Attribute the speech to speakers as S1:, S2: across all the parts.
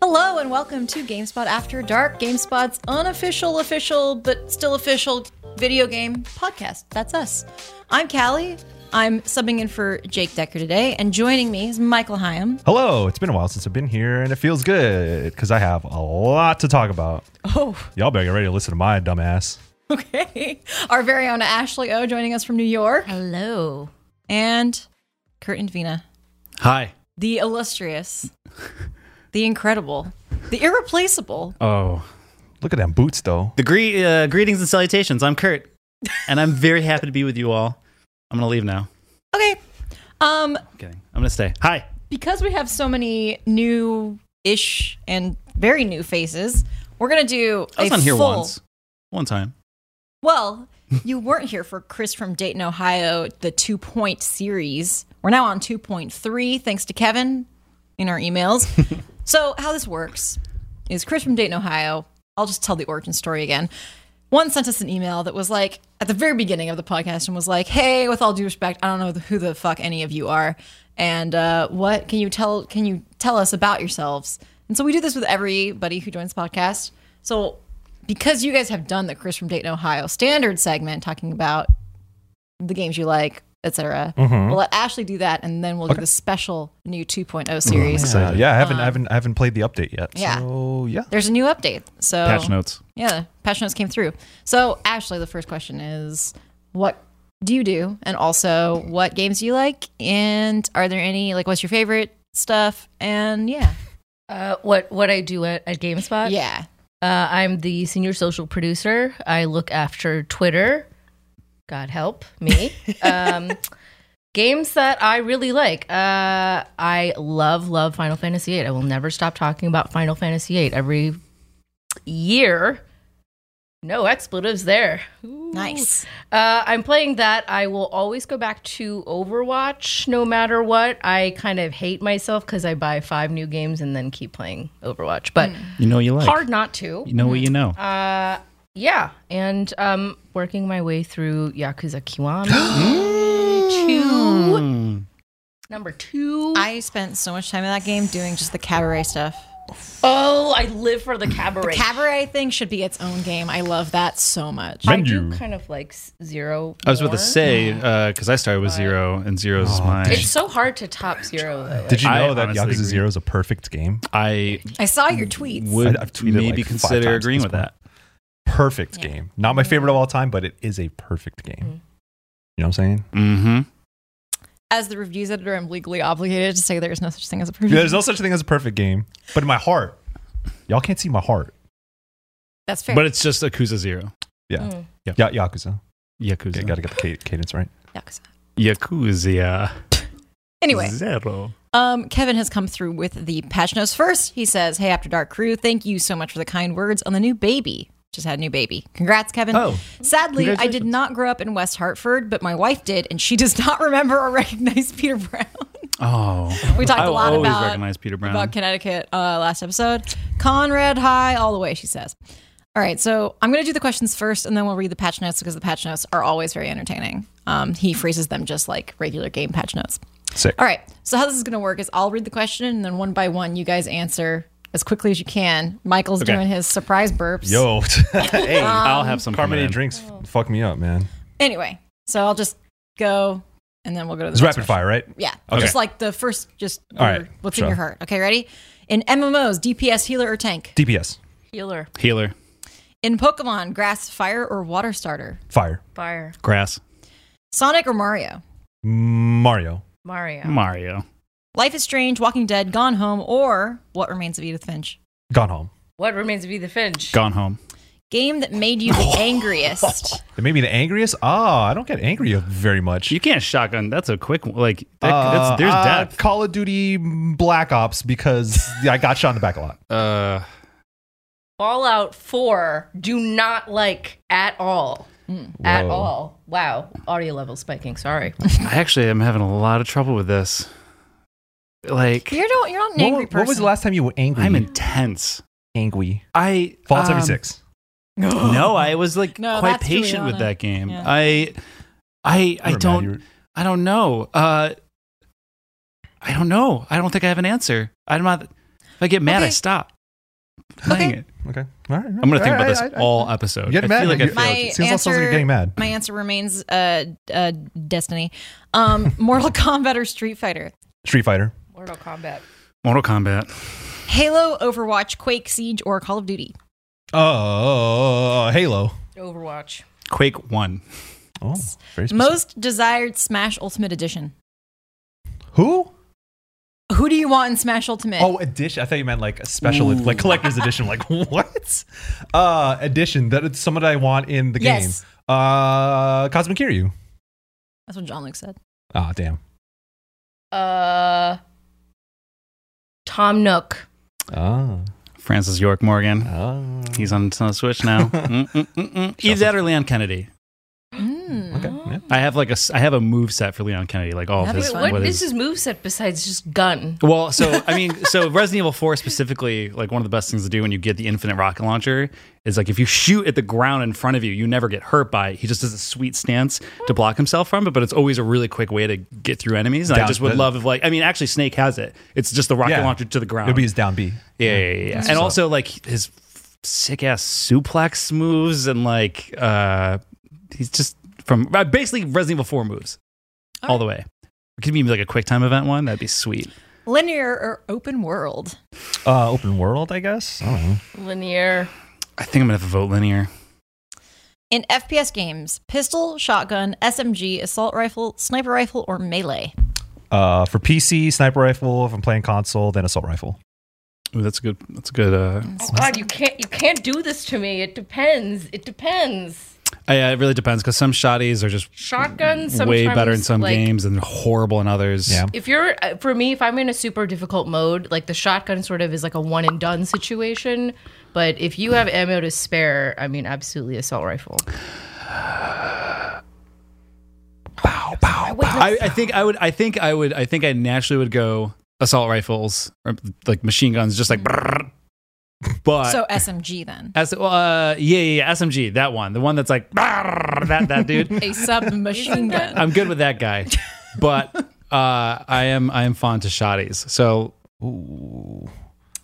S1: Hello and welcome to GameSpot After Dark, GameSpot's unofficial, official, but still official video game podcast. That's us. I'm Callie. I'm subbing in for Jake Decker today, and joining me is Michael Hyam.
S2: Hello, it's been a while since I've been here, and it feels good because I have a lot to talk about.
S1: Oh,
S2: Y'all better get ready to listen to my dumbass.
S1: okay. Our very own Ashley O joining us from New York,
S3: Hello.
S1: and Kurt and Vina,
S4: Hi.
S1: the illustrious, the incredible, the irreplaceable.
S4: Oh.
S2: Look at them boots, though.
S4: The gre- uh, greetings and salutations. I'm Kurt, and I'm very happy to be with you all. I'm gonna leave now.
S1: Okay. Um,
S4: I'm kidding. I'm gonna stay. Hi.
S1: because we have so many new ish and very new faces, we're gonna do
S4: I was
S1: a
S4: on here
S1: full-
S4: once. One time.
S1: Well, you weren't here for Chris from Dayton, Ohio, the two point series. We're now on two point three, thanks to Kevin in our emails. so how this works is Chris from Dayton, Ohio. I'll just tell the origin story again. One sent us an email that was like at the very beginning of the podcast and was like, "Hey, with all due respect, I don't know who the fuck any of you are, and uh, what can you tell can you tell us about yourselves?" And so we do this with everybody who joins the podcast. So because you guys have done the Chris from Dayton, Ohio standard segment talking about the games you like, etc., we'll let Ashley do that, and then we'll do the special new 2.0 series.
S2: So, yeah, I haven't, I haven't, I haven't played the update yet.
S1: yeah.
S2: So yeah,
S1: There's a new update, so
S4: Patch notes.
S1: yeah, patch notes came through. So Ashley, the first question is, what do you do, and also what games do you like, and are there any like what's your favorite stuff, and yeah,
S3: Uh, what what I do at, at GameSpot?
S1: yeah,
S3: Uh, I'm the senior social producer. I look after Twitter. God help me. um, games that I really like. Uh, I love love Final Fantasy VIII. I will never stop talking about Final Fantasy VIII every year. No expletives there. Ooh.
S1: nice.
S3: Uh, I'm playing that. I will always go back to Overwatch no matter what. I kind of hate myself because I buy five new games and then keep playing Overwatch, but
S4: You know what you like.
S3: hard not to. Uh,
S4: You know what you know.
S3: Yeah. And um, working my way through Yakuza Kiwami
S1: Um,
S3: 2. Number two.
S1: I spent so much time in that game doing just the cabaret stuff.
S3: oh, I live for the cabaret.
S1: Cabaret thing should be its own game. I love that so much.
S3: I do
S2: Menu.
S3: kind of like s- zero.
S4: I was with a
S3: more.
S4: say because I started with zero, and zero's is mine.
S3: It's so hard to top zero, though.
S2: Did you
S4: I
S2: know that
S4: honestly
S2: Yakuza
S4: agree.
S2: Zero is a perfect game?
S4: I
S1: I saw your tweets.
S4: would
S2: I- I've tweeted like
S4: maybe
S2: five times
S4: consider
S2: at
S4: agreeing
S2: this
S4: with
S2: point.
S4: that.
S2: Perfect game. Not my favorite of all time, but it is a perfect game.
S1: Mm-hmm.
S2: You know what I'm saying?
S4: Mm-hmm.
S1: As the reviews editor, I'm legally obligated to say there is no such thing as a preview.
S2: There's no such thing as a perfect game, but in my heart, y'all can't see my heart.
S1: That's fair.
S4: But it's just Akuza zero.
S2: Yeah,
S3: Mm.
S2: yeah, Yakuza.
S4: Yakuza.
S2: Okay, Got to get the ca- cadence right.
S1: Yakuza.
S4: Yakuza
S1: Anyway,
S4: zero.
S1: um, Kevin has come through with the patch notes first. He says, "Hey, After Dark crew, thank you so much for the kind words on the new baby. Just had a new baby. Congrats, Kevin.
S4: Oh.
S1: Sadly, I did
S4: Congratulations.
S1: not grow up in West Hartford, but my wife did, and she does not remember or recognize Peter Brown.
S4: Oh.
S1: we talked
S4: I
S1: a
S4: will
S1: lot
S4: always
S1: about
S4: recognize Peter Brown.
S1: about Connecticut uh, last episode. Conrad High, all the way, she says. All right, so I'm going to do the questions first, and then we'll read the patch notes because the patch notes are always very entertaining. Um, he phrases them just like regular game patch notes.
S2: Sick.
S1: All right, so how this is going to work is I'll read the question, and then one by one, you guys answer as quickly as you can. Michael's
S4: Okay.
S1: doing his surprise burps.
S2: Yo,
S4: hey, I'll have some.
S2: carbonated
S4: coming in.
S2: drinks
S1: Oh.
S2: f- fuck me up, man.
S1: Anyway, so I'll just go, and then we'll go to the
S2: It's
S1: next question.
S2: rapid fire, right?
S1: Yeah.
S2: Okay.
S1: Just like the first, just
S2: All right,
S1: your- what's in
S2: sure.
S1: your heart. Okay, ready? In MMOs, DPS, healer, or tank?
S2: DPS,
S3: Healer.
S4: Healer.
S1: In Pokemon, grass, fire, or water starter?
S2: fire,
S3: Fire.
S4: Grass.
S1: Sonic or Mario?
S2: Mario,
S3: Mario.
S4: Mario.
S1: Life is Strange, Walking Dead, Gone Home, or What Remains of Edith Finch?
S2: Gone Home.
S3: what remains to be the Finch?
S4: Gone home.
S1: Game that made you the
S2: Oh,
S1: angriest.
S2: It made me the angriest. Ah, I don't get angry very much.
S4: You can't shotgun. That's a quick one. Like that,
S2: Uh,
S4: that's, there's
S2: uh,
S4: depth.
S2: Call of Duty Black Ops because I got shot in the back a lot.
S4: Uh,
S3: Fallout 4, do not like at all. At
S2: Whoa.
S3: all. Wow. Audio level spiking. Sorry.
S4: I actually am having a lot of trouble with this. Like
S1: You're not, you're not an
S2: What-
S1: angry
S2: what,
S1: person.
S2: was the last time you were angry?
S4: I'm intense.
S2: angry.
S4: I
S2: Fallout
S4: um,
S2: 76.
S4: No, I was like
S1: No,
S4: quite
S1: that's
S4: patient with
S1: Juliana.
S4: that game.
S1: Yeah.
S4: I, I, I
S2: Never mind,
S4: don't.
S2: you were-
S4: I don't know. Uh, I don't know. I don't think I have an answer. I'm not. If I get mad, I
S1: Okay.
S4: stop. Dang
S1: Okay.
S4: it.
S2: Okay. All right.
S5: I'm going to think about this
S2: I- I-
S5: all episode.
S2: Get
S5: I
S2: mad.
S5: feel like I
S2: You-
S5: failed
S1: My
S5: you.
S2: Seems like someone's
S1: answer,
S2: getting mad.
S1: My answer remains uh, uh, Destiny. Um, Mortal Kombat or Street Fighter?
S2: Street Fighter.
S3: Mortal Kombat.
S4: Mortal Kombat.
S1: Halo, Overwatch, Quake, Siege, or Call of Duty?
S2: Oh, Halo.
S3: Overwatch.
S4: Quake 1.
S2: Oh, very specific.
S1: Most desired Smash Ultimate Edition.
S2: Who?
S1: Who do you want in Smash Ultimate?
S2: Oh, edition. I thought you meant like a special, like collector's edition. Like what? Uh, edition. That it's someone I want in the
S1: Yes.
S2: game. Uh, Cosmic Kiryu.
S1: That's what John Luke said.
S2: Ah, damn.
S3: Uh, Tom Nook.
S2: Ah,
S4: Francis York Morgan.
S2: ah.
S4: He's on on Switch now. Mm, mm, mm, mm. Either that or Leon Kennedy.
S1: Mm.
S2: okay. yeah.
S4: I have like a s- I have a move set for Leon Kennedy, like all of
S1: That'd
S4: his.
S1: be
S3: Wait, what
S4: what
S3: is
S4: his-
S3: his moveset besides just gun?
S4: Well, so I mean, so Resident Evil 4 specifically, like one of the best things to do when you get the infinite rocket launcher is like if you shoot at the ground in front of you, you never get hurt by it. He just does a sweet stance to block himself from it, but it's always a really quick way to get through enemies. And I
S2: Down-
S4: just would love if like I mean, actually Snake has it. It's just the rocket
S2: Yeah.
S4: launcher to the ground.
S2: It'll be his down B.
S4: yeah, yeah, yeah. yeah. And also like his sick ass suplex moves and like uh he's just from uh, basically Resident Evil 4 moves all, the way. It could be like a quick time event one. That'd be sweet.
S1: Linear or open world?
S2: Uh, open world, I guess. I don't know.
S3: Linear.
S4: I think I'm gonna have to vote linear.
S1: In FPS games, pistol, shotgun, SMG, assault rifle, sniper rifle, or melee?
S2: Uh, for PC, sniper rifle. If I'm playing console, then assault rifle.
S4: Ooh, that's a good. That's a good. Uh,
S3: Oh God, you can't you can't do this to me. It depends. It depends.
S4: I- yeah, it really depends because some shotties are just
S3: Shotguns
S4: way better in
S3: sometimes,
S4: some
S3: like,
S4: games and horrible in others.
S2: Yeah.
S3: If you're uh, for me, if I'm in a super difficult mode, like the shotgun sort of is like a one and done situation. But if you have ammo to spare, I mean, absolutely assault rifle.
S4: I, I think I would. I think I would. I think I naturally would go assault rifles or like machine guns, just like. brrrr.
S2: Uh,
S4: But
S1: So SMG then.
S4: as uh, yeah, yeah, yeah, SMG, that one, the one that's like brrrr, that that dude.
S1: A submachine gun.
S4: I'm good with that guy, but uh, I am I am fond to shotties. So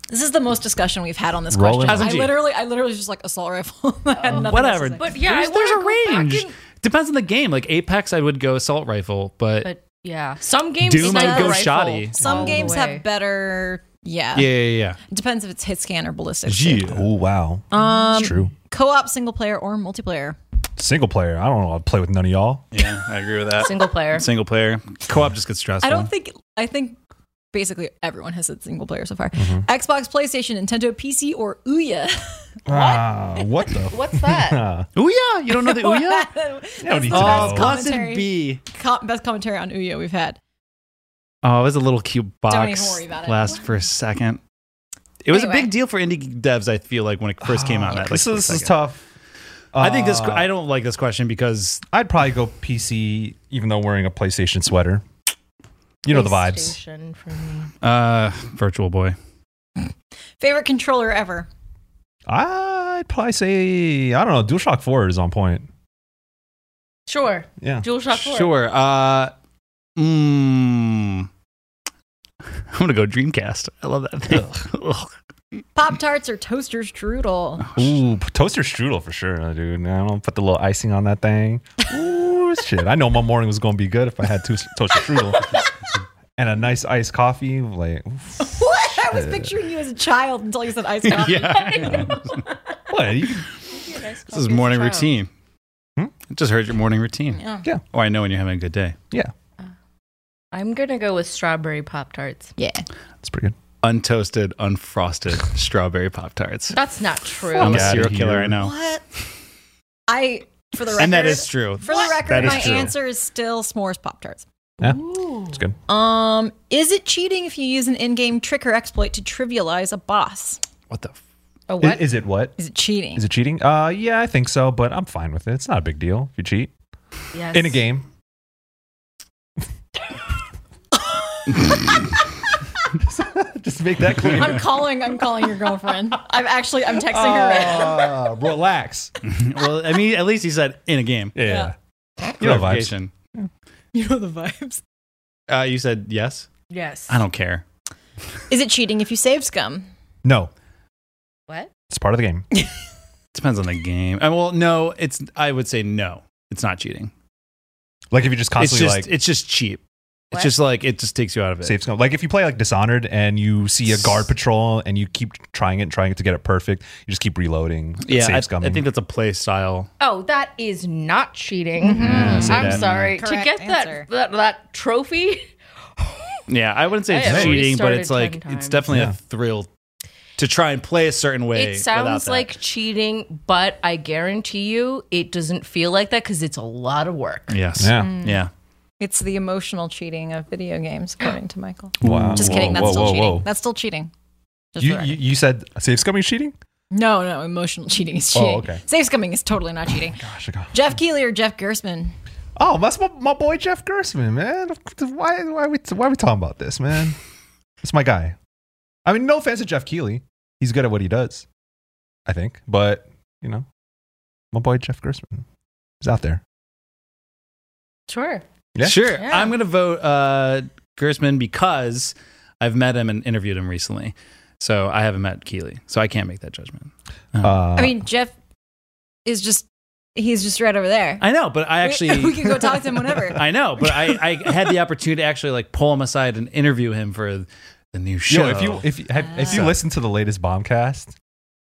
S1: This is the most discussion we've had on this
S2: Rolling.
S1: question. I
S4: SMG.
S1: literally, I literally was just like assault rifle. I
S2: Uh,
S1: had nothing else to
S4: whatever.
S1: say.
S3: But yeah, I
S4: there's, there's
S3: wanna go
S4: a
S3: back
S4: range.
S3: and-
S4: Depends on the game. Like Apex, I would go assault rifle,
S3: But yeah, some games
S4: Doom, I would
S3: sniper
S4: go
S3: rifle.
S4: shoddy.
S1: Some
S3: all the
S1: games
S3: way.
S1: have better. Yeah.
S4: yeah, yeah,
S1: It depends if it's hit scan or ballistic.
S4: yeah.
S1: too.
S4: yeah.
S2: Oh wow.
S1: Um,
S2: It's true.
S1: co-op, single player, or multiplayer.
S2: Single player. I don't know. I'll play with none of y'all.
S4: Yeah, I agree with that.
S3: single player.
S4: Single player co-op just gets stressful.
S1: I don't think. I think basically everyone has said single player so far.
S4: Mm-hmm.
S1: Xbox, PlayStation, Nintendo, PC, or Ouya.
S2: What? Ah, what the?
S3: What's that?
S2: f-
S4: Ouya, you don't know the Ouya?
S1: That's the
S2: don't need to
S1: best
S2: know.
S1: commentary,
S4: be.
S1: co- best commentary on Ouya we've had.
S4: Oh, it was a little cute box.
S1: Don't even worry about it.
S4: Last for a second. It was a
S1: Anyway. Oh,
S4: big deal for indie devs. I feel like when it first came out. that, like,
S2: this
S4: split
S2: is, this is
S4: second.
S2: tough.
S4: I think this.
S2: Uh,
S4: I don't like this question because
S2: I'd probably go PC, even though wearing a PlayStation sweater. You know the vibes.
S3: PlayStation for me.
S4: uh, Virtual Boy.
S1: Favorite controller ever.
S2: I'd probably say I don't know. DualShock Four is on point.
S3: Sure,
S2: Yeah.
S3: DualShock Four.
S4: Sure. Uh, mm, I'm gonna go Dreamcast. I love that thing. Ugh.
S1: Pop tarts or toaster
S4: Oh,
S1: strudel.
S2: Ooh, p- toaster strudel for sure, uh, dude. I don't put the little icing on that thing. Ooh, shit. I know my morning was gonna be good if I had toast toaster strudel and a nice iced coffee. Like, oof.
S1: What? I was picturing you as a child until you said ice coffee.
S4: yeah.
S2: what? You,
S4: This is morning
S3: Child.
S4: routine.
S2: Hmm?
S4: I just heard your morning routine.
S1: Yeah.
S2: Yeah.
S4: Oh, I know when you're having a good day.
S2: yeah,
S3: I'm gonna go with strawberry pop tarts.
S1: Yeah.
S2: it's pretty good.
S4: Untoasted, unfrosted strawberry Pop Tarts.
S3: That's not true.
S4: I'm a
S2: outta
S4: serial killer,
S2: here.
S4: I know.
S1: What? I for the record.
S4: And that is true.
S1: For the
S4: That
S1: record,
S4: is
S1: my
S4: true.
S1: answer is still s'mores pop tarts.
S2: Yeah, it's good.
S1: Um, is it cheating if you use an in-game trick or exploit to trivialize a boss?
S4: What the? F-
S3: A
S2: I-
S3: what?
S2: Is it what?
S1: Is it cheating?
S2: Is it cheating? Uh, yeah, I think so, but I'm fine with it. It's not a big deal if you cheat
S3: Yes.
S2: in a game. Just make that clear.
S1: I'm calling. I'm calling your girlfriend. Oh. I'm actually. I'm texting her right now.
S2: Ah, relax.
S4: well, I mean, at least he said in a game.
S2: Yeah. You know vibes.
S4: Clarification.
S1: You know the vibes.
S4: Uh, you said yes.
S3: Yes.
S4: I don't care.
S1: Is it cheating if you save scum?
S2: No.
S3: What?
S2: It's part of the game.
S4: Depends on the game. Uh, well, no, it's. I would say no. It's not cheating.
S2: Like if you just
S4: It's
S2: constantly
S4: just.
S2: like
S4: it's just cheap.
S3: What?
S4: It's just like it just takes you out of it.
S2: save scum. Like if you play like Dishonored and you see a guard patrol and you keep trying it and trying to get it perfect, you just keep reloading.
S4: Yeah,
S2: save
S4: I,
S2: scumming.
S4: I think that's a play style.
S3: Oh, that is not cheating.
S2: Mm-hmm. Yeah, say
S3: I'm
S2: that.
S3: sorry. to
S1: Correct
S3: get
S1: answer.
S3: that, that that trophy,
S4: Yeah, I wouldn't say
S3: I
S4: it's
S3: have
S4: cheating, but
S3: restarted
S4: it's like
S3: 10
S4: it's definitely
S2: Yeah.
S4: a thrill to try and play a certain way.
S3: it
S4: without
S3: sounds
S4: that.
S3: like cheating, but I guarantee you it doesn't feel like that because it's a lot of work.
S4: yes,
S2: Yeah.
S1: Mm.
S3: Mm.
S4: yeah.
S1: It's the emotional cheating of video games, according to Michael.
S2: Wow.
S1: Just kidding. That's
S2: Whoa,
S1: still
S2: whoa,
S1: cheating.
S2: whoa.
S1: That's still cheating. Just for
S2: You,
S1: the
S2: you
S1: record.
S2: you said save scumming is cheating?
S1: no, no, emotional cheating is
S2: Oh,
S1: cheating.
S2: okay.
S1: Safe scumming is totally not cheating.
S2: Gosh, I got-
S1: Jeff Keighley or Jeff Gersman?
S2: Oh, that's my, my boy Jeff Gersman, man. Why why are we why are we talking about this, man? It's my guy. I mean, no offense to Jeff Keeley. He's good at what he does, I think. But you know, my boy Jeff Gersman is out there.
S3: Sure.
S2: Yeah.
S4: Sure.
S3: Yeah.
S4: I'm going to vote uh, Gersman because I've met him and interviewed him recently. So I haven't met Keeley. So I can't make that judgment.
S2: Uh,
S1: I mean, Jeff is just, he's just right over there.
S4: I know, but I actually.
S1: we, we can go talk to him whenever.
S4: I know, but I, I had the opportunity to actually like pull him aside and interview him for the new show.
S2: yo, if you if you- have, if you
S4: Ah.
S2: listen to the latest bombcast,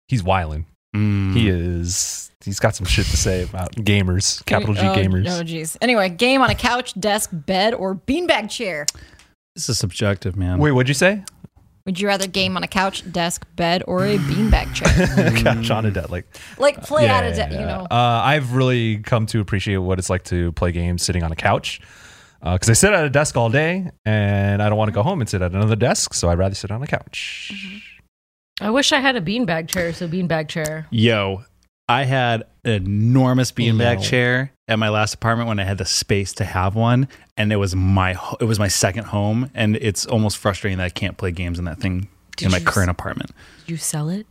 S2: he's wiling.
S4: Mm.
S2: He is. He's got some shit to say about gamers, capital G
S1: Oh,
S2: gamers.
S1: Oh, jeez. Anyway, game on a couch, desk, bed, or beanbag chair.
S4: this is subjective, man.
S2: Wait, what'd you say?
S1: Would you rather game on a couch, desk, bed, or a beanbag chair?
S2: Couch on a deck, like
S1: like play out of
S2: yeah,
S1: deck, you
S2: yeah.
S1: know.
S2: Uh, I've really come to appreciate what it's like to play games sitting on a couch because I sit at a desk all day and I don't want to go home and sit at another desk, so I'd rather sit on a couch.
S1: Mm-hmm.
S3: I wish I had a beanbag chair, so beanbag chair.
S4: Yo, I had an enormous beanbag
S2: No.
S4: chair at my last apartment when I had the space to have one, and it was my ho- it was my second home, and it's almost frustrating that I can't play games in that thing
S3: Did
S4: in my
S3: you-
S4: current apartment.
S3: Did you sell it?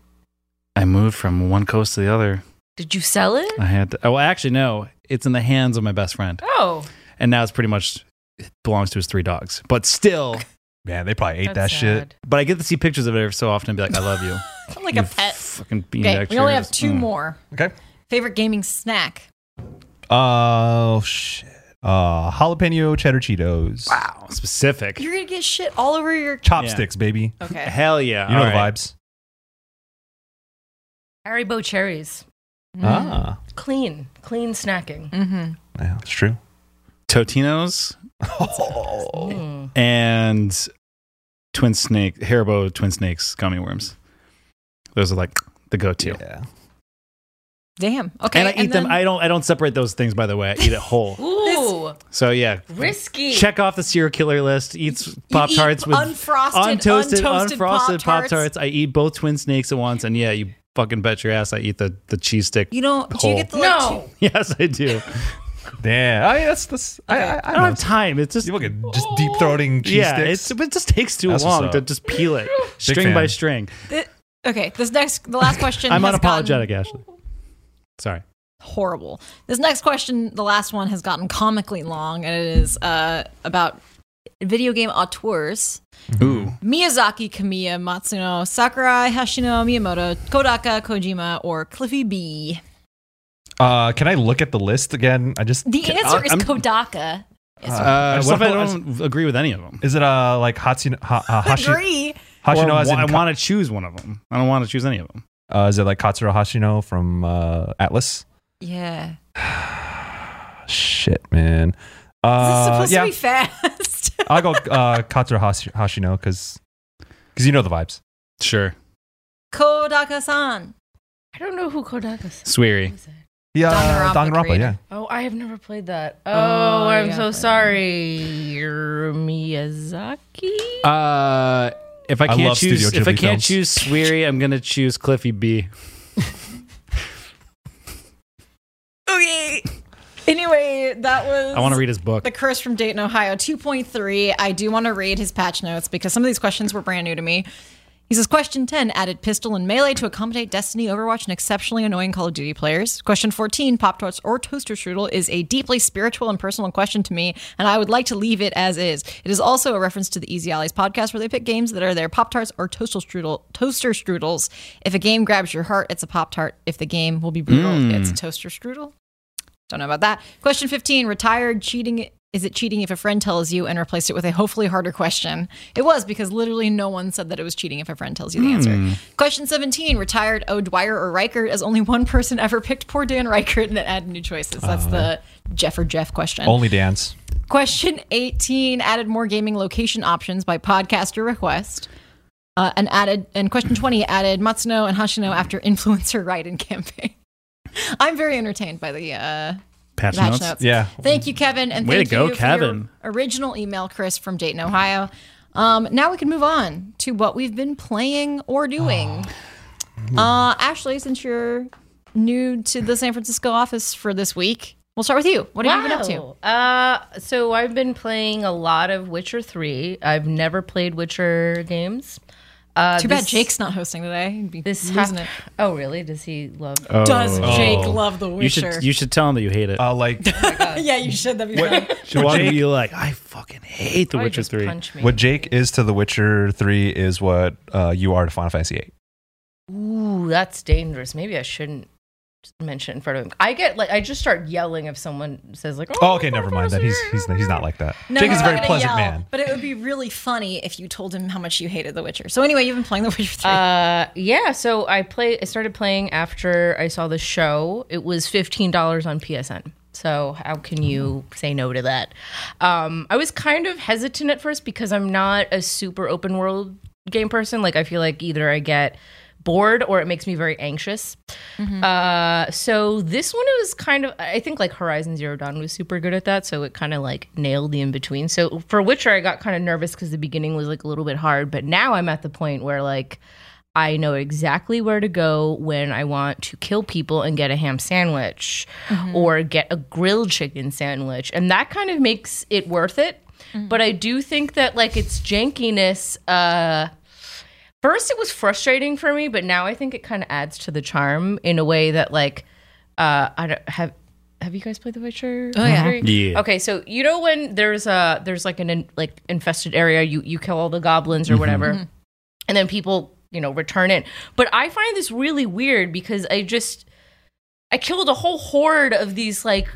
S4: I moved from one coast to the other.
S3: Did you sell it?
S4: I had to, well, actually no, it's in the hands of my best friend,
S3: Oh.
S4: and now it's pretty much it belongs to his three dogs. But still,
S2: Man, they probably ate that
S3: that's
S2: shit.
S3: sad.
S4: but I get to see pictures of it every so often and be like, I love you.
S1: Like
S4: You
S1: a pet.
S4: Fucking beanbag
S1: Okay, we only
S4: chairs.
S1: have two
S4: Mm.
S1: more.
S2: Okay.
S1: Favorite gaming snack?
S2: Oh shit. Uh, jalapeno cheddar Cheetos.
S4: Wow, specific.
S1: You're gonna get shit all over your.
S2: Chopsticks, baby.
S1: Okay.
S4: Hell yeah!
S2: You know
S4: All
S2: the
S4: right.
S2: vibes.
S3: Haribo cherries.
S2: Ah,
S3: Clean. Clean snacking.
S1: Mm-hmm.
S2: yeah, that's true.
S4: Totinos.
S2: Oh,
S3: Mm.
S4: and twin snake Haribo twin snakes gummy worms. Those are like the go-to.
S2: yeah.
S1: Damn. Okay.
S4: And I eat them.
S1: then-
S4: I don't. I don't separate those things. By the way, I eat it whole.
S3: Ooh.
S4: so yeah,
S3: risky.
S4: check off the serial killer list. Eats
S1: You
S4: pop
S1: eat
S4: tarts with
S1: unfrosted,
S4: untoasted,
S1: untoasted
S4: unfrosted pop
S1: Pop-Tarts.
S4: tarts. I eat both twin snakes at once, and yeah, you fucking bet your ass I eat the the cheese stick.
S1: You don't. Do you
S4: whole.
S1: get the like,
S3: No.
S1: two-
S4: Yes, I do.
S2: Damn. I, that's that's.
S1: Okay.
S2: I, I, I
S4: I
S2: don't
S4: don't have
S2: know.
S4: time. It's just
S2: You look at just deep throating cheese
S4: yeah.
S2: sticks.
S4: It's, it just takes too
S2: That's what's
S4: long to
S2: up.
S4: just peel it string by
S2: fan.
S4: string.
S1: Th- okay. This next, the last question.
S4: I'm
S1: has
S4: unapologetic,
S1: gotten
S4: Ashley. Sorry.
S1: Horrible. This next question, the last one, has gotten comically long, and it is uh, about video game auteurs.
S4: Ooh. Uh,
S1: Miyazaki, Kamiya, Matsuno, Sakurai, Hashino, Miyamoto, Kodaka, Kojima, or Cliffy B?
S2: Uh, can I look at the list again? I just
S1: The
S2: can-
S1: answer
S4: I-
S1: is
S4: I'm-
S1: Kodaka.
S2: I
S4: Uh,
S2: just
S4: what if I
S2: wanna- I
S4: don't agree with any of them?
S2: Is it uh like Hatsuno ha, uh, Hashi,
S1: Agree.
S4: Or
S2: Hashino? As in
S4: wa- I
S2: Ka-
S4: want to choose one of them. I don't want to choose any of them.
S2: uh, is it like Katsura Hashino from uh, Atlas?
S1: Yeah.
S2: Shit, man.
S1: Is this
S2: Uh,
S1: supposed
S2: yeah,
S1: to be fast?
S2: I'll go uh, Katsura Hashi- Hashino because because you know the vibes.
S4: Sure.
S1: Kodaka-san.
S3: I don't know who Kodak is.
S4: Sweary.
S2: Yeah,
S4: uh,
S1: Danganronpa
S2: Danganronpa. Yeah,
S1: creator.
S3: Oh, I have never played that. Oh,
S1: Oh,
S3: I'm
S1: yeah.
S3: so sorry. Miyazaki?
S4: Uh, if I
S2: I
S4: can't
S2: love
S4: choose,
S2: Studio
S4: if I
S2: Ghibli
S4: can't
S2: films.
S4: choose Sweary, I'm gonna choose Cliffy B.
S1: Okay. Anyway, that was
S4: I want to read his book.
S1: The Curse from Dayton, Ohio, 2.3. I do want to read his patch notes because some of these questions were brand new to me. He He says, Question 10 added pistol and melee to accommodate Destiny, Overwatch, and exceptionally annoying Call of Duty players. Question 14 Pop Tarts or Toaster Strudel is a deeply spiritual and personal question to me, and I would like to leave it as is. It is also a reference to the Easy Allies podcast where they pick games that are their Pop Tarts or Toaster Strudel, Toaster Strudels. If a game grabs your heart, it's a Pop Tart. If the game will be brutal, it's a Toaster Strudel. Don't know about that. Question 15 Retired cheating. Is it cheating if a friend tells you and replaced it with a hopefully harder question? It was because literally no one said that it was cheating if a friend tells you the answer. Question 17 Retired O'Dwyer or Reichert as only one person ever picked poor Dan Reichert and then added new choices. That's the Jeff or Jeff question.
S2: Only dance.
S1: Question 18 added more gaming location options by podcaster request. Uh, and added and question 20 added Matsuno and Hashino after influencer write-in campaign. I'm very entertained by the uh
S4: Patch
S1: patch
S4: notes.
S1: notes.
S2: Yeah.
S1: Thank you, Kevin. And
S4: Way to
S1: thank
S4: go,
S1: you for
S4: Kevin.
S1: your original email, Chris, from Dayton, Ohio. Um, now we can move on to what we've been playing or doing. Uh, Ashley, since you're new to the San Francisco office for this week, we'll start with you. What have you been up to?
S3: Uh, so I've been playing a lot of Witcher 3. I've never played Witcher games. Uh,
S1: Too bad
S3: this-
S1: Jake's not hosting today. He'd be
S3: This
S1: losing
S3: hap-
S1: it.
S3: Oh, really? Does he love
S1: Does Jake
S2: Oh.
S1: love The
S4: You
S1: Witcher?
S4: should you should tell him that you hate it.
S2: Uh, like
S1: yeah, you should. That'd be fun.
S2: what,
S4: Should
S2: what
S4: want to
S2: Jake,
S4: be like, I fucking hate The
S3: Why
S4: Witcher
S3: just
S4: Three.
S3: Punch me.
S2: what Jake is to The Witcher 3 is what uh, you are to Final Fantasy 8.
S3: Ooh, that's dangerous. Maybe I shouldn't mention it in front of him. I get like I just start yelling if someone says like, "Oh,
S2: Oh, okay, never mind. Then he's he's he's not like that.
S1: No,
S2: Jake
S1: he's
S2: is a
S1: not
S2: very
S1: gonna
S2: pleasant
S1: yell,
S2: man.
S1: But it would be really funny if you told him how much you hated The Witcher. So anyway, you've been playing The Witcher 3.
S3: Uh, yeah. So I play. I started playing after I saw the show. It was fifteen dollars on PSN. So how can you say no to that? Um, I was kind of hesitant at first because I'm not a super open world game person. Like I feel like either I get bored or it makes me very anxious. Uh, so this one was kind of I think like Horizon Zero Dawn was super good at that, so it kind of like nailed the in between. So for Witcher, I got kind of nervous because the beginning was like a little bit hard, but now I'm at the point where like I know exactly where to go when I want to kill people and get a ham sandwich or get a grilled chicken sandwich, and that kind of makes it worth it. But I do think that like its jankiness. Uh, first it was frustrating for me, but now I think it kind of adds to the charm in a way that like uh I don't have have you guys played The Witcher? Oh
S1: yeah.
S4: Yeah.
S3: Okay, so you know when there's a there's like an in, like infested area, you you kill all the goblins or whatever,
S1: Mm-hmm.
S3: and then people you know return it. But I find this really weird because I just I killed a whole horde of these like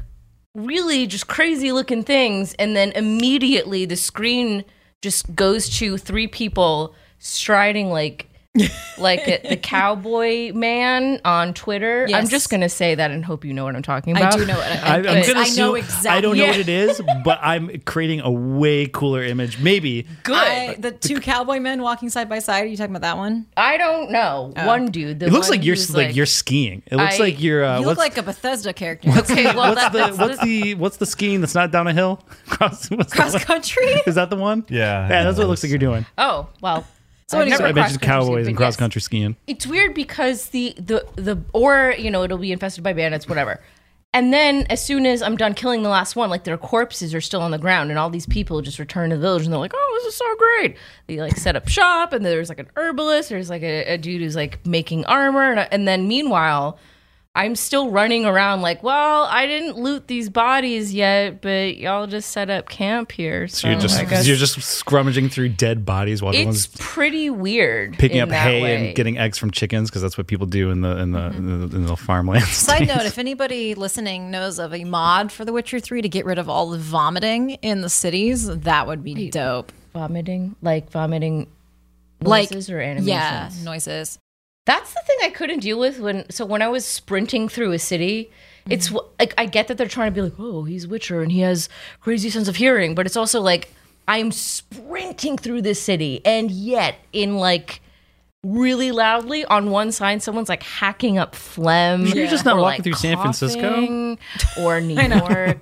S3: really just crazy looking things and then immediately the screen just goes to three people striding like like a, the cowboy man on Twitter. I'm
S1: Yes.
S3: just going to say that and hope you know what I'm talking
S1: I
S3: about.
S1: do know what
S4: I,
S1: I,
S4: I'm
S1: I,
S4: gonna
S1: I
S4: assume-
S1: know exactly.
S4: I don't know
S3: Yeah.
S4: what it is, but I'm creating a way cooler image. Maybe
S3: Good.
S1: I-
S3: I,
S1: the two cowboy men walking side by side. Are you talking about that one?
S3: don't know. One dude. The
S4: it looks
S3: one
S4: like you're
S3: who's,
S4: like, you're skiing. It looks
S3: I-
S4: like you're. Uh,
S1: you look like
S4: what's,
S1: a Bethesda character. What's
S3: Okay, well
S4: what's
S3: that,
S4: the
S3: that's
S4: what's
S3: the,
S4: the what's the skiing that's not down a hill? Cross. What's the
S1: cross
S4: one?
S1: country?
S4: Is that the one?
S2: Yeah,
S4: Yeah, that's what
S2: it
S4: it looks
S2: is.
S4: like you're doing.
S3: oh well.
S1: So
S3: I've
S1: anyway-
S3: never
S1: So I
S4: I imagine
S3: cross-country
S4: cowboys
S3: skied,
S4: and
S3: but
S4: cross
S3: yes.
S4: country skiing.
S3: it's weird because the the the or you know it'll be infested by bandits whatever and then as soon as i'm done killing the last one like their corpses are still on the ground and all these people just return to the village and they're like oh this is so great they like set up shop and there's like an herbalist there's like a, a dude who's like making armor and, and then meanwhile i'm still running around like well i didn't loot these bodies yet but y'all just set up camp here so,
S4: You're
S3: Oh, I guess
S4: just you're just scrummaging through dead bodies while
S3: it's
S4: everyone's
S3: pretty weird
S4: picking
S3: in
S4: up
S3: that
S4: hay
S3: way.
S4: and getting eggs from chickens because that's what people do in the in the in, the, in the farmlands.
S1: Side note, if anybody listening knows of a mod for The Witcher 3 to get rid of all the vomiting in the cities, that would be dope.
S3: vomiting like vomiting
S1: Like-
S3: noises or animations
S1: Yeah, noises.
S3: that's the thing i couldn't deal with when so when i was sprinting through a city it's
S4: Mm-hmm.
S3: wh- like i get that they're trying to be like oh he's witcher and he has crazy sense of hearing but it's also like i'm sprinting through this city and yet in like really loudly on one side someone's like hacking up phlegm
S4: You're just not
S3: or,
S4: walking
S3: like,
S4: through San Francisco?
S3: coughing or new york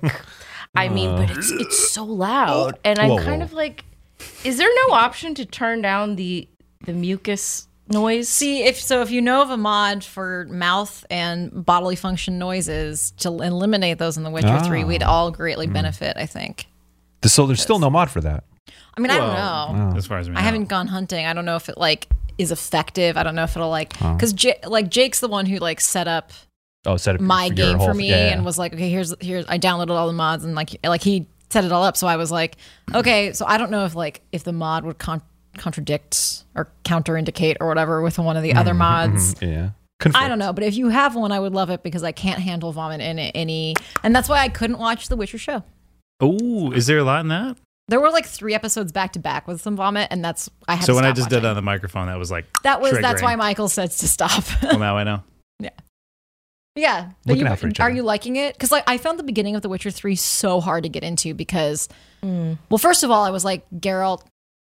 S3: i mean but it's
S4: Uh.
S3: it's so loud
S4: Oh,
S3: and i'm
S2: Whoa,
S3: kind
S2: whoa.
S3: of like is there no option to turn down the the mucus noise?
S1: See if so if you know of a mod for mouth and bodily function noises to eliminate those in The Witcher 3, we'd all greatly benefit, I think.
S2: So there's still no mod for that.
S1: I mean, I don't know.
S4: As far as we know.
S1: I haven't gone hunting. I don't know if it like is effective. I don't know if it'll like because like Jake's the one who like set up
S2: Oh, set up
S1: my
S2: your
S1: game
S2: whole-
S1: for me
S2: yeah, yeah.
S1: and was like, okay, here's here's I downloaded all the mods and like like he set it all up. So I was like, okay, so I don't know if like if the mod would con- contradict or counter indicate or whatever with one of the
S4: Mm-hmm,
S1: other mods.
S2: yeah.
S1: I don't know, but if you have one, I would love it because I can't handle vomit in it any, and that's why I couldn't watch The Witcher show.
S4: Oh, is there a lot in that?
S1: There were like three episodes back to back with some vomit, and that's I had.
S4: So
S1: to
S4: when I
S1: stop
S4: just did
S1: watching.
S4: that on the microphone, that was like,
S1: that was that's
S4: triggering.
S1: why Michael says to stop.
S4: well, now I know.
S1: Yeah. But
S2: Looking
S1: you-
S2: out for each
S1: are
S2: other.
S1: you liking it? Because like I found the beginning of The Witcher 3 so hard to get into because
S3: Hmm.
S1: well, first of all, I was like, Geralt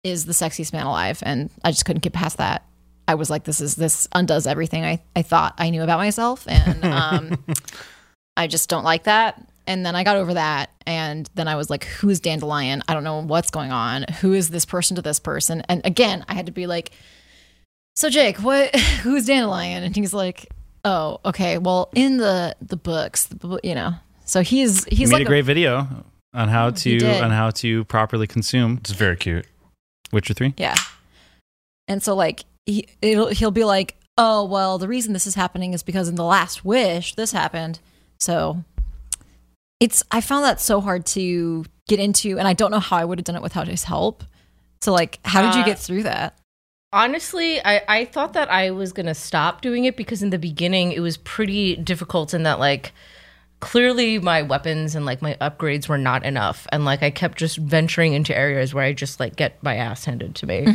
S1: is the sexiest man alive, and I just couldn't get past that. I was like, this is this undoes everything I, I thought I knew about myself. And um I just don't like that. And then I got over that. And then I was like, who's Dandelion? I don't know what's going on. Who is this person to this person? And again, I had to be like, so Jake, what who's Dandelion? And he's like, Oh, okay. Well, in the the books, the, bu- you know. So he's
S4: You
S1: he's
S4: made
S1: like
S4: a great video on how to
S1: did.
S4: on how to properly consume
S2: It's very cute.
S4: Witcher Three.
S1: yeah. And so like he it'll, he'll be like, "Oh, well, the reason this is happening is because in the last wish this happened." So it's I found that so hard to get into and I don't know how I would have done it without his help. So like, how did you
S3: Uh,
S1: get through that?
S3: Honestly, I, I thought that I was going to stop doing it because in the beginning it was pretty difficult in that, like, clearly my weapons and, like, my upgrades were not enough. And, like, I kept just venturing into areas where I just, like, get my ass handed to me.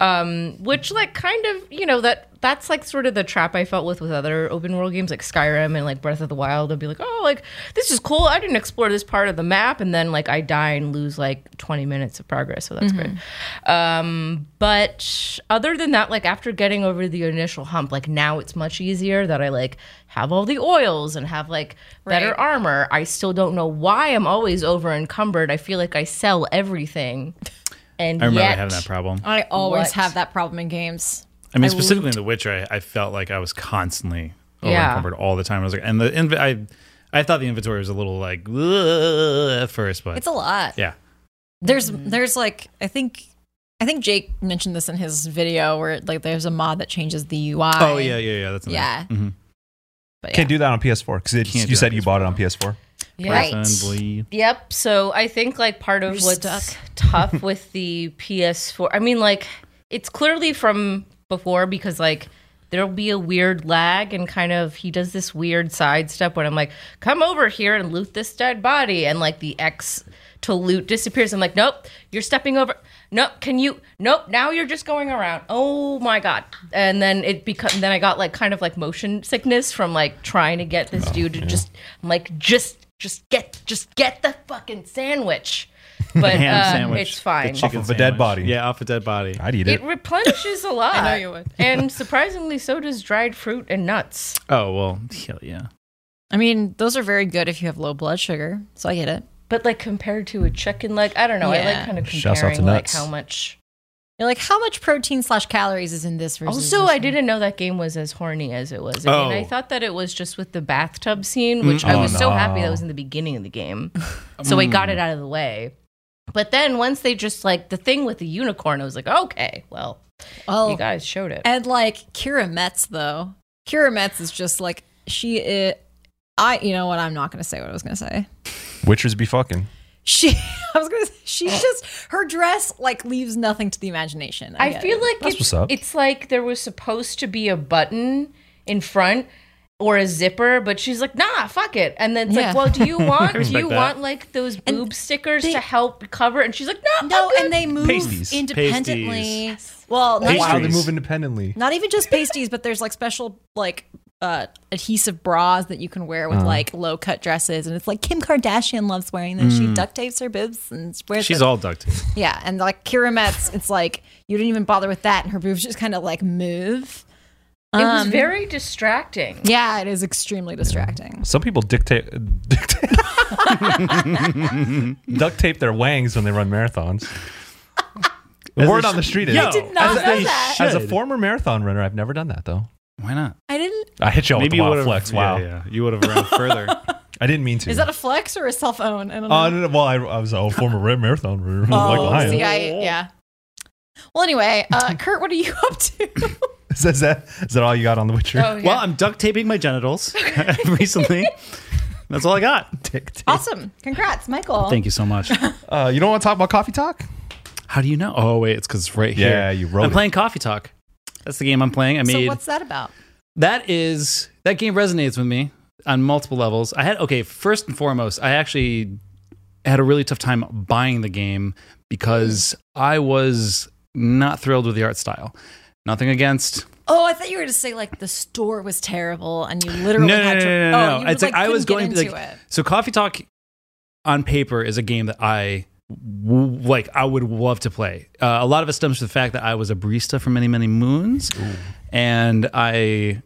S3: Um, which, like, kind of, you know, that that's, like, sort of the trap I felt with with other open world games like Skyrim and, like, Breath of the Wild. I'd be like, oh, like, this is cool. I didn't explore this part of the map. And then, like, I die and lose, like, 20 minutes of progress. So that's great. Um, but other than that, like after getting over the initial hump, like now it's much easier that I like have all the oils and have like better
S1: Right.
S3: armor. I still don't know why I'm always over encumbered. I feel like I sell everything. And
S4: I remember
S3: yet,
S4: having that problem.
S1: I always
S3: What?
S1: have that problem in games.
S4: I mean,
S1: I
S4: specifically in The Witcher, I, I felt like I was constantly
S3: Yeah.
S4: encumbered all the time. I was like, and the inv- I, I thought the inventory was a little like "Ugh," at first, but
S1: It's a lot.
S4: yeah,
S1: There's there's like I think I think Jake mentioned this in his video where like there's a mod that changes the UI.
S4: oh yeah, yeah, yeah. That's in there.
S1: Yeah.
S4: Mhm.
S1: But
S2: Can't
S1: yeah.
S2: do that on PS4 because
S4: Can't
S2: you
S4: do
S2: said
S4: that
S2: you
S4: on
S2: bought it on PS4.
S3: Yeah.
S1: Right.
S4: Personally.
S3: Yep. So I think like part of
S1: You're
S3: what's
S1: stuck.
S3: tough with the PS4, I mean, like it's clearly from before because like there'll be a weird lag and kind of he does this weird sidestep when I'm like, come over here and loot this dead body, and like the X to loot disappears. I'm like, nope, you're stepping over. Nope, can you? Nope, now you're just going around. Oh my god! And then it become. Then I got like kind of like motion sickness from like trying to get this dude to just I'm like just just get just get the fucking sandwich. But
S4: Ham
S3: uh,
S4: sandwich.
S3: it's fine.
S2: Off of a dead body.
S4: Yeah, off a dead body.
S2: I'd eat it.
S3: It replenishes a lot.
S1: I know you would.
S3: and surprisingly, so does dried fruit and nuts.
S4: Oh well, hell yeah.
S1: I mean, those are very good if you have low blood sugar. So I get it.
S3: But like compared to a chicken leg, I don't know. I
S1: Yeah.
S3: like kind of
S2: Shouts out to
S3: comparing like
S2: nuts.
S3: how much.
S1: You're like, how much protein slash calories is in this versus
S3: Also,
S1: this
S3: I
S1: one?
S3: didn't know that game was as horny as it was. I mean,
S4: Oh. Mm.
S3: I thought that it was just with the bathtub scene, which I
S2: Oh,
S3: was so happy
S2: no.
S3: that was in the beginning of the game. so I
S4: Mm.
S3: got it out of the way. But then once they just like the thing with the unicorn, I was like, okay, well,
S1: Oh,
S3: you guys showed it.
S1: and like Kira Metz though. Kira Metz is just like she. i I you know what? I'm not gonna say what I was gonna say.
S2: Witchers be fucking.
S1: She, I was gonna say, she's just her dress like leaves nothing to the imagination. I,
S3: I
S1: get
S3: feel
S1: it.
S3: like
S2: That's
S3: it's,
S2: what's up.
S3: it's like there was supposed to be a button in front or a zipper, but she's like, nah, fuck it. And then it's
S1: Yeah.
S3: like, well, do you want do
S4: respect
S3: you
S4: that.
S3: want like those boob stickers
S1: they-
S3: to help cover? And she's like, no,
S1: No,
S3: no,
S1: and they move
S2: Pasties.
S1: independently.
S3: Pasties.
S1: Well, not,
S2: Wow, they
S4: Pastries.
S2: move independently.
S1: not even just pasties, but there's like special like uh, adhesive bras that you can wear with like low cut dresses, and it's like Kim Kardashian loves wearing them. She duct tapes her boobs and wears.
S4: She's
S1: them.
S4: all ducked.
S1: yeah, and like Kira Metz, it's like you didn't even bother with that, and her boobs just kind of like move.
S3: it was
S1: Um,
S3: very distracting.
S1: Yeah, it is extremely distracting.
S2: Some people dictate, dictate duct tape their wangs when they run marathons. The
S4: As
S2: word
S4: they
S2: on the
S4: sh-
S2: street is.
S4: Yo,
S1: did not
S4: as
S1: know
S4: they
S1: that.
S4: should.
S2: As a former marathon runner, I've never done that though.
S4: Why not?
S1: I didn't.
S2: I hit y'all with the wild flex. Wow,
S4: Yeah, yeah. You would have run further.
S2: I didn't mean to.
S1: Is that a flex or a cell
S4: Uh,
S1: phone? I don't know.
S2: Oh, no, no, well, I, I was a former red marathon runner. like
S1: oh,
S2: lion.
S1: see, I yeah. Well, anyway, uh, Kurt, what are you up to?
S2: Is that, is that, is that all you got on The Witcher?
S3: Oh,
S4: Well,
S3: yeah.
S4: I'm duct taping my genitals recently. That's all I got.
S2: Tick, tick.
S1: awesome. Congrats, Michael.
S4: Thank you so much.
S2: Uh, you don't want to talk about coffee talk?
S4: How do you know? Oh wait, it's because it's right here.
S2: Yeah, you wrote
S4: I'm
S2: it.
S4: playing Coffee Talk. That's the game I'm playing. I
S1: So,
S4: made
S1: what's that about?
S4: that is that game resonates with me on multiple levels. I had okay, first and foremost, I actually had a really tough time buying the game because I was not thrilled with the art style. Nothing against.
S1: Oh, I thought you were going to say like the store was terrible and you literally
S4: No, no, no,
S1: had
S4: no,
S1: to.
S4: no, no,
S1: oh,
S4: no.
S1: you
S4: It's like, I
S1: couldn't
S4: was
S1: get
S4: going to
S1: into
S4: like
S1: it.
S4: so Coffee Talk on paper is a game that I w- like I would love to play. Uh, a lot of it stems from the fact that I was a barista for many many moons, and I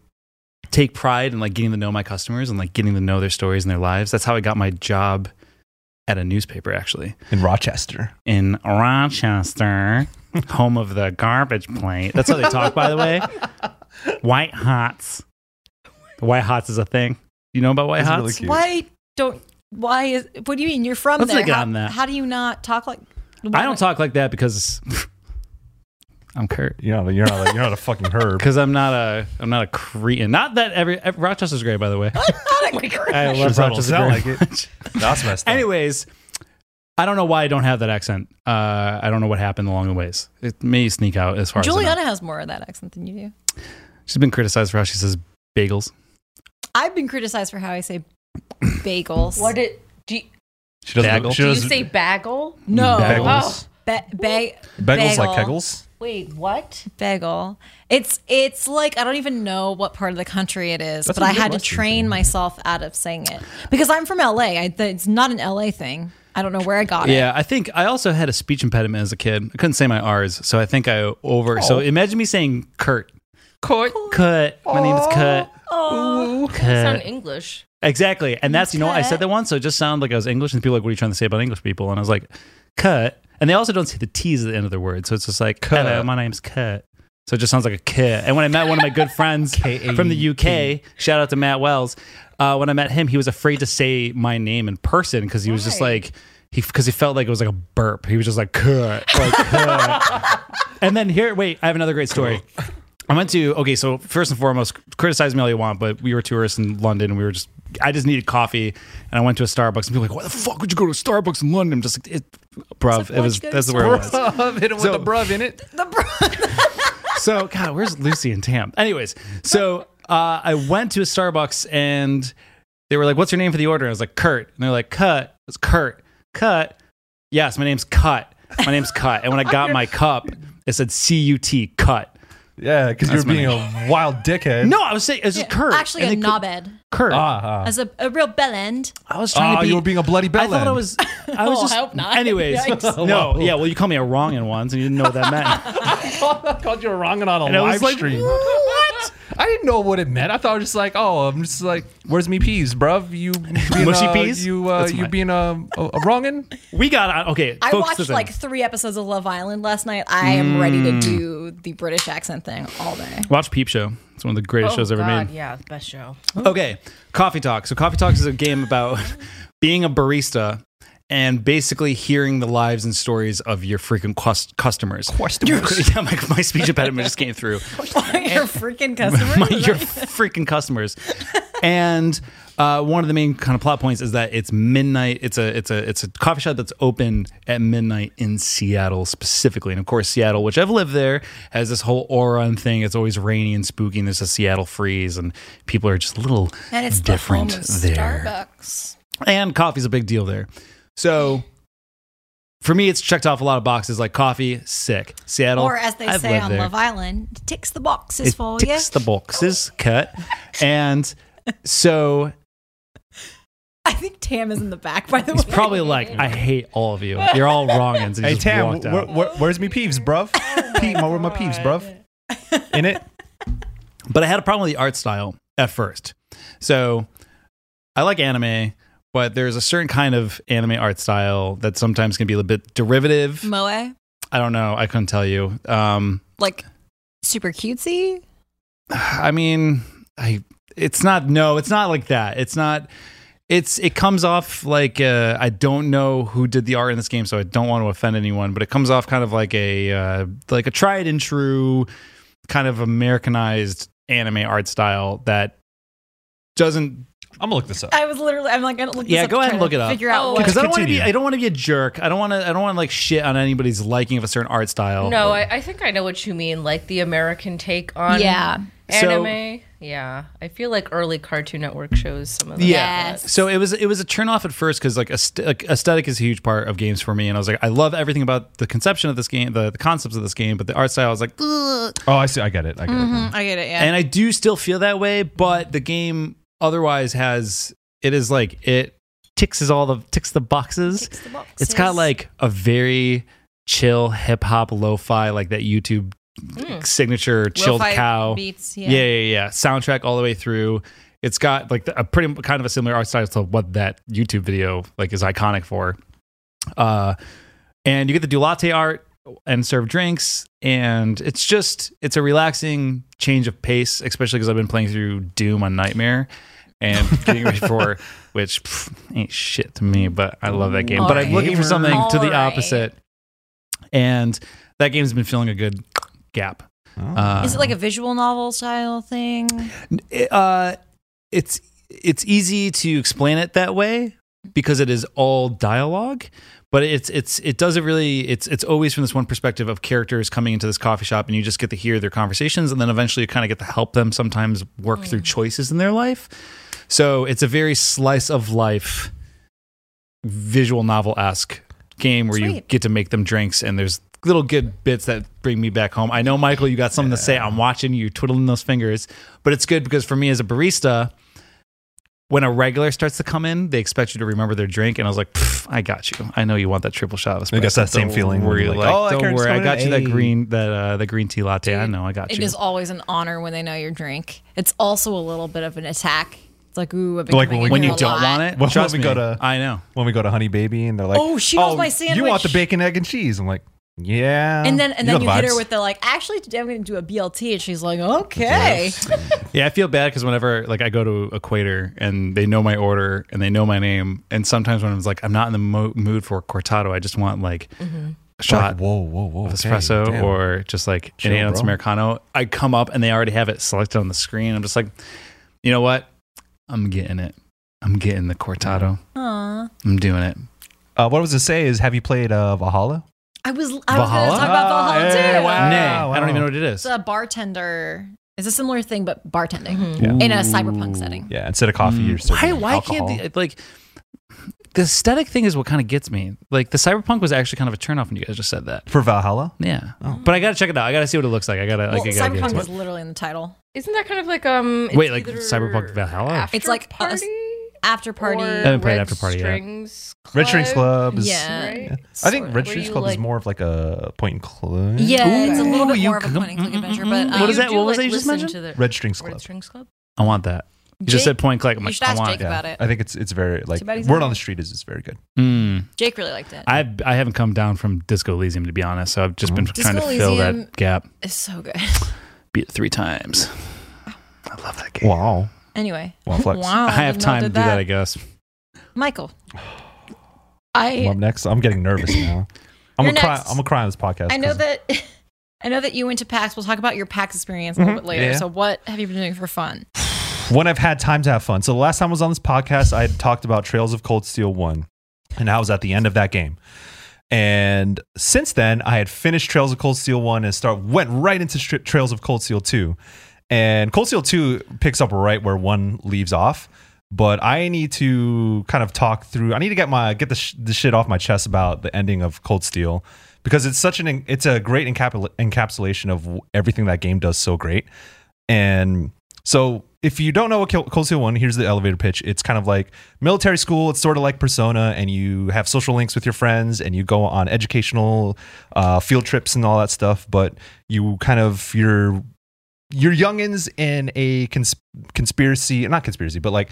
S4: take pride in like getting to know my customers and like getting to know their stories and their lives. That's how I got my job at a newspaper actually
S2: In Rochester.
S4: in Rochester, home of the garbage plate. That's how they talk, by the way. White Hots. The White Hots is a thing. You know about White
S2: That's
S4: Hots?
S2: really cute.
S1: Why don't. Why is. What do you mean? You're from
S4: Let's
S1: there.
S4: look
S1: how,
S4: on that.
S1: how do you not talk like.
S4: I don't talk like that because I'm Kurt.
S2: You know, you're not, you're not a fucking herb.
S4: Because I'm not a I'm not a Cretan. Not that every, ev- Rochester's great, by the way.
S1: I'm not a Kurt.
S4: I
S2: Sure
S4: love
S2: sound
S4: Rochester
S2: don't
S4: very
S2: sound like
S4: much.
S2: That's messed up.
S4: Anyways, I don't know why I don't have that accent. Uh, I don't know what happened along the ways. It may sneak out as far as I know.
S1: Juliana has more of that accent than you do.
S4: She's been criticized for how she says bagels.
S1: I've been criticized for how I say bagels.
S3: what did do you,
S2: She doesn't.
S4: Bagel.
S2: She
S3: do you
S2: doesn't
S3: say bagel?
S4: Mm,
S1: no.
S2: bagels.
S3: Oh.
S1: Ba- ba-
S2: Bagels like
S1: bagel.
S2: kegels.
S3: Wait, what?
S1: bagel. It's it's like I don't even know what part of the country it is,
S2: That's
S1: but
S2: a
S1: I had to
S2: Midwestern
S1: train
S2: thing.
S1: myself out of saying it because I'm from LA. I, th- it's not an LA thing. I don't know where I got it.
S4: Yeah, I think I also had a speech impediment as a kid. I couldn't say my R's, so I think I over. So imagine me saying Kurt. Kurt. Kurt. My name is Kurt.
S3: Sound
S4: Kurt.
S3: English.
S4: Exactly. And that's, you know, what? I
S1: Kurt.
S4: said that once, so it just sounded like I was English. And people were like, what are you trying to say about English people? And I was like, Kurt. And they also don't say the T's at the end of their word. So it's just like,
S2: Kurt.
S4: hello, my name's Kurt. So it just sounds like a kid. And when I met one of my good friends from the UK, shout out to Matt Wells, uh, when I met him, he was afraid to say my name in person because he was just
S1: Why?
S4: like, he because he felt like it was like a burp. He was just like, Kurt. Like, Kurt. and then here, wait, I have another great story. I went to okay, so first and foremost, criticize me all you want, but we were tourists in London and we were just I just needed coffee and I went to a Starbucks and people were like, Why the fuck would you go to a Starbucks in London? I'm just like it, bruv,
S1: It's like,
S4: it
S1: why'd
S4: was
S1: you go to
S4: that's where it was.
S2: Hit him with
S4: So-
S2: the bruv in it.
S1: The bro-
S4: So God, where's Lucy and Tam? Anyways, so uh, I went to a Starbucks and they were like, What's your name for the order? And I was like, Kurt. And they're like, Cut. It's Kurt. Cut. Yes, my name's Cut. My name's Cut. And when I got my cup, it said C U T cut.
S2: Yeah, because you're
S4: That's my
S2: being a wild dickhead.
S4: No, I was saying it's just Kurt.
S1: actually a
S4: And they Oh. cou-
S1: knobhead
S4: Kurt.
S2: Ah, ah.
S1: as a, a real bellend.
S4: I was trying
S2: Ah,
S4: to be.
S2: you were being a bloody
S4: I
S2: bellend.
S4: thought I was. I was
S1: Oh, I
S4: just.
S1: hope not.
S4: Anyways,
S1: Yikes.
S4: no,
S2: Whoa.
S4: yeah. Well, you called me a wrong in once, and you didn't know what that meant.
S2: called you wrong and on a
S4: And I was
S2: live
S4: like,
S2: stream. What? I didn't know what it meant. I thought I was just like, oh, I'm just like, where's me peas, bruv? You being
S4: Mushy
S2: a,
S4: peas?
S2: You uh,
S4: That's
S2: you
S4: mine.
S2: being a, a, a wrongin?
S4: we got on. Okay,
S1: I
S4: folks,
S1: watched
S4: listen.
S1: like three episodes of Love Island last night. I am ready to
S4: Mm.
S1: do the British accent thing all day.
S4: Watch Peep Show. It's one of the
S1: Oh,
S4: greatest shows ever
S3: God,
S4: made.
S3: yeah, best show.
S1: Mm-hmm.
S4: Okay, Coffee Talk. So Coffee Talks is a game about being a barista and basically hearing the lives and stories of your frequent cus- customers. yeah, my, my speech impediment just came through.
S1: Your freaking customer.
S4: my, your freaking customers. and uh, one of the main kind of plot points is that it's midnight. It's a it's a it's a coffee shop that's open at midnight in Seattle specifically, and of course Seattle, which I've lived there, has this whole aura and thing. It's always rainy and spooky, and there's a Seattle freeze, and people are just a little
S1: and it's
S4: different
S1: the home of
S4: there
S1: Starbucks.
S4: and coffee's a big deal there. So for me, it's checked off a lot of boxes like coffee, sick. Seattle,
S1: Or as they
S4: I've
S1: say
S4: lived
S1: on
S4: there.
S1: Love Island, it ticks the boxes
S4: it
S1: for you.
S4: ticks the boxes, cut, and so
S1: I think Tam is in the back, by the
S4: he's
S1: way.
S4: probably like, "I hate all of you. You're all wrong." And he
S2: Hey
S4: just
S2: Tam,
S4: walked
S2: wh-
S4: out.
S2: wh- wh- where's me peeves, bruv?
S1: Oh
S2: Pete, where my peeves, bruv? In it.
S4: But I had a problem with the art style at first. So I like anime, but there's a certain kind of anime art style that sometimes can be a little bit derivative.
S1: Moe,
S4: I don't know. I couldn't tell you. Um,
S1: like super cutesy.
S4: I mean, I it's not no, it's not like that. It's not it's it comes off like uh, I don't know who did the art in this game, so I don't want to offend anyone, but it comes off kind of like a uh, like a tried and true kind of Americanized anime art style that doesn't
S2: I'm gonna look this up.
S1: I was literally. I'm like gonna look. This
S4: Yeah,
S1: up
S4: go
S1: to
S4: ahead
S1: try
S4: and look
S1: to
S4: it up.
S1: Figure out
S3: Oh,
S1: what.
S4: because I don't want to be
S2: Continue.
S4: I don't want to be a jerk. I don't want to I don't want to like shit on anybody's liking of a certain art style.
S3: No, I, I think I know what you mean. Like the American take on
S1: Yeah.
S4: So-
S3: anime. yeah, I feel like early Cartoon Network shows some of that.
S4: Yeah.
S1: Yes.
S4: So it was it was a turnoff at first because like, aest- like aesthetic is a huge part of games for me, and I was like, I love everything about the conception of this game, the, the concepts of this game, but the art style I was like, "Ugh."
S2: Oh, I see. I get it. I get it.
S1: Mm, I get it. Yeah.
S4: and I do still feel that way, but the game otherwise has it is like it ticks is all the ticks the boxes.
S1: Ticks the boxes.
S4: It's got like a very chill hip hop lo-fi like that YouTube signature chilled
S1: Mm. Lo-fi
S4: cow
S1: beats.
S4: yeah. yeah, yeah, Soundtrack all the way through. It's got like a pretty kind of a similar art style to what that YouTube video like is iconic for. Uh, and you get to do latte art and serve drinks, and it's just it's a relaxing change of pace, especially because I've been playing through Doom on Nightmare and getting ready for which pff, ain't shit to me, but I love that game.
S1: All
S4: but I'm
S1: right.
S4: looking for something to the
S3: All right.
S4: opposite, and that game's been filling a good gap. Uh,
S1: Is it like a visual novel style thing?
S4: it, uh, it's it's easy to explain it that way because it is all dialogue but it's it's it doesn't really it's it's always from this one perspective of characters coming into this coffee shop and you just get to hear their conversations and then eventually you kind of get to help them sometimes work through choices in their life so it's a very slice of life visual novel-esque game where you
S1: Sweet.
S4: get to make them drinks and there's little good bits that bring me back home i know michael you got something to say i'm watching you twiddling those fingers but it's good because for me as a barista when a regular starts to come in, they expect you to remember their drink, and I was like, "Pff, "I got you. I know you want that triple shot." Of
S2: I guess
S4: espresso.
S2: that same
S4: Don't
S2: feeling when
S4: Worry,
S2: you're
S4: like,
S2: like, "Oh, that
S4: don't
S2: character's
S4: worry, I
S2: coming
S4: got
S2: in.
S4: you that
S2: Hey."
S4: green that uh, the green tea latte. I know, I got
S1: It
S4: you.
S1: is always an honor when they know your drink. It's also a little bit of an attack. It's like ooh, I've been
S2: Like
S1: coming
S2: when
S1: in
S2: we-
S4: when
S1: here
S4: you
S1: a
S4: don't
S1: lot.
S4: want it,
S2: Well,
S4: trust
S2: we
S4: me.
S2: go to-
S4: I know.
S2: when we go to Honey Baby and they're like,
S1: Oh, she knows my
S2: You want the
S1: sandwich."
S2: bacon, egg, and cheese? I'm like, yeah.
S1: And then and then
S2: know
S1: you
S2: the
S1: hit
S2: vibes.
S1: her with the like, actually today I'm gonna do a BLT and she's like, Okay.
S4: Yeah, I feel bad because whenever like I go to Equator and they know my order and they know my name, and sometimes when I was like, I'm not in the mo- mood for cortado, I just want like
S1: Mm-hmm.
S4: a shot.
S2: Like, whoa, whoa, whoa!
S4: of
S2: okay,
S4: espresso
S2: damn.
S4: or just like
S2: Chill,
S4: an eight ounce
S2: bro.
S4: Americano. I come up and they already have it selected on the screen. I'm just like, you know what? I'm getting it. I'm getting the cortado.
S1: Aw.
S4: I'm doing it.
S2: Uh, what I was to say is, have you played uh, Valhalla?
S1: I was I was
S4: Valhalla?
S1: gonna talk about
S2: Oh,
S1: Valhalla
S2: hey,
S1: too.
S2: wow.
S4: Nay,
S2: wow.
S4: I don't even know what it is.
S1: It's a bartender. It's a similar thing, but bartending
S4: Mm-hmm.
S2: Yeah.
S1: in a cyberpunk setting.
S2: Yeah, instead of coffee, you're
S4: Why?
S2: serving
S4: Why
S2: alcohol.
S1: uh,
S4: can't the, like the aesthetic thing is what kind of gets me. Like the cyberpunk was actually kind of a turnoff when you guys just said that.
S2: for Valhalla?
S4: Yeah, but I gotta check it out. I gotta see what it looks like. I gotta like.
S1: Oh. Well,
S4: I gotta get
S1: cyberpunk
S4: into
S1: is
S4: it.
S1: literally in the title.
S3: Isn't that kind of like um? it's
S4: Wait, like
S3: either
S4: Cyberpunk Valhalla?
S3: After
S1: It's like a- a-
S3: party.
S1: After party.
S3: Or
S4: haven't played
S3: Red
S4: After Party yet.
S3: Strings Club.
S2: Red Strings Club is.
S1: Yeah.
S3: Right?
S2: yeah. I think
S1: Sort
S2: Red
S3: Where
S2: Strings
S3: you,
S2: Club is
S3: like-
S2: more of like a point and click.
S1: Yeah, it's a little
S4: Ooh,
S1: bit
S4: you
S1: more of a
S4: come-
S1: point and click adventure, but
S3: Uh,
S4: What is
S1: um,
S4: that? What was that you just
S3: listen
S4: mentioned?
S3: to the-
S2: Red Strings Club.
S3: Red Strings Club.
S4: I want that. You just
S1: Jake-
S4: said point click. I'm
S1: you
S4: like,
S1: should
S4: I
S1: ask
S4: want
S1: Jake
S4: it.
S1: about it.
S2: I think it's it's very like
S1: Too bad he's
S2: word
S1: not
S2: on
S1: here.
S2: the street is it's very good.
S4: Mm.
S1: Jake really liked it.
S4: I've I haven't come down from Disco Elysium to be honest, so I've just been trying to
S1: Disco
S4: fill
S1: Elysium-
S4: that gap.
S1: It's so good.
S4: Beat it three times. I love that game.
S2: Wow.
S1: Anyway,
S2: Wow, flex.
S1: wow,
S4: I have
S1: didn't know
S4: time
S1: Oh, I
S4: to
S1: did
S4: do that, I guess.
S1: Michael, I
S2: I'm up next. I'm getting nervous now. I'm
S1: You're
S2: gonna cry.
S1: next.
S2: I'm gonna cry on this podcast.
S1: I know
S2: 'cause-
S1: that I know that you went to PAX. We'll talk about your PAX experience a little bit later.
S2: Mm-hmm. Yeah.
S1: So, what have you been doing for fun?
S2: when I've had time to have fun. So the last time I was on this podcast, I had talked about Trails of Cold Steel 1 and I was at the end of that game. And since then, I had finished Trails of Cold Steel 1 and start went right into Stri- Trails of Cold Steel 2. And Cold Steel 2 picks up right where 1 leaves off, but I need to kind of talk through I need to get my get the, sh- the shit off my chest about the ending of Cold Steel because it's such an it's a great encapsula- encapsulation of w- everything that game does so great. And so, if you don't know what Kill- Cold Steel One, here's the elevator pitch. It's kind of like military school. It's sort of like Persona, and you have social links with your friends, and you go on educational uh, field trips and all that stuff. But you kind of you're you're youngins in a cons- conspiracy, not conspiracy, but like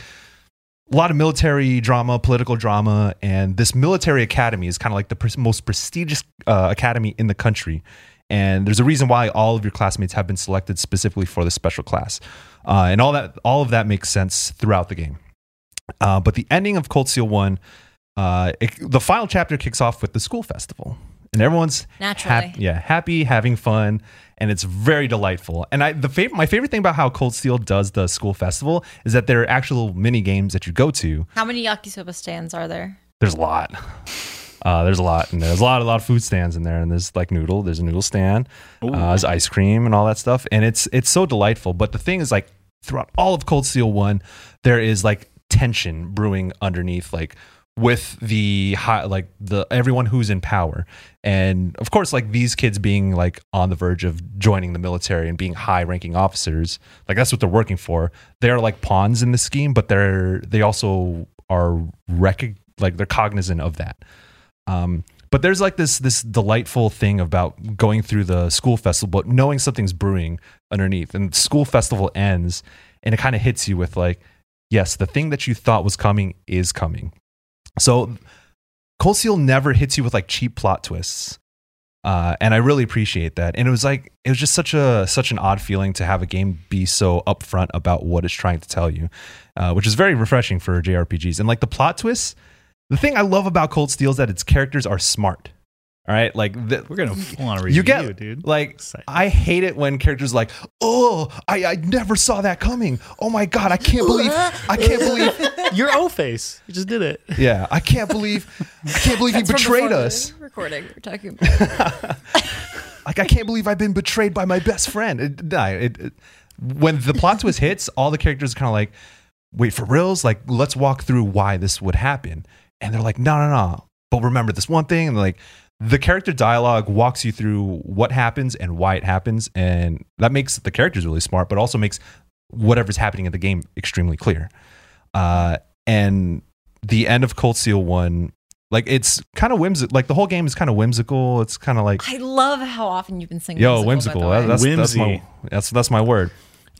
S2: a lot of military drama, political drama, and this military academy is kind of like the pres most prestigious uh, academy in the country. And there's a reason why all of your classmates have been selected specifically for this special class, uh, and all that all of that makes sense throughout the game. Uh, but the ending of Cold Steel One, uh, it, the final chapter kicks off with the school festival, and everyone's
S1: Naturally.
S2: yeah, happy, having fun, and it's very delightful. And I, the fav- my favorite thing about how Cold Steel does the school festival is that there are actual mini games that you go to.
S1: How many yakisoba stands are there?
S2: There's a lot. Uh, there's a lot, and there's a lot, a lot of food stands in there, and there's like noodle. There's a noodle stand. Uh, there's ice cream and all that stuff, and it's it's so delightful. But the thing is, like throughout all of Cold Steel One, there is like tension brewing underneath, like with the high, like the everyone who's in power, and of course, like these kids being like on the verge of joining the military and being high-ranking officers, like that's what they're working for. They're like pawns in the scheme, but they're they also are recog- like they're cognizant of that. Um, but there's like this this delightful thing about going through the school festival, but knowing something's brewing underneath. And school festival ends, and it kind of hits you with like, yes, the thing that you thought was coming is coming. So, Cold Steel never hits you with like cheap plot twists, uh, and I really appreciate that. And it was like it was just such a such an odd feeling to have a game be so upfront about what it's trying to tell you, uh, which is very refreshing for JRPGs. And like the plot twists, the thing I love about Cold Steel is that its characters are smart. All right, like the,
S4: We're gonna full on review,
S2: you get
S4: dude.
S2: like
S4: Excited.
S2: I hate it when characters like, oh, I, I never saw that coming. Oh my god, I can't believe I can't believe
S4: Your O face. You just did it.
S2: yeah, I can't believe I can't believe he
S1: It's from
S2: betrayed
S1: before
S2: us.
S1: the Recording. We're talking about
S2: Like I can't believe I've been betrayed by my best friend. It, nah, it- it- when the plot twist hits, all the characters are kind of like, wait for reals. Like let's walk through why this would happen, and they're like, no, no, no. But remember this one thing, and like the character dialogue walks you through what happens and why it happens, and that makes the characters really smart, but also makes whatever's happening in the game extremely clear. Uh, and the end of Cold Steel One, like it's kind of whimsical. Like the whole game is kind of whimsical. It's kind of like
S1: I love how often you've been singing.
S2: Yo,
S1: whimsical.
S2: whimsical.
S1: by the
S2: That-
S1: way.
S2: that's, that's my
S4: Whimsy.
S2: that's that's my word.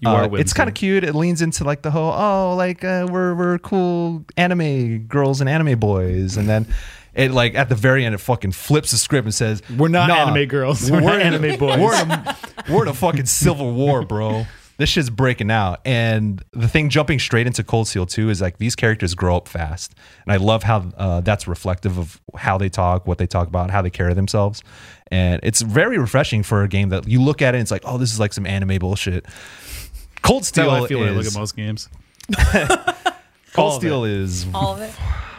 S4: You
S2: Uh,
S4: are whimsy.
S2: It's kind of cute. It leans into like the whole oh, like uh, we're we're cool anime girls and anime boys, and then it like at the very end it fucking flips the script and says
S4: We're not
S2: "Nah,
S4: anime girls. We're, not
S2: in a-
S4: anime boys.
S2: We're in, a, we're in a fucking civil war, bro. This shit's breaking out. And the thing jumping straight into Cold Steel 2 is like these characters grow up fast. And I love how uh, that's reflective of how they talk, what they talk about, how they carry themselves. And it's very refreshing for a game that you look at it and it's like, oh, this is like some anime bullshit. Cold
S4: That's
S2: Steel
S4: how I feel when I look at
S2: is-
S4: most games. all
S2: Cold
S4: of
S2: Steel is
S1: all of it.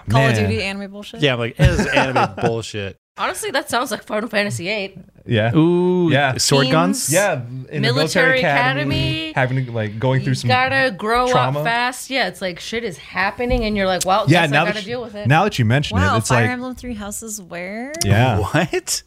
S1: Call of
S2: Man.
S1: Duty anime bullshit.
S4: Yeah, I'm like, this is anime bullshit.
S3: Honestly, that sounds like Final Fantasy VIII.
S2: yeah.
S4: Ooh,
S2: Yeah.
S4: sword
S3: Teens.
S4: guns.
S2: Yeah, in the
S3: Military
S2: military academy,
S3: Academy.
S2: having to, like going through
S3: You
S2: some
S3: gotta grow
S2: trauma.
S3: up fast. Yeah, it's like shit is happening, and you're like, well,
S2: Yeah,
S3: yeah, guess
S2: now
S3: I
S2: that
S3: gotta
S2: you-
S3: deal with it.
S2: Now that you mention
S1: Wow,
S2: it, it's
S1: Fire
S2: like
S1: Emblem Three Houses. Where?
S2: yeah.
S4: What?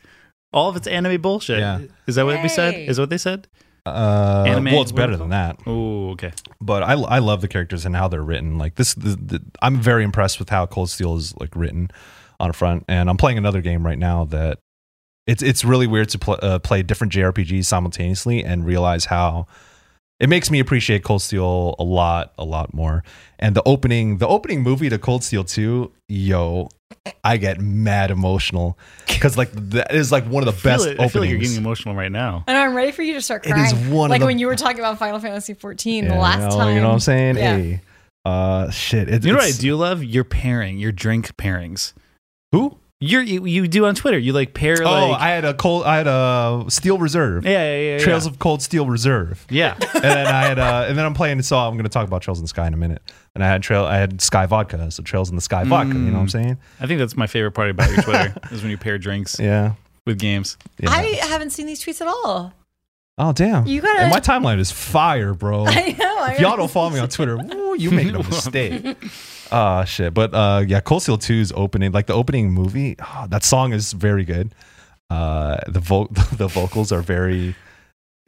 S4: All of it's anime bullshit.
S2: Yeah.
S4: Is that what we said?
S3: Hey.
S4: Is that what they said?
S2: Uh,
S4: Anime,
S2: well, it's
S4: what
S2: better
S4: is it
S2: than that.
S4: Oh, okay.
S2: But I, I love the characters and how they're written. Like this, the, the, I'm very impressed with how Cold Steel is like written on a front. And I'm playing another game right now that it's it's really weird to pl- uh, play different JRPGs simultaneously and realize how it makes me appreciate Cold Steel a lot, a lot more. And the opening, the opening movie to Cold Steel 2, yo, I get mad emotional because like that is like one of the
S4: I feel
S2: best
S4: it- I
S2: openings.
S4: feel like you're getting emotional right now.
S1: I know I'm ready for you to start
S2: It
S1: crying.
S2: is one of
S1: like
S2: the-
S1: when you were talking about Final Fantasy 14
S2: Yeah,
S1: the last
S2: you know,
S1: time.
S2: You know what I'm saying?
S1: Yeah.
S2: Hey, uh, shit. It,
S4: You know what I
S2: it's-
S4: do love? Your pairing, your drink pairings.
S2: Who?
S4: You're, you you do on Twitter. You like pair
S2: oh,
S4: like
S2: I had a cold. I had a Steel Reserve.
S4: yeah yeah yeah, yeah
S2: Trails of Cold Steel Reserve,
S4: yeah.
S2: and then I had, uh, and then I'm playing. So I'm going to talk about Trails in the Sky in a minute. And I had trail, I had Sky Vodka, so Trails in the Sky Vodka. You know what
S4: Mm.
S2: I'm saying?
S4: I think that's my favorite part about your Twitter is when you pair drinks
S2: Yeah.
S4: with games.
S2: yeah.
S1: I haven't seen these tweets at all.
S2: oh damn!
S1: You gotta-
S2: And my timeline is fire, bro.
S1: I know. I
S2: if y'all don't follow me on Twitter, woo, you making a mistake. Ah, shit. But uh, yeah, Cold Steel 2's opening, like the opening movie, ah, that song is very good. Uh, the vo- the vocals are very,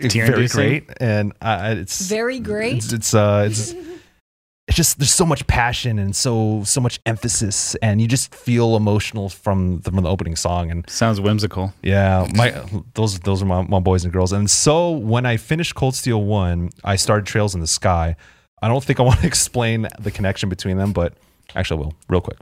S2: very
S4: Tear-inducing.
S2: great, and I, I- it's
S1: Very great.
S2: It's, it's uh, it's it's just there's so much passion and so so much emphasis, and you just feel emotional from the, from the opening song, and
S4: Sounds whimsical.
S2: yeah, my those those are my, my boys and girls. And so when I finished Cold Steel One, I started Trails in the Sky. I don't think I want to explain the connection between them, but actually, I will real quick.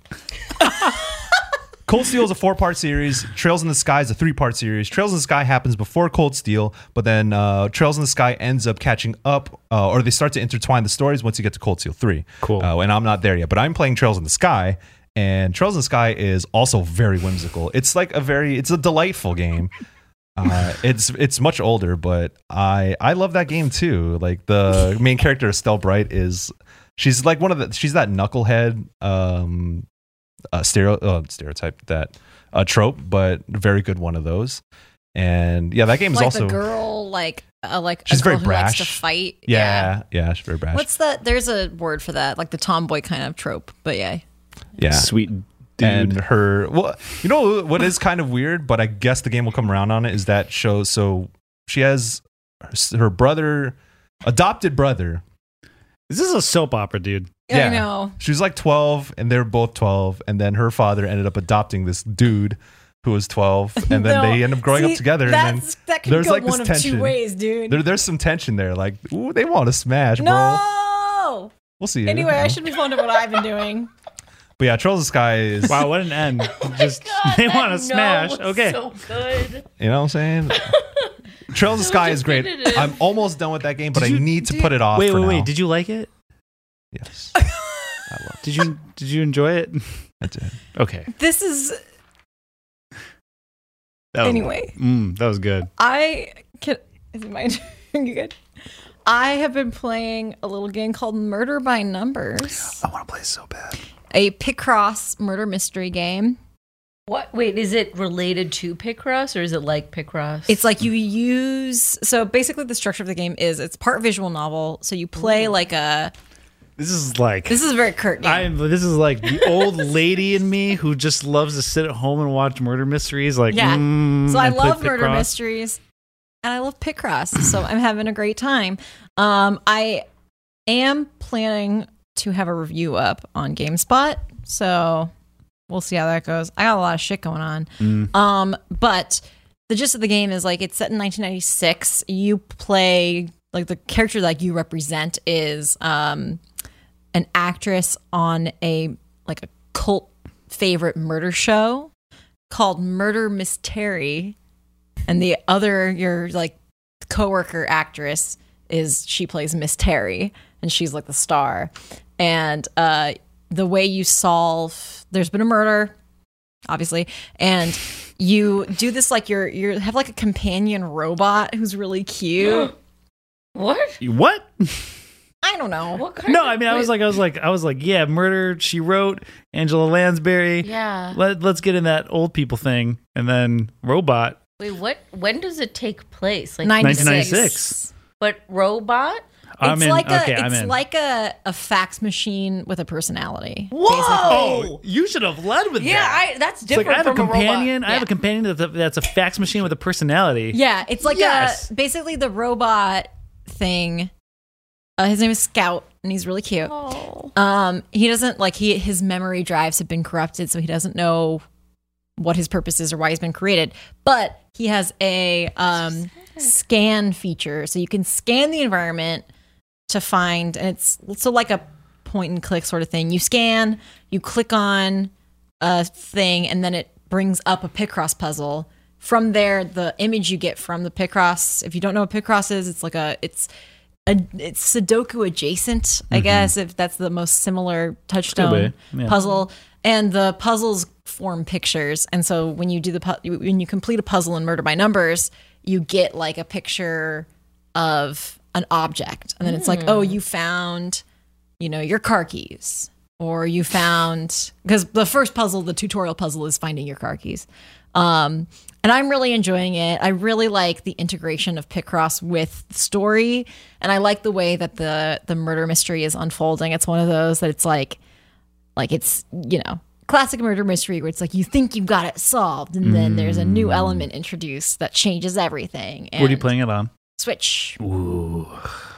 S2: Cold Steel is a four part series. Trails in the Sky is a three part series. Trails in the Sky happens before Cold Steel, but then uh, Trails in the Sky ends up catching up, uh, or they start to intertwine the stories once you get to Cold Steel 3.
S4: Cool.
S2: Uh, and I'm not there yet, but I'm playing Trails in the Sky. And Trails in the Sky is also very whimsical. It's like a very, it's a delightful game. Uh, it's it's much older, but I I love that game too. Like the main character Estelle Bright is, she's like one of the she's that knucklehead um uh, stereo uh, stereotype that a trope, but very good one of those. And yeah, that game is
S1: like the
S2: also
S1: girl, like uh, like
S2: She's
S1: a girl
S2: very
S1: who likes to
S2: brash.
S1: fight.
S2: yeah yeah, she's very brash.
S1: What's that? There's a word for that, like the tomboy kind of trope. But yeah,
S2: yeah,
S4: Sweet dude.
S2: and her well you know what is kind of weird but i guess the game will come around on it is that show so she has her, her brother adopted brother
S4: this is a soap opera, dude.
S1: I
S2: Yeah.
S1: know.
S2: she was like 12 and they're both 12 and then her father ended up adopting this dude who was 12 and then
S1: No.
S2: they end up growing
S1: See,
S2: up together and then
S1: that's- that can
S2: there's,
S1: go
S2: like, this
S1: one of
S2: tension.
S1: two ways, dude.
S2: there, there's some tension there like ooh they want to smash bro
S1: no.
S2: we'll see
S1: Anyway, I should be fond of what I've been doing.
S2: but yeah Trolls of the Sky is
S4: Wow, what an end. Just they want to smash. Okay.
S3: So good.
S2: you know what I'm saying Trails of the Sky is great.
S3: definitive.
S2: I'm almost done with that game, but
S4: Did you-
S2: I need to
S4: did-
S2: put it off.
S4: Wait,
S2: for
S4: wait,
S2: now.
S4: wait. Did you like it?
S2: Yes,
S4: Did you did you enjoy it?
S2: I did.
S4: Okay.
S1: This is
S4: That was,
S1: Anyway.
S4: Mm, that was good.
S1: I can. Is it my turn? You good? I have been playing a little game called Murder by Numbers,
S4: I want to play so bad.
S1: a Picross murder mystery game.
S3: What? Wait, is it related to Picross or is it like Picross?
S1: It's like you use. So basically, the structure of the game is it's part visual novel. So you play like a.
S4: This is like
S1: This is a very curt game.
S4: I this is like the old lady in me who just loves to sit at home and watch murder mysteries. Like
S1: Yeah.
S4: mm,
S1: so I
S4: and play
S1: love murder
S4: Picross.
S1: mysteries, and I love Picross. so I'm having a great time. Um, I am planning to have a review up on GameSpot, so we'll see how that goes. I got a lot of shit going on.
S4: Mm.
S1: Um, but the gist of the game is like it's set in 1996. You play like the character that you represent is um an actress on a like a cult favorite murder show called Murder Miss Terry, and the other your like coworker actress is she plays Miss Terry, and she's like the star. And uh, the way you solve, there's been a murder, obviously, and you do this like you're you have like a companion robot who's really cute.
S3: what?
S4: What?
S1: I don't know.
S3: What kind?
S4: No,
S3: of-
S4: I mean I was
S3: wait,
S4: like I was like I was like yeah, murder. She wrote Angela Lansbury.
S3: yeah.
S4: Let let's get in that old people thing, and then robot.
S3: Wait, what? When does it take place? Like,
S4: 1996.
S3: but robot?
S4: I'm
S1: It's
S4: in.
S1: like a
S4: okay, I'm
S1: it's
S4: in.
S1: like a, a fax machine with a personality.
S4: oh, you should have led with
S3: Yeah,
S4: that.
S3: I, that's
S4: It's like
S3: different
S4: I have a
S3: from
S4: companion.
S3: A robot.
S4: I have a companion that's a, that's a fax machine with a personality.
S1: Yeah, it's like
S4: Yes.
S1: a basically the robot thing. Uh, his name is Scout, and he's really cute.
S3: Oh.
S1: Um, he doesn't like he his memory drives have been corrupted, so he doesn't know what his purpose is or why he's been created. But he has a um, scan feature, so you can scan the environment to find, and it's so like a point and click sort of thing. You scan, you click on a thing, and then it brings up a Picross puzzle. From there, the image you get from the Picross. If you don't know what Picross is, it's like a it's a, it's Sudoku adjacent, I guess, if that's the most similar touchstone
S4: Mm-hmm. Could be, yeah.
S1: puzzle. And the puzzles form pictures, and so when you do the pu- when you complete a puzzle in Murder by Numbers, you get like a picture of an object, and then it's like, oh, you found, you know, your car keys, or you found because the first puzzle, the tutorial puzzle, is finding your car keys. Um, and I'm really enjoying it. I really like the integration of Picross with the story, and I like the way that the the murder mystery is unfolding. It's one of those that it's like, like it's you know classic murder mystery where it's like you think you've got it solved, and then there's a new element introduced that changes everything. And
S4: Mm. What are you playing it on?
S1: Switch.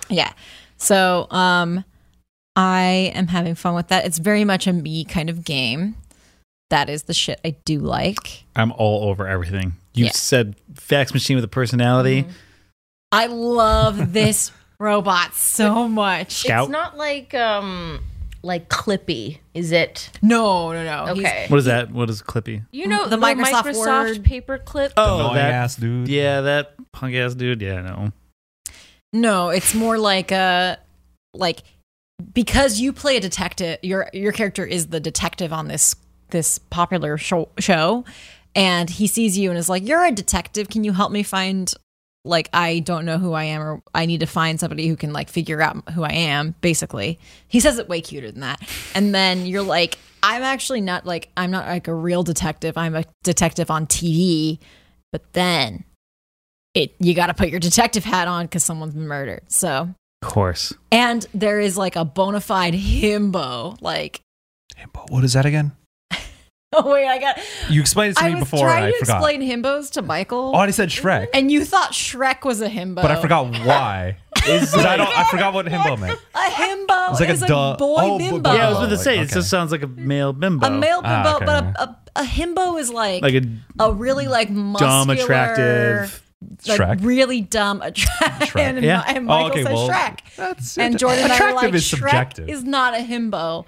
S1: Yeah. So um I am having fun with that. It's very much a me kind of game. That is the shit I do like.
S4: I'm all over everything. You
S1: Yeah. Mm-hmm.
S4: said fax machine with a personality.
S1: I love this robot so much.
S4: Scout.
S3: It's not like um like Clippy, is it?
S1: No, no, no. Oh, He's-
S3: Okay.
S4: What is that? What is Clippy?
S5: You know
S1: The
S5: the,
S1: Microsoft
S5: Microsoft,
S1: Word.
S5: paperclip.
S4: Oh.
S2: Annoying ass dude.
S4: Yeah, that punk ass dude. Yeah, no.
S1: No, it's more like uh like because you play a detective, your your character is the detective on this this popular show, show and he sees you and is like, "You're a detective. Can you help me find like I don't know who I am or I need to find somebody who can like figure out who I am, basically." He says it way cuter than that. And then you're like, "I'm actually not like I'm not like a real detective. I'm a detective on TV." But then it you got to put your detective hat on because someone's been murdered. So,
S4: Of course.
S1: and there is like a bona fide himbo. Like,
S2: But what is that again?
S1: oh wait, I got.
S2: You explained it to
S1: I
S2: me
S1: was
S2: before.
S1: trying
S2: and I
S1: to
S2: forgot.
S1: explain himbos to Michael,
S2: oh, I said Shrek,
S1: and you thought Shrek was a himbo,
S2: but I forgot why. Because I don't. I forgot what himbo meant.
S1: A himbo
S2: It's like a
S1: is a,
S2: duh-
S1: boy
S2: oh, bu-
S1: bimbo.
S2: bu-
S4: Yeah, I was about to
S2: like,
S4: say it
S2: okay.
S4: just sounds like a male bimbo,
S1: a male bimbo,
S2: Ah, okay.
S1: but a, a, a himbo is like,
S4: like a
S1: a, really like muscular,
S4: dumb, attractive.
S1: like
S2: Shrek.
S1: really dumb, attractive.
S2: Shrek.
S1: And,
S4: Yeah.
S1: Mi- and
S2: Oh,
S1: Michael
S2: okay,
S1: said
S2: well,
S1: Shrek.
S2: That's
S1: and Jordan and I were
S2: attractive
S1: like,
S2: is
S1: Shrek
S2: subjective.
S1: is not a himbo.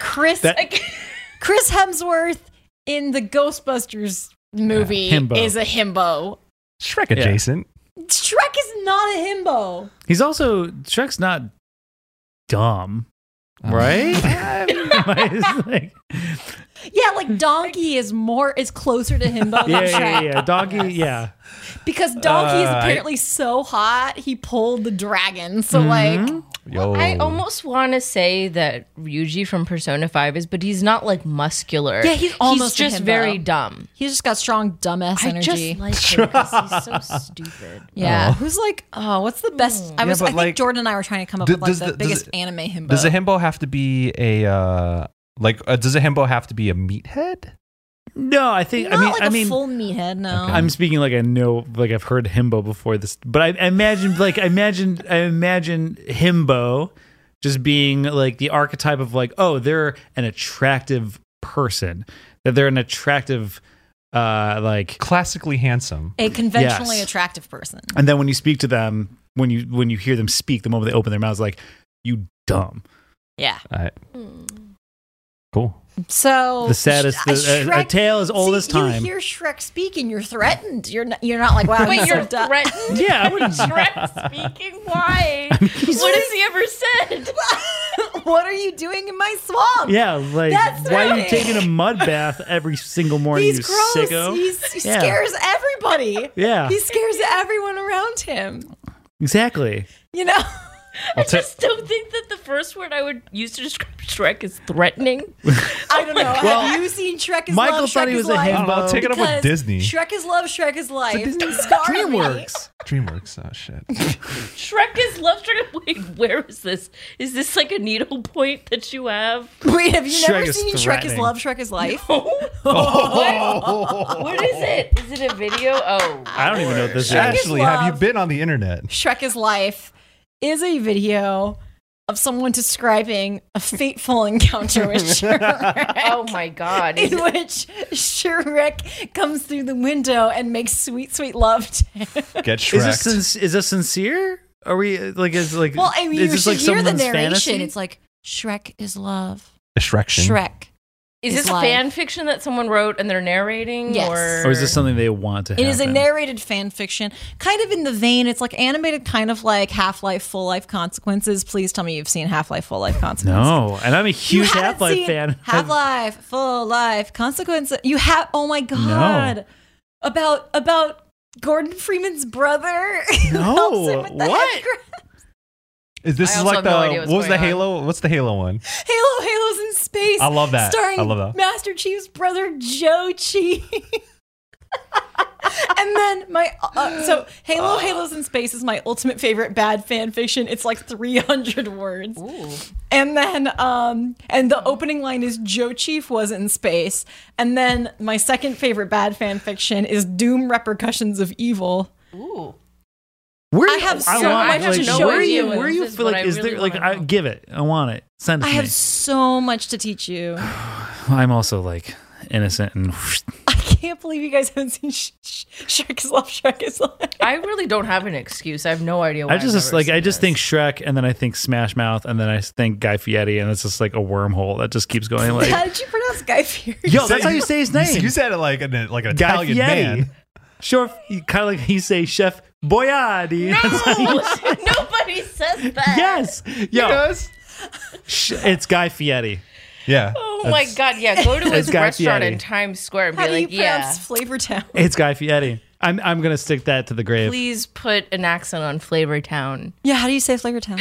S1: Chris
S4: That-
S1: Chris Hemsworth in the Ghostbusters movie
S4: himbo.
S1: is a himbo.
S2: Shrek adjacent.
S1: Shrek is not a himbo.
S4: He's also Shrek's not dumb, right? It's like-
S1: Yeah, like Donkey is more is closer to himbo
S4: yeah,
S1: than Shrek
S4: yeah, yeah. Doggy, yeah.
S1: because Donkey is
S2: Uh, I-
S1: apparently so hot he pulled the dragon. So
S2: Mm-hmm.
S1: like,
S2: Yo.
S3: I almost want to say that Ryuji from Persona 5 is, but he's not like muscular.
S1: Yeah, he's almost a
S3: just
S1: himbo.
S3: very dumb.
S1: he's just got strong dumbass
S3: I
S1: energy.
S3: just like him because he's so stupid.
S1: yeah, who's like, oh, what's the best? I was,
S2: but
S1: I think
S2: like-
S1: Jordan and I were trying to come up
S2: D-
S1: with like
S2: does
S1: the,
S2: the- does
S1: biggest
S2: it-
S1: anime himbo.
S2: Does a himbo have to be a uh like? Uh, does a himbo have to be a meathead?
S4: No, I think
S1: not
S4: I mean
S1: like
S4: I
S1: a
S4: mean
S1: full meathead, no.
S4: I'm speaking like I know, like I've heard himbo before this, but I, I imagine, like I imagine, I imagine himbo just being like the archetype of like, oh, they're an attractive person, that they're an attractive, uh, like,
S2: Classically handsome.
S1: a conventionally
S4: Yes.
S1: attractive person.
S4: and then when you speak to them, when you when you hear them speak, the moment they open their mouths, like you dumb.
S1: Yeah.
S2: All right.
S3: Hmm.
S2: Cool.
S1: So
S4: The saddest-
S1: Sh-
S4: the- a- a tale as old
S1: See,
S4: as time.
S1: You hear Shrek speak and you're threatened. You're not, you're not like wow.
S3: Wait,
S1: he's so
S3: you're
S1: dumb.
S3: threatened?
S4: Yeah, I wouldn't.
S3: Shrek speaking? Why? what has he ever said?
S1: what are you doing in my swamp?
S4: Yeah, like
S1: That's
S4: why are you
S1: right.
S4: taking a mud bath every single morning?
S1: He's
S4: you
S1: gross.
S4: sicko.
S1: He's, he
S4: Yeah.
S1: scares everybody.
S4: Yeah.
S1: He scares everyone around him.
S4: exactly.
S1: You know.
S2: I'll
S3: I
S2: ta-
S3: just don't think that the first word I would use to describe Shrek is threatening.
S1: I don't know.
S4: Well,
S1: Have you seen Shrek is
S4: Michael
S1: Love?
S4: thought
S1: Shrek
S4: he
S1: is "Oh,
S4: was a
S2: I
S1: life.
S2: don't know.
S4: himbo.
S2: Take it up with
S1: Because
S2: Disney.
S1: Shrek is love. Shrek is life.
S2: Disney-
S1: Scar me.
S4: DreamWorks.
S2: DreamWorks. Oh shit.
S3: Shrek is love. Shrek. Wait, where is this? Is this like a needle point that you have?
S1: Wait, have you
S4: Shrek
S1: never
S4: is
S1: seen Shrek is
S4: threatening.
S1: love? Shrek is life.
S3: What is it? Is it a video? Oh,
S4: I don't even know what this is.
S1: Shrek is
S2: Ashley, have you
S3: Um,
S1: love.
S2: been on the internet?
S1: Shrek is Life is a video of someone describing a fateful encounter with Shrek.
S3: oh my god. Is
S1: In
S3: it-
S1: which Shrek comes through the window and makes sweet, sweet love to him.
S2: Get
S4: Is this
S2: Shrek.
S4: sin- is this sincere? Are we uh, like is like
S1: Well, I mean,
S4: is
S1: you
S4: this
S1: should hear the
S4: someone's
S1: narration.
S4: fantasy?
S1: It's like, Shrek is love.
S2: Shrection.
S1: Shrek.
S3: is this
S1: It's live.
S3: fan fiction that someone wrote and they're narrating?
S1: Yes.
S3: Or,
S4: or Oh, is this something they want to?
S1: It is a
S4: happen?
S1: narrated fan fiction, kind of in the vein. It's like animated, kind of like Half Life, Full Life Consequences. Please tell me you've seen Half Life, Full Life Consequences.
S4: No, and I'm a huge Half Life fan.
S1: Half Life, Full Life, Consequences. You have. Oh my god. About about Gordon Freeman's brother. who
S4: No,
S1: helps him with the
S4: what?
S1: head gra-
S2: Is this
S3: I
S2: is
S3: also
S2: like
S3: have
S2: the
S3: no idea what's
S2: what was the
S3: going on.
S2: Halo? What's the Halo one?
S1: Halo, Halo's in space.
S2: I love that. I
S1: Starring
S2: love that.
S1: Master Chief's brother Jochi. and then my uh, so Halo, Halo's in space is my ultimate favorite bad fan fiction. It's like 300 words.
S3: Ooh.
S1: And then, um, and the opening line is Joe Chief was in space. And then my second favorite bad fan fiction is Doom Repercussions of Evil.
S3: Ooh.
S4: Where
S1: I have
S4: I
S1: so
S4: want,
S1: much
S4: like,
S1: to show
S4: where
S1: you.
S4: you. Where you
S3: This is
S4: feel
S3: what
S4: like
S3: I
S4: is
S3: really
S4: there like
S3: wanna
S4: I
S3: know.
S4: give it. I want it. Send it
S1: I
S4: to
S1: have
S2: Mhm.
S4: me.
S1: so much to teach you. Oh,
S4: I'm also like innocent and
S1: can't believe you guys haven't seen Sh- Sh- Shrek is Love, Shrek is Love.
S3: I really don't have an excuse. I have no idea. Why
S4: I just,
S3: I've
S4: just
S3: never
S4: like I
S3: seen
S4: just
S3: this.
S4: think Shrek, and then I think Smash Mouth, and then I think Guy Fieri, and it's just like a wormhole that just keeps going.
S1: How
S4: Like,
S1: did you pronounce Guy Fieri?
S4: yo, that's how you say his name.
S2: You said it like an like an
S4: Guy
S2: Italian
S4: Fieri.
S2: man.
S4: Sure, kind of like you say Chef Boyardi. That's how you-
S3: Nobody says that.
S4: yes, yo,
S2: Yes.
S4: sh- it's Guy Fieri.
S2: Yeah.
S3: Oh my god! Yeah, go to his
S4: Guy
S3: restaurant
S4: Fieri.
S3: in Times Square and
S1: How
S3: be
S1: do you
S3: like, "Yeah,
S1: pronounce Flavor Town?
S4: It's Guy Fieri. I'm I'm gonna stick that to the grave.
S3: please put an accent on Flavor Town."
S1: Yeah, how do you say Flavor Town?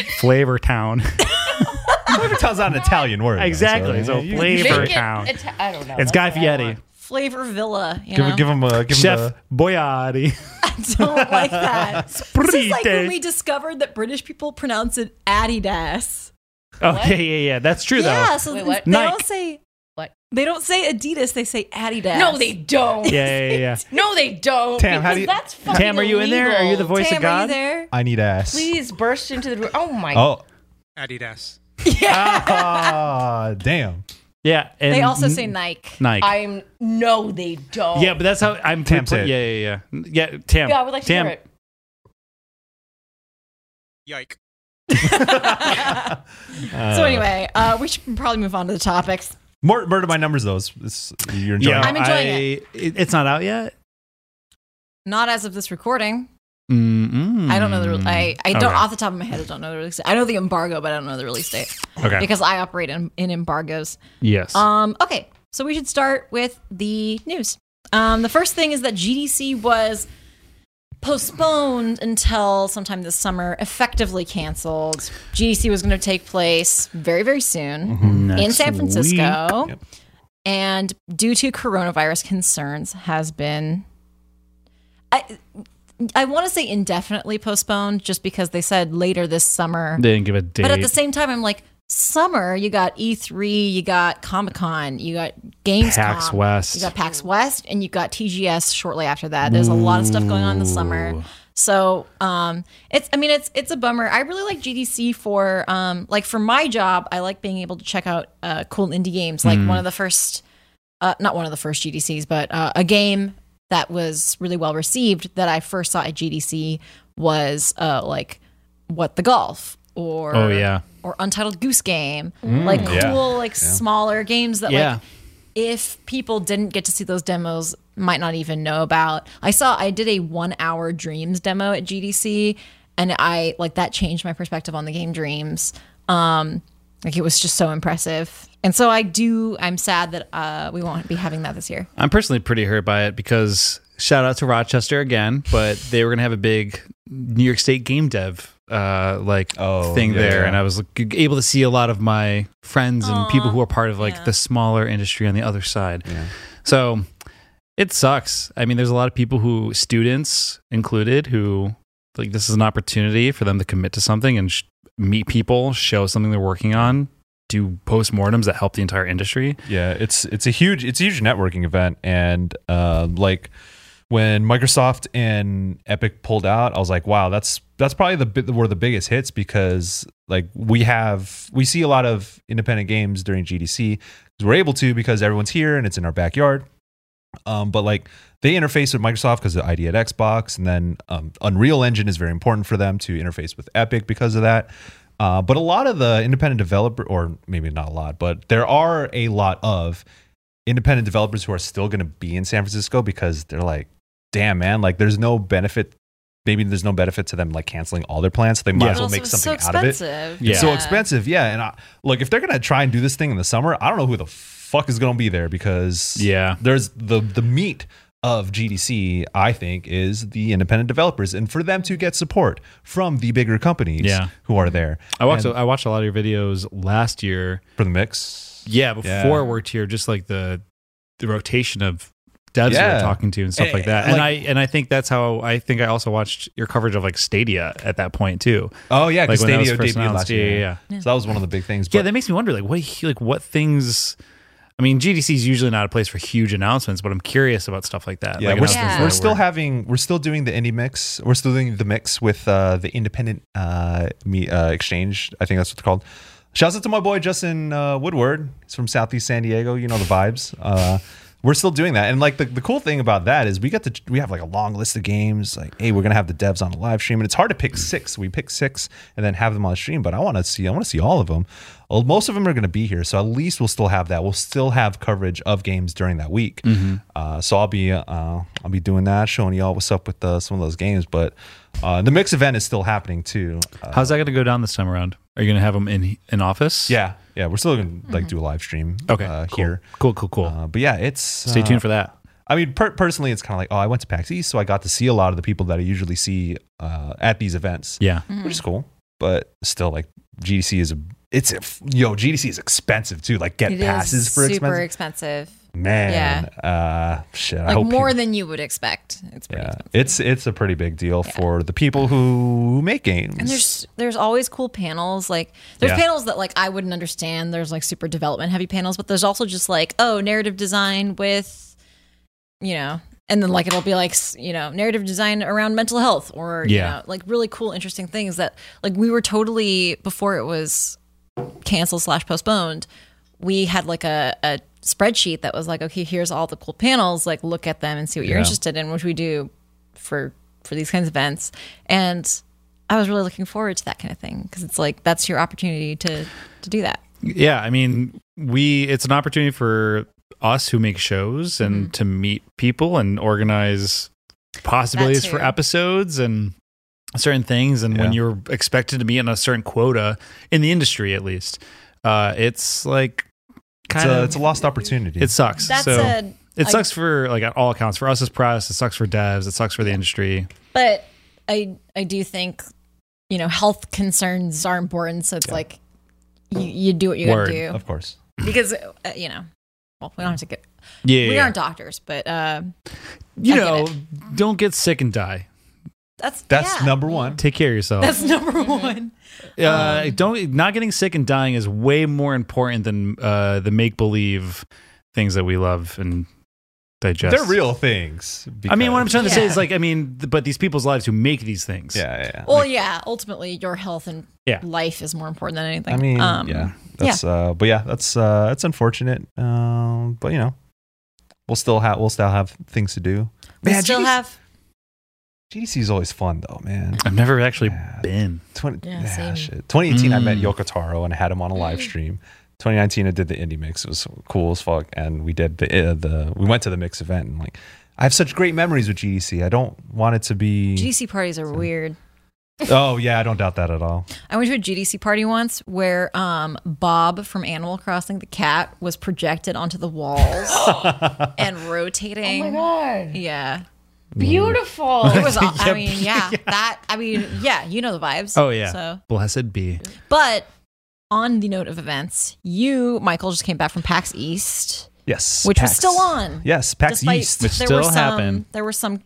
S4: Flavor Town.
S2: Flavor Town's not an Italian word. though,
S4: exactly. So
S2: you- you-
S4: flavor-
S2: Give,
S4: Flavor Town.
S3: Ita- I don't know.
S4: it's
S3: That's
S4: Guy
S3: what I
S4: Fieri.
S3: want.
S1: Flavor Villa, you know?
S2: him- give him a give him
S4: Chef
S2: a
S4: Boyardi.
S1: I don't like that. this is like when we discovered that British people pronounce it Adidas.
S4: Okay, yeah, yeah. That's true
S1: Yeah,
S4: though.
S1: so
S3: Wait,
S1: th-
S3: what?
S1: they
S4: Nike.
S1: don't say
S3: What?
S1: They don't say Adidas. They say Adidas.
S3: No, they don't.
S4: Yeah, yeah, yeah.
S3: No, they don't.
S2: Tam, how
S3: because
S2: do you-
S3: That's
S4: yeah.
S3: fucking
S4: Tam, are you in there? Are you the
S3: illegal.
S4: voice of
S1: Tam, are you
S4: God?
S1: there?
S2: I need ass.
S3: Please burst into the room. Oh my!
S2: Oh.
S5: Adidas.
S2: Ah, damn.
S4: Yeah. And
S1: They also say
S4: N-
S1: Nike.
S4: Nike.
S3: I'm no, they don't.
S4: yeah, but that's how I'm
S2: Tam say it.
S4: Yeah, yeah, yeah. Yeah, Tam.
S3: yeah, I would like
S4: Tam.
S3: to hear it.
S5: Yike.
S4: Uh,
S1: so anyway, uh, we should probably move on to the topics.
S2: Mur- murder by numbers though. It's, it's, you're enjoying.
S4: Yeah,
S1: I'm enjoying
S4: I- it. It's not out yet.
S1: Not as of this recording.
S4: Mm-mm.
S1: I don't know the. Re- I I don't
S4: Mm, Okay.
S1: off the top of my head. I don't know the release. Date. I know the embargo, but I don't know the release date
S4: Okay.
S1: because I operate in, in embargoes.
S4: yes.
S1: Um. Okay. So we should start with the news. Um. The first thing is that GDC was postponed until sometime this summer. Effectively canceled. GDC was going to take place very very soon. in
S4: Mm-hmm. Next
S1: San Francisco,
S4: week.
S2: Yep.
S1: and due to coronavirus concerns, has been. I I want to say indefinitely postponed, just because they said later this summer.
S4: They didn't give a date.
S1: But at the same time, I'm like summer. You got E3, you got Comic Con, you got Gamescom,
S4: PAX West.
S1: you got PAX West, and you got TGS shortly after that. There's a lot of stuff going on this summer. So um, it's I mean it's it's a bummer. I really like GDC for um, like for my job. I like being able to check out uh, cool indie games.
S4: Hmm.
S1: Like one of the first, uh, not one of the first GDCs, but uh, a game that was really well received that I first saw at GDC was uh, like what the golf or
S4: Oh, yeah. Mm.
S1: or Untitled Goose Game, like cool,
S2: Yeah.
S1: like smaller games that
S4: Yeah.
S1: like if people didn't get to see those demos, might not even know about. I saw I did a one hour Dreams demo at GDC, and I like that changed my perspective on the game Dreams. Um, like it was just so impressive, and so I do. I'm sad that uh, we won't be having that this year.
S4: I'm personally pretty hurt by it because shout out to Rochester again, but they were gonna have a big New York State game dev uh like
S2: Oh,
S4: thing
S2: yeah,
S4: there
S2: yeah.
S4: and I was like, able to see a lot of my friends and people who are part of like
S1: yeah.
S4: the smaller industry on the other side. So it sucks. I mean, there's a lot of people who students included who like this is an opportunity for them to commit to something and sh- meet people, show something they're working on, do postmortems that help the entire industry.
S2: Yeah, it's it's a huge it's a huge networking event, and uh, like when Microsoft and Epic pulled out, I was like, wow, that's that's probably the bit were the biggest hits because like we have we see a lot of independent games during GDC because we're able to because everyone's here and it's in our backyard. Um, but like they interface with Microsoft because of ID at Xbox, and then um, Unreal Engine is very important for them to interface with Epic because of that. Uh, but a lot of the independent developer, or maybe not a lot, but there are a lot of independent developers who are still going to be in San Francisco because they're like, damn, man, like there's no benefit. Maybe there's no benefit to them like canceling all their plans, so they might
S4: Yeah.
S2: as well make something out of it.
S1: expensive.
S4: Yeah.
S2: It's so expensive. Yeah. And I, look, if they're going to try and do this thing in the summer, I don't know who the fuck is going to be there because
S4: Yeah.
S2: there's the, the meat of GDC, I think, is the independent developers and for them to get support from the bigger companies
S4: Yeah.
S2: who are there.
S4: I watched
S2: And
S4: I watched a lot of your videos last year.
S2: for the mix.
S4: Yeah, before
S2: Yeah.
S4: I worked here, just like the the rotation of devs we
S2: Yeah.
S4: were talking to and stuff
S2: Eh,
S4: like that. And
S2: like-
S4: I and I think that's how I think I also watched your coverage of like Stadia at that point too.
S2: Oh, yeah.
S4: Like
S2: Because
S4: when that was
S2: Stadio
S4: first
S2: debuted
S4: announced.
S2: last
S4: Yeah,
S2: year.
S4: yeah, yeah.
S2: So that was one of the big things.
S4: yeah, that makes me wonder like what like what things I mean, GDC is usually not a place for huge announcements, but I'm curious about stuff like that.
S2: Yeah,
S4: like
S2: we're,
S4: announcements
S2: we're
S4: that
S2: still
S4: were-
S2: having we're still doing the indie mix. We're still doing the mix with uh, the independent uh, me, uh, exchange. I think that's what it's called. Shouts out to my boy Justin uh, Woodward. He's from Southeast San Diego. You know the vibes. Uh, we're still doing that. And like the, the cool thing about that is we got to we have like a long list of games. Like, hey, we're gonna have the devs on a live stream, and it's hard to pick six. We pick six and then have them on the stream. But I want to see I want to see all of them. Well, most of them are gonna be here, so at least we'll still have that. We'll still have coverage of games during that week.
S4: Mm-hmm.
S2: Uh, so I'll be uh, I'll be doing that, showing y'all what's up with uh, some of those games. But uh, the mix event is still happening too. Uh,
S4: How's that going to go down this time around? Are you going to have them in in office?
S2: yeah, yeah, we're still gonna like do a live stream.
S4: Okay.
S2: uh,
S4: cool.
S2: here.
S4: Cool. Cool. Cool.
S2: Uh, but yeah, it's
S4: Stay
S2: uh,
S4: tuned for that.
S2: I mean, per- personally, it's kind of like, oh, I went to PAX East, so I got to see a lot of the people that I usually see uh, at these events,
S4: Yeah.
S2: which
S1: Mm-hmm.
S2: is cool. But still, like GDC is a, it's a, f- yo, GDC is expensive too. Like get
S1: It is
S2: passes for
S1: super
S2: expensive,
S1: expensive.
S2: man. Uh, shit, I
S1: Like
S2: hope
S1: more
S2: people-
S1: than you would expect. It's pretty
S2: yeah,
S1: expensive.
S2: it's it's a pretty big deal for the people who make games.
S1: And there's there's always cool panels. Like there's
S2: Yeah.
S1: panels that like I wouldn't understand. There's like super development heavy panels, but there's also just like oh narrative design with, you know, and then like it'll be like s- you know narrative design around mental health or
S4: Yeah.
S1: you know like really cool interesting things that like we were totally before it was canceled slash postponed. We had like a, a spreadsheet that was like okay here's all the cool panels like look at them and see what you're
S2: Yeah.
S1: interested in, which we do for for these kinds of events and I was really looking forward to that kind of thing because it's like that's your opportunity to to do that.
S4: Yeah, I mean, we it's an opportunity for us who make shows and
S1: Mm-hmm.
S4: to meet people and organize possibilities for
S1: too.
S4: episodes and certain things and when
S2: Yeah.
S4: you're expected to be in a certain quota in the industry at least. Uh it's like
S2: it's,
S4: kind
S2: a,
S4: of
S2: it's a lost opportunity.
S4: it sucks.
S1: That's
S4: so
S1: a
S4: it
S1: I-
S4: sucks for like at all accounts for us as press, it sucks for devs, it sucks for the industry.
S1: but I I do think you know health concerns are important, so it's like you, you do what you
S4: Word.
S1: got to
S2: of course.
S1: do because uh, you know well we don't have to get
S4: Yeah.
S1: we aren't doctors, but uh,
S4: you
S1: I get
S4: know, don't get sick and die.
S1: that's
S2: That's
S1: yeah.
S2: number one.
S4: Take care of yourself.
S1: that's number one.
S4: Uh,
S2: Um,
S4: don't not getting sick and dying is way more important than uh, the make believe things that we love and digest.
S2: They're real things.
S4: I mean, what I'm trying to say
S1: Yeah.
S4: is like, I mean, th- but these people's lives who make these things.
S2: Yeah, yeah. yeah.
S1: Well, yeah, ultimately your health and
S4: Yeah.
S1: life is more important than anything.
S2: I mean,
S1: Um,
S2: yeah, that's uh, but yeah, that's uh, that's unfortunate. Um, but you know, we'll still have we'll still have things to do.
S1: we still
S2: GDC
S1: have
S2: GDC is always fun though, man.
S4: I've never actually
S2: Yeah.
S4: been.
S2: 20,
S1: Yeah,
S2: yeah,
S1: same.
S2: ah,
S1: Mm.
S2: shit. 2018, I met
S4: Mm.
S2: Yoko Taro and I had him on a live stream. 2019, I did the indie mix. It was cool as fuck, and we did the uh, the we went to the mix event and like. I have such great memories with GDC. I don't want it to be.
S1: GDC parties are weird.
S2: Oh yeah, I don't doubt that at all.
S1: I went to a GDC party once where um, Bob from Animal Crossing, the cat, was projected onto the walls and rotating.
S3: Oh
S2: Oh
S3: god.
S1: Yeah,
S3: Beautiful.
S1: it was. aw- I
S4: Yep.
S1: mean, yeah, that. I mean, yeah, you know the vibes.
S4: Oh yeah,
S1: So,
S4: blessed be.
S1: but on the note of events, you, Michael, just came back from PAX East,
S2: Yes,
S1: which
S2: PAX.
S1: was still on.
S2: Yes, PAX
S1: despite
S2: East.
S4: Which
S1: there
S4: still
S1: were some,
S4: happened.
S1: There were some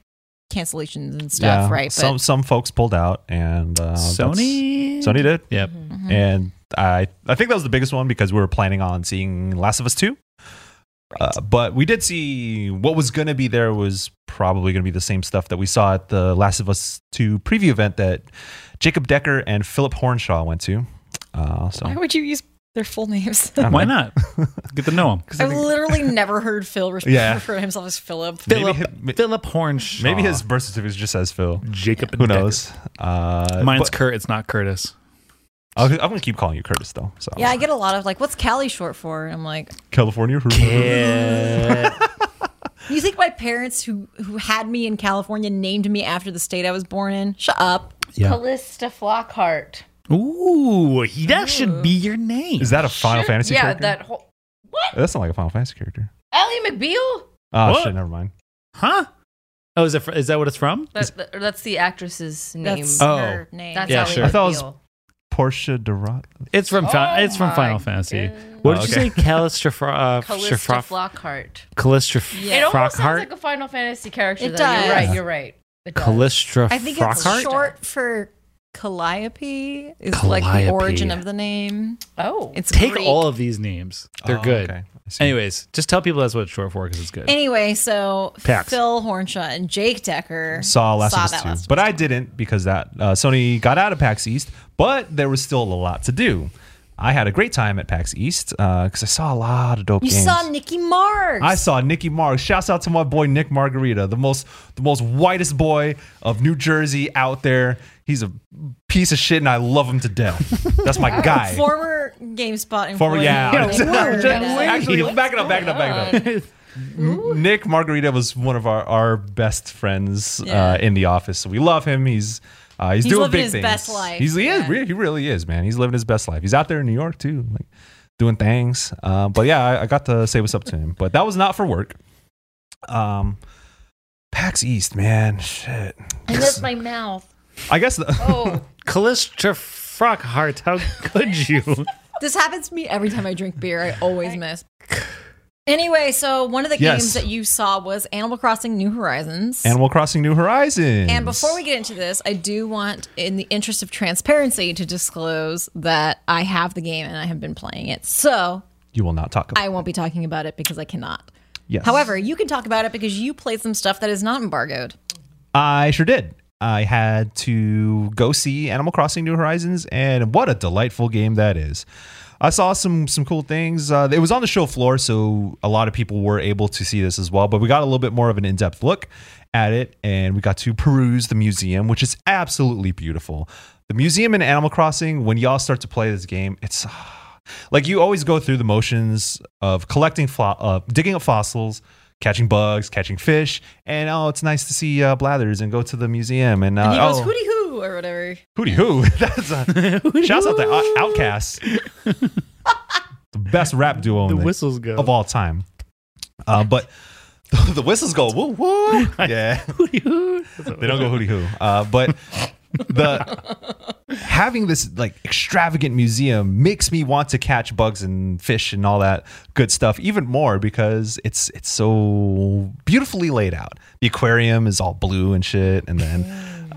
S1: cancellations and stuff, right? But
S2: some some folks pulled out, and uh, that's-
S4: Sony.
S2: Sony did,
S4: Yep.
S2: and I I think that was the biggest one because we were planning on seeing Last of Us two. Uh, but we did see what was going to be there was probably going to be the same stuff that we saw at the Last of Us 2 preview event that Jacob Decker and Philip Hornshaw went to. Uh, so,
S1: why would you use their full names?
S2: I don't
S4: Why
S2: know.
S4: not? Get to know him.
S1: I've literally never heard Phil refer
S2: Yeah.
S1: refer to himself as Philip.
S2: Maybe
S4: Philip
S2: hi-
S4: Philip Hornshaw.
S2: Maybe his birth certificate just says Phil.
S4: Jacob.
S2: Who
S4: Decker.
S2: knows? Uh,
S4: Mine's
S2: but
S4: Kurt. It's not Curtis.
S2: I'll- I'm going to keep calling you Curtis, though. So
S1: Yeah, I get a lot of like, what's Cali short for? And I'm like,
S2: California.
S1: you think my parents who who had me in California named me after the state I was born in? Shut up.
S4: yeah.
S3: Callista Flockhart.
S4: Ooh, he- that should be your name.
S2: Is that a Final
S3: Sure.
S2: Fantasy
S3: Yeah,
S2: character?
S3: that whole What?
S2: That's not like a Final Fantasy character.
S3: Ally McBeal?
S2: Oh
S4: What?
S2: shit, never mind.
S4: Huh? Oh, is that fr- is that what it's from?
S3: That, that- that's the actress's name.
S1: That's
S4: Oh.
S1: her name.
S3: That's
S4: Yeah,
S3: Ally
S4: sure.
S2: I thought it was-
S3: McBeal.
S2: Portia de Rot.
S4: It's from fi-
S3: Oh
S4: it's from
S3: my
S4: Final Fantasy.
S3: goodness.
S4: What did
S2: Oh,
S4: you say? Calistroph-
S3: Callista
S4: Calistroph-
S3: Flockhart.
S4: Calistroph-
S1: Yeah.
S3: It almost sounds
S4: Frockhart?
S3: like a Final Fantasy character.
S1: It
S3: though.
S1: does.
S3: You're right. You're right. It does.
S4: Calistroph-
S1: I think
S4: Frockhart?
S1: it's short for Calliope. Is like the
S4: Calliope.
S1: origin of the name.
S3: Oh,
S1: It's
S4: Take
S1: Greek.
S4: all of these names.
S2: Oh,
S4: They're good.
S2: Anyway,
S4: Anyways, just tell people that's what it's short for because it's good.
S1: Anyway, so
S4: Pax.
S1: Phil Hornshaw and Jake Decker
S2: saw Last of Us
S1: that
S2: two,
S1: last
S2: but I didn't because that uh, Sony got out of PAX East. But there was still a lot to do. I had a great time at PAX East because I saw a lot of dope
S1: You
S2: games.
S1: saw Nikki Marks.
S2: I saw Nicky Marks. Shouts out to my boy Nick Margarita, the most the most whitest boy of New Jersey out there. He's a piece of shit, and I love him to death. That's my guy.
S1: former GameSpot employee.
S2: Former, yeah.
S1: Nick Marks.
S2: Actually, back it up, back it up, back it up. N- Nick Margarita was one of our, our best friends
S1: Yeah.
S2: uh, in the office. So we love him. He's uh, he's,
S1: He's
S2: doing
S1: living
S2: big
S1: his
S2: things.
S1: best life.
S2: He's he, is,
S1: Yeah.
S2: re- he really is, man. He's living his best life. He's out there in New York too, like doing things. Uh, but yeah, I, I got to say what's up to him. But that was not for work. Um, PAX East, man, shit.
S1: I missed my mouth.
S2: I guess the,
S3: Oh,
S4: Callista Frockhart, how could you?
S1: This happens to me every time I drink beer. I always miss. Anyway, so one of the
S2: Yes.
S1: games that you saw was Animal Crossing New Horizons.
S2: Animal Crossing New Horizons.
S1: And before we get into this, I do want, in the interest of transparency, to disclose that I have the game and I have been playing it. So
S2: you will not talk about.
S1: I won't be talking about it because I cannot.
S2: yes.
S1: However, you can talk about it because you played some stuff that is not embargoed.
S2: I sure did. I had to go see Animal Crossing New Horizons, and what a delightful game that is. I saw some some cool things. Uh, it was on the show floor, so a lot of people were able to see this as well. But we got a little bit more of an in depth look at it, and we got to peruse the museum, which is absolutely beautiful. The museum in Animal Crossing, when y'all start to play this game, it's like you always go through the motions of collecting fo- uh, digging up fossils catching bugs catching fish and oh it's nice to see uh, blathers and go to the museum and, uh,
S1: And he goes,
S2: oh,
S1: hooty hoo, or whatever.
S2: hooty hoo that's a shouts out to Out- outcast the best rap duo
S4: The
S2: in the-
S4: whistles go.
S2: of all time uh, but the, whistles go woo woo yeah they don't go hooty hoo uh, but the having this like extravagant museum makes me want to catch bugs and fish and all that good stuff even more because it's it's so beautifully laid out. The aquarium is all blue and shit, and then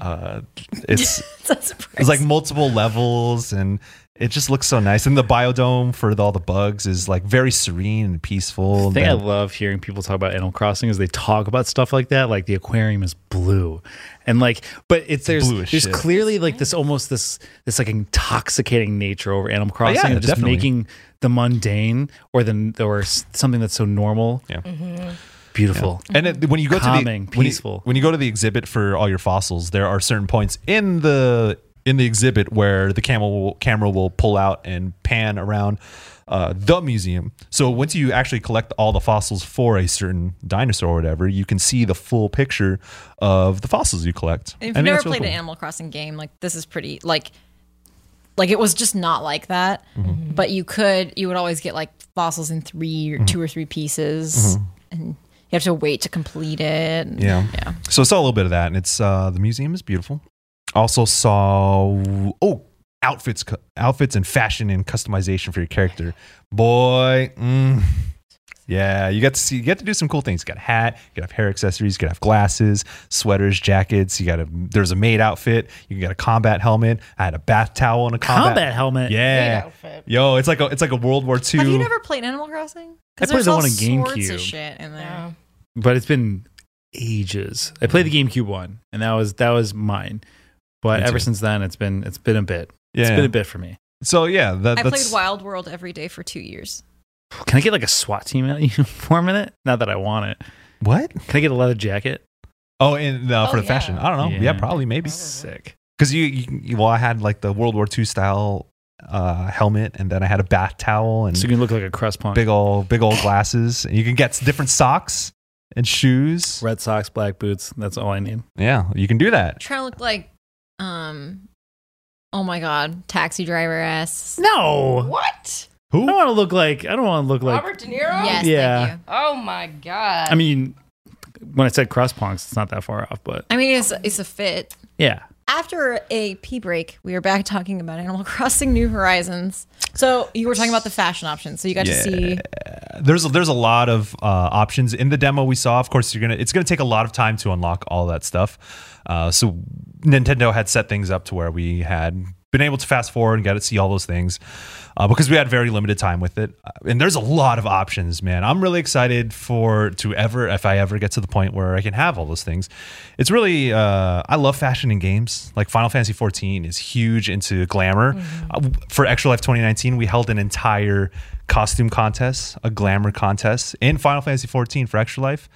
S2: uh, it's
S1: That's
S2: it's like multiple levels and. It just looks so nice, and the biodome for the, all the bugs is like very serene and peaceful.
S4: The thing I
S2: And then-
S4: love hearing people talk about Animal Crossing is they talk about stuff like that, like the aquarium is blue, and like, but it's there's
S2: Blue as
S4: there's
S2: shit.
S4: clearly like this almost this this like intoxicating nature over Animal Crossing,
S2: Oh, yeah,
S4: of just
S2: definitely.
S4: making the mundane or the or s- something that's so normal, Mm-hmm.
S2: Yeah.
S4: beautiful.
S2: And it, when you go
S4: Calming,
S2: to the when you-
S4: peaceful.
S2: when you go to the exhibit for all your fossils, there are certain points in the in the exhibit where the camera will, camera will pull out and pan around uh, the museum. So once you actually collect all the fossils for a certain dinosaur or whatever, you can see the full picture of the fossils you collect.
S1: And
S2: I
S1: If
S2: think
S1: you've never
S2: that's really
S1: played an
S2: cool.
S1: Animal Crossing game, like this is pretty like like it was just not like that.
S2: Mm-hmm.
S1: But you could you would always get like fossils in three or
S2: Mm-hmm.
S1: two or three pieces and you have to wait to complete it. and-
S2: Yeah. So I saw a little bit of that, and it's uh, the museum is beautiful. Also saw oh outfits, cu- outfits and fashion and customization for your character. Boy, mm, yeah, you get to see, you get to do some cool things. You got a hat, you got to have hair accessories, you got to have glasses, sweaters, jackets. You got a there's a maid outfit. You can get a combat helmet. I had a bath towel and a combat,
S4: Combat helmet.
S2: Yeah, yo, it's like a it's like a World War II.
S1: Have you never played Animal Crossing?
S4: I played
S1: there's
S4: the
S1: all
S4: one on
S1: sorts
S4: GameCube.
S1: of shit in there.
S3: yeah.
S4: but it's been ages. I played the GameCube one, and that was that was mine. But
S2: Me
S4: ever
S2: too.
S4: since then, it's been it's been a bit. It's
S2: yeah.
S4: been a bit for me.
S2: so yeah, that,
S1: I
S2: that's
S1: played Wild World every day for two years.
S4: Can I get like a SWAT team out you for a minute? Not that I want it.
S2: what?
S4: Can I get a leather jacket?
S2: Oh, and uh,
S3: Oh,
S2: for the
S3: yeah.
S2: fashion, I don't know. yeah
S4: Yeah.
S2: probably, maybe.
S4: Sick.
S2: because you, you well i had like the world war ii style uh helmet and then i had a bath towel and
S4: So you can look like a crust punk.
S2: big old big old glasses and you can get different socks and shoes
S4: Red socks, black boots. That's all I need.
S2: yeah you can do that
S1: trying to look like um oh my god, taxi driver ass.
S4: No,
S3: What?
S4: I
S2: who
S4: don't want to look like. I don't want to look Oh. like.
S3: Robert De Niro?
S1: Yes,
S4: Yeah.
S1: thank you.
S3: Oh my god.
S4: I mean, when I said crust punks, it's not that far off. But
S1: I mean it's it's a fit.
S4: yeah,
S1: after a pee break, we are back talking about Animal Crossing New Horizons. So you were talking about the fashion options. So you got to see
S2: there's a, there's a lot of uh, options in the demo we saw of course you're gonna it's gonna take a lot of time to unlock all that stuff uh, so nintendo had set things up to where we had been able to fast forward and got to see all those things uh, because we had very limited time with it. Uh, And there's a lot of options, man. I'm really excited for to ever if I ever get to the point where I can have all those things. It's really uh, I love fashion in games. Like Final Fantasy 14 is huge into glamour. Uh, w- for Extra Life 2019, we held an entire costume contest, a glamour contest in Final Fantasy 14 for Extra Life.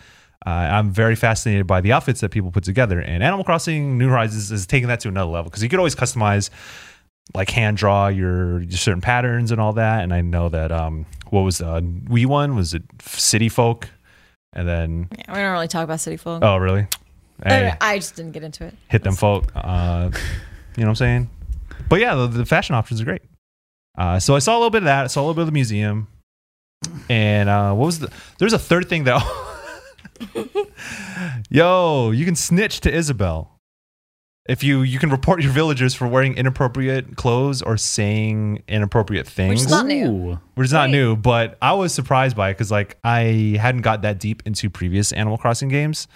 S2: Uh, I'm very fascinated by the outfits that people put together, and Animal Crossing New Horizons is taking that to another level because you could always customize like hand draw your, your certain patterns and all that. And I know that um, what was the we one was it City Folk, and then
S1: Yeah, we don't really talk about City Folk.
S2: oh really, hey,
S1: I, I just didn't get into it.
S2: hit them folk. Uh, you know what I'm saying? But yeah, the, the fashion options are great. Uh, so I saw a little bit of that. I saw a little bit of the museum, and uh, what was the? There's a third thing that. Yo, you can snitch to Isabel if you you can report your villagers for wearing inappropriate clothes or saying inappropriate things
S1: is not new.
S4: Ooh.
S2: which is not
S1: Right.
S2: new, but I was surprised by it because like I hadn't got that deep into previous Animal Crossing games,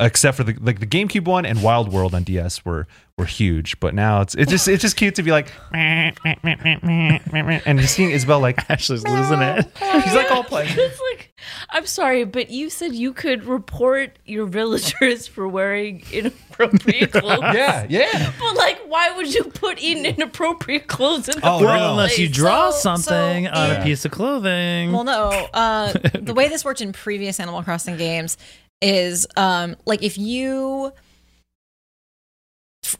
S2: except for the like the GameCube one and Wild World on DS were were huge. But now it's it's just it's just cute to be like meh, meh, meh, meh, meh, meh, meh, and just seeing Isabel like
S4: Ashley's losing it.
S2: he's like all playing.
S3: It's like, I'm sorry, but you said you could report your villagers for wearing inappropriate clothes.
S2: Yeah, yeah.
S3: But like, why would you put in inappropriate clothes in the
S2: Oh,
S3: first
S2: no, no.
S4: Well, unless you
S3: place?
S4: draw
S1: So- so
S4: something on
S1: in-
S4: a piece of clothing.
S1: Well, no. Uh, the way this worked in previous Animal Crossing games is um, like if you.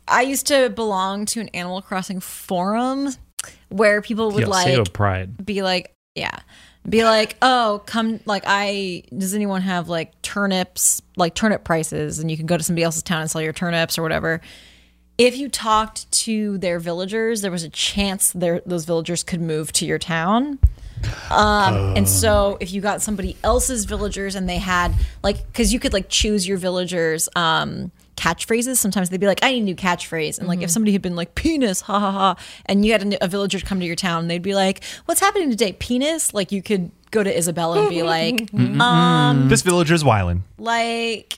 S1: I used to belong to an Animal Crossing forum where people would
S4: Yeah,
S1: like
S4: Sado pride.
S1: be like, yeah, be like, oh, come, like, I, does anyone have like turnips, like turnip prices? And you can go to somebody else's town and sell your turnips or whatever. If you talked to their villagers, there was a chance there those villagers could move to your town. Um, and so if you got somebody else's villagers and they had like because you could like choose your villagers um catchphrases sometimes they'd be like i need a new catchphrase and like
S4: Mm-hmm.
S1: if somebody had been like penis ha ha ha and you had a, a villager come to your town they'd be like what's happening today penis like you could go to isabella and be like um
S2: This villager's whiling.
S1: like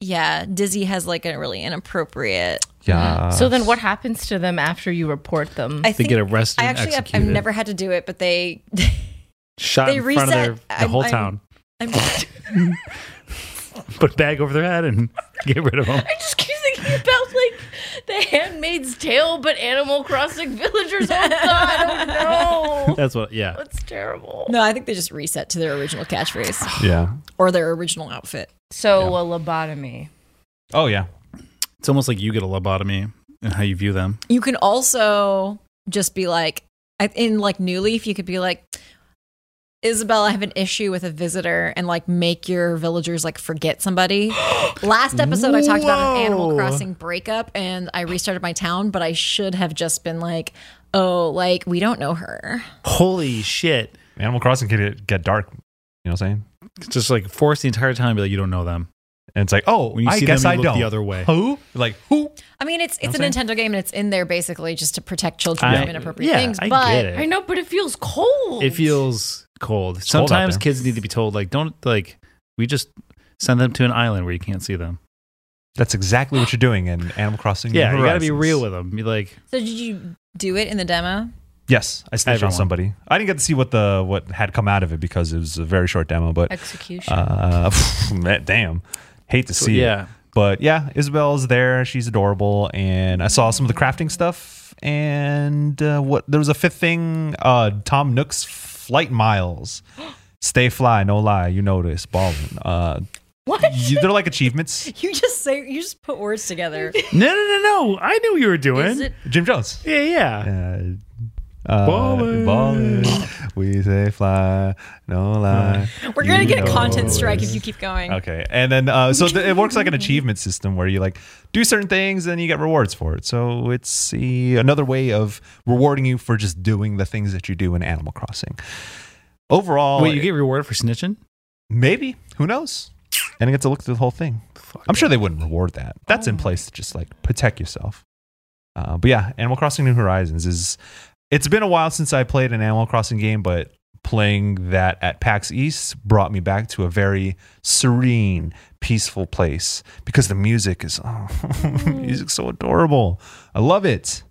S1: yeah dizzy has like a really inappropriate
S4: uh,
S2: Yeah.
S3: So then, what happens to them after you report them?
S1: i
S4: They
S1: think
S4: get arrested
S1: i
S4: and
S1: actually have, i've
S4: executed.
S1: never had to do it but they
S4: shot
S1: they
S4: in front
S1: reset-
S4: of their, the
S1: I'm-
S4: whole
S1: I'm-
S4: town.
S1: I'm,
S4: Put a bag over their head and get rid of them.
S3: I just keep thinking about like the Handmaid's Tale, but Animal Crossing villagers. Oh God, I don't know.
S4: That's what. Yeah.
S3: That's terrible.
S1: no i think they just reset to their original catchphrase
S2: yeah.
S1: or their original outfit
S3: So a lobotomy.
S2: Oh yeah.
S4: It's almost like you get a lobotomy and how you view them.
S1: You can also just be like, I- in like New Leaf, you could be like, Isabel, I have an issue with a visitor, and like make your villagers like forget somebody. Last episode, I talked about an Animal
S4: Whoa.
S1: Crossing breakup, and I restarted my town, but I should have just been like, oh, like we don't know her.
S4: Holy shit.
S2: Animal Crossing can get, get dark. You know what I'm saying?
S4: Just like force the entire time to be like, you don't know them.
S2: And it's like, oh,
S4: When you
S2: I
S4: see
S2: guess
S4: them,
S2: I
S4: you look
S2: don't.
S4: the other way.
S2: Who? Like who?
S1: I mean, it's it's
S2: I'm
S1: a Nintendo game, and it's in there basically just to protect children
S4: I-
S1: from inappropriate
S4: yeah,
S1: things.
S4: I
S1: but
S4: get it.
S3: I know, but it feels cold.
S4: It feels cold.
S2: cold out
S4: Sometimes
S2: there.
S4: kids need to be told, like, don't, like, we just send them to an island where you can't see them.
S2: That's exactly what you're doing in Animal Crossing. New
S4: Yeah. You got to be
S2: Horizons.
S4: real with them. Be like,
S1: so did you do it in the demo?
S2: Yes, I snitched on
S4: Everyone.
S2: somebody. I didn't get to see what the what had come out of it because it was a very short demo, but
S3: execution.
S2: uh, man, damn, hate to see it.
S4: yeah.
S2: But yeah, Isabel's there. She's adorable, and I saw some of the crafting stuff. And uh, what there was a fifth thing, uh, Tom Nook's flight miles. Stay fly, no lie. You know this, balling. Uh,
S1: What?
S2: you- they're like achievements.
S1: You just say you just put words together.
S4: No, no, no, no. I knew you were doing.
S3: Is it
S2: Jim Jones.
S4: yeah, yeah.
S2: Uh, uh,
S4: Ballin'.
S2: ballin'. We say fly, no lie.
S1: We're gonna
S2: You
S1: get a
S2: know
S1: content
S2: it.
S1: strike if you keep going.
S2: Okay, and then uh, so th- it works like an achievement system where you like do certain things and you get rewards for it. So it's uh, another way of rewarding you for just doing the things that you do in Animal Crossing. Overall,
S4: Wait, you get rewarded for snitching?
S2: maybe who knows? And I get to look through the whole thing. I'm sure they wouldn't reward that. That's
S1: Oh.
S2: in place to just like protect yourself. Uh, but yeah, Animal Crossing New Horizons is. It's been a while since I played an Animal Crossing game, but playing that at PAX East brought me back to a very serene, peaceful
S1: Mm.
S2: place because the music is. Oh, music's so adorable. I love it.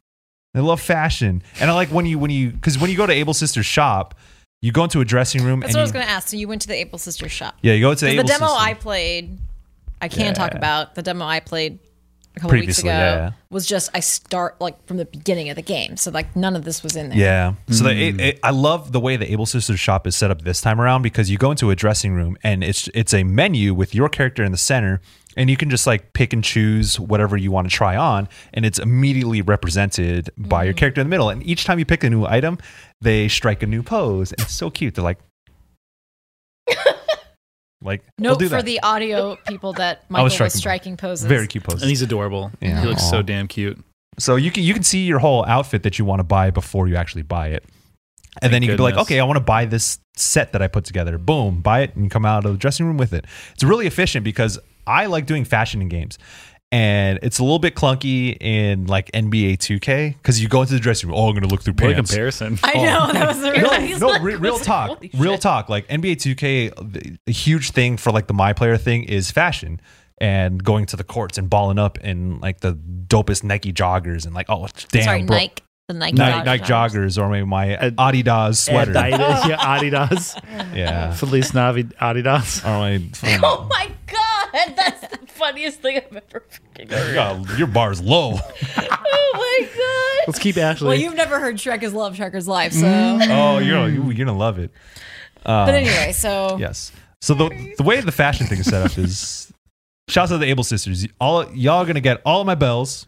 S2: I love fashion, and I like when you when you because when you go to Abel Sisters shop, you go into a dressing room.
S1: That's
S2: and
S1: what I was
S2: you-
S1: going to ask. So you went to the April Sisters shop.
S2: Yeah, you go to
S1: 'Cause
S2: Abel
S1: the demo
S2: Sisters.
S1: I played, I can talk about the demo I played a couple weeks
S2: Previously,
S1: ago.
S2: yeah.
S1: Was just I start like from the beginning of the game, so like none of this was in there.
S2: Yeah. So the,
S1: Hmm.
S2: it, it- I love the way the Able Sisters shop is set up this time around because you go into a dressing room and it's it's a menu with your character in the center and you can just like pick and choose whatever you want to try on and it's immediately represented by
S1: Mm.
S2: your character in the middle and each time you pick a new item they strike a new pose and it's so cute they're like like they'll
S1: Note
S2: do
S1: for
S2: that.
S1: the audio people that
S2: I
S1: Michael
S2: was
S1: was
S2: striking
S1: striking, poses.
S2: very cute poses.
S4: And he's adorable.
S2: Yeah.
S4: He looks
S2: Aw.
S4: so damn cute.
S2: So you can you can see your whole outfit that you want to buy before you actually buy it. And then
S4: Thank
S2: you can be like,
S4: goodness.
S2: okay, I want to buy this set that I put together. Boom, buy it and you come out of the dressing room with it. It's really efficient because I like doing fashion in games. And it's a little bit clunky in like NBA 2K because you go into the dressing room. Oh, I'm going to look through
S4: What a
S2: pants.
S4: comparison.
S1: I know that was the real.
S2: oh. No, no, re- real talk, real talk. Like NBA 2K, the- a huge thing for like the my player thing is fashion and going to the courts and balling up in like the dopest Nike joggers and like oh damn
S1: Sorry,
S2: bro.
S1: Nike. The Nike,
S2: Nike,
S1: joggers.
S2: Nike joggers or maybe my
S4: Uh,
S2: Adidas sweater.
S4: Adidas. Yeah, Adidas.
S2: yeah.
S4: Feliz Navi Adidas.
S2: Or my,
S3: Oh my god, that's the funniest thing I've ever freaking heard.
S2: God, your bar's low.
S3: Oh my god.
S4: Let's keep Ashley.
S1: Well, you've never heard Shrek is Love, Shrek is Life. So,
S2: oh, you're gonna, you- you're gonna love it.
S1: but anyway, so
S2: Yes. So the the way the fashion thing is set up is shouts out to the Able sisters. All y'all are gonna get all my bells.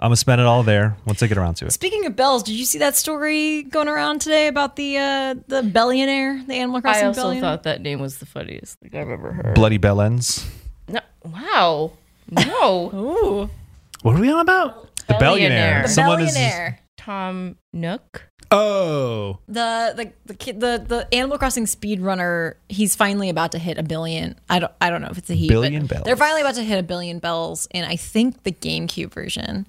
S2: I'm gonna spend it all there once I get around to it.
S1: Speaking of bells, did you see that story going around today about the uh the billionaire, the Animal Crossing
S3: I also
S1: billionaire?
S3: thought that name was the funniest thing I've ever heard.
S2: Bloody bell ends.
S3: No, wow. No.
S1: Ooh,
S4: what are we on about?
S2: The billionaire.
S3: Billionaire.
S1: the
S2: Someone is-
S1: billionaire,
S3: Tom Nook.
S4: Oh,
S1: the the the kid, the the Animal Crossing speedrunner. He's finally about to hit a billion. I don't I don't know if it's a he but
S2: Billion bells.
S1: They're finally about to hit a billion bells, and I think the GameCube version.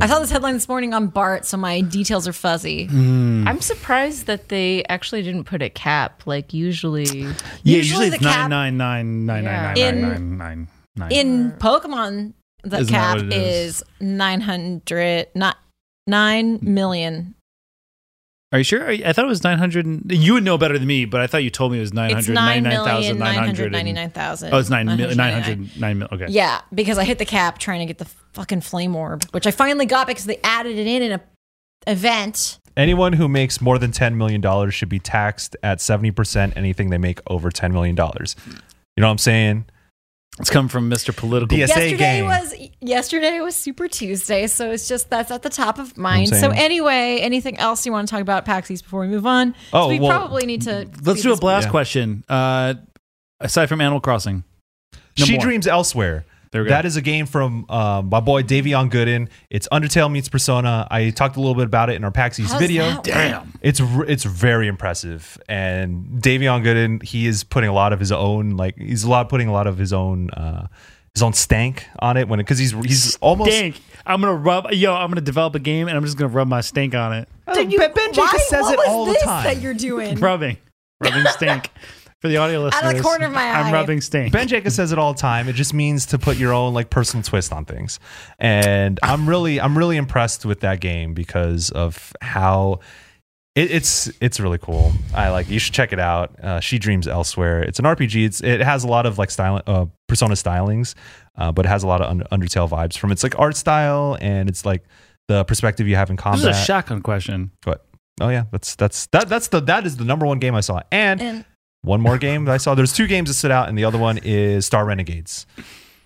S1: I saw this headline this morning on Bart, so my details are fuzzy.
S4: Mm.
S3: I'm surprised that they actually didn't put a cap. Like usually
S4: yeah.
S1: Usually
S4: Usually,
S1: the
S4: it's
S1: cap-
S4: nine nine nine nine nine
S1: Yeah.
S4: nine nine nine nine.
S1: in Pokemon, the
S4: Isn't that
S1: cap
S4: what it
S1: is
S4: is?
S1: nine hundred, not nine million.
S4: Are you sure? Are you- I thought it was nine hundred. You would know better than me, but I thought you told me it was nine
S1: It's
S4: hundred
S1: nine
S4: nine
S1: million
S4: thousand
S1: nine
S4: nine
S1: hundred
S4: hundred.
S1: ninety nine thousand.
S4: Oh, it's nine mil- nine hundred nine mil. Okay.
S1: Yeah, because I hit the cap trying to get the fucking flame orb, which I finally got because they added it in in a event.
S2: Anyone who makes more than $10 million should be taxed at 70% anything they make over $10 million. You know what I'm saying?
S4: It's come from Mr. Political.
S2: Yes. SA
S1: yesterday
S2: gang.
S1: was yesterday was Super Tuesday, so it's just that's at the top of mind.
S2: I'm
S1: So
S2: saying.
S1: anyway, anything else you want to talk about Paxies before we move on? 'Cause
S2: Oh,
S1: we
S2: well,
S1: probably need to.
S4: Let's
S1: speed
S4: do a
S1: this-
S4: blast
S2: Yeah.
S4: question. Uh, aside from Animal Crossing, No
S2: she
S4: more.
S2: Dreams Elsewhere.
S4: There we go.
S2: That is a game from um, my boy Davion Gooden. It's Undertale meets Persona. I talked a little bit about it in our Paxies
S1: How's
S2: video.
S1: that work?
S4: Damn.
S2: It's r- it's very impressive, and Davion Gooden he is putting a lot of his own like he's a lot putting a lot of his own uh, his own stank on it when because he's he's almost
S4: Dang. I'm gonna rub. Yo, I'm gonna develop a game, and I'm just gonna rub my stink on it.
S1: Did you,
S2: Ben- Benji
S1: why-
S2: just says
S1: what
S2: it
S1: was
S2: all the
S1: this
S2: time.
S1: That you're doing.
S4: Rubbing, rubbing stink. For the audio
S1: of
S4: listeners,
S1: the corner of my eye.
S4: I'm rubbing stink.
S2: Ben Jacob says it all the time. It just means to put your own like personal twist on things. And I'm really I'm really impressed with that game because of how it, it's it's really cool. I like you should check it out. Uh, she dreams elsewhere. It's an RPG. It's it has a lot of like style uh, persona stylings, uh, but it has a lot of un- Undertale vibes from its like art style and it's like the perspective you have in
S4: this
S2: combat.
S4: is a shotgun question.
S2: oh yeah, that's that's that that's the that is the number one game I saw. And
S1: And
S2: one more game that I saw. There's two games that sit out, and the other one is Star Renegades,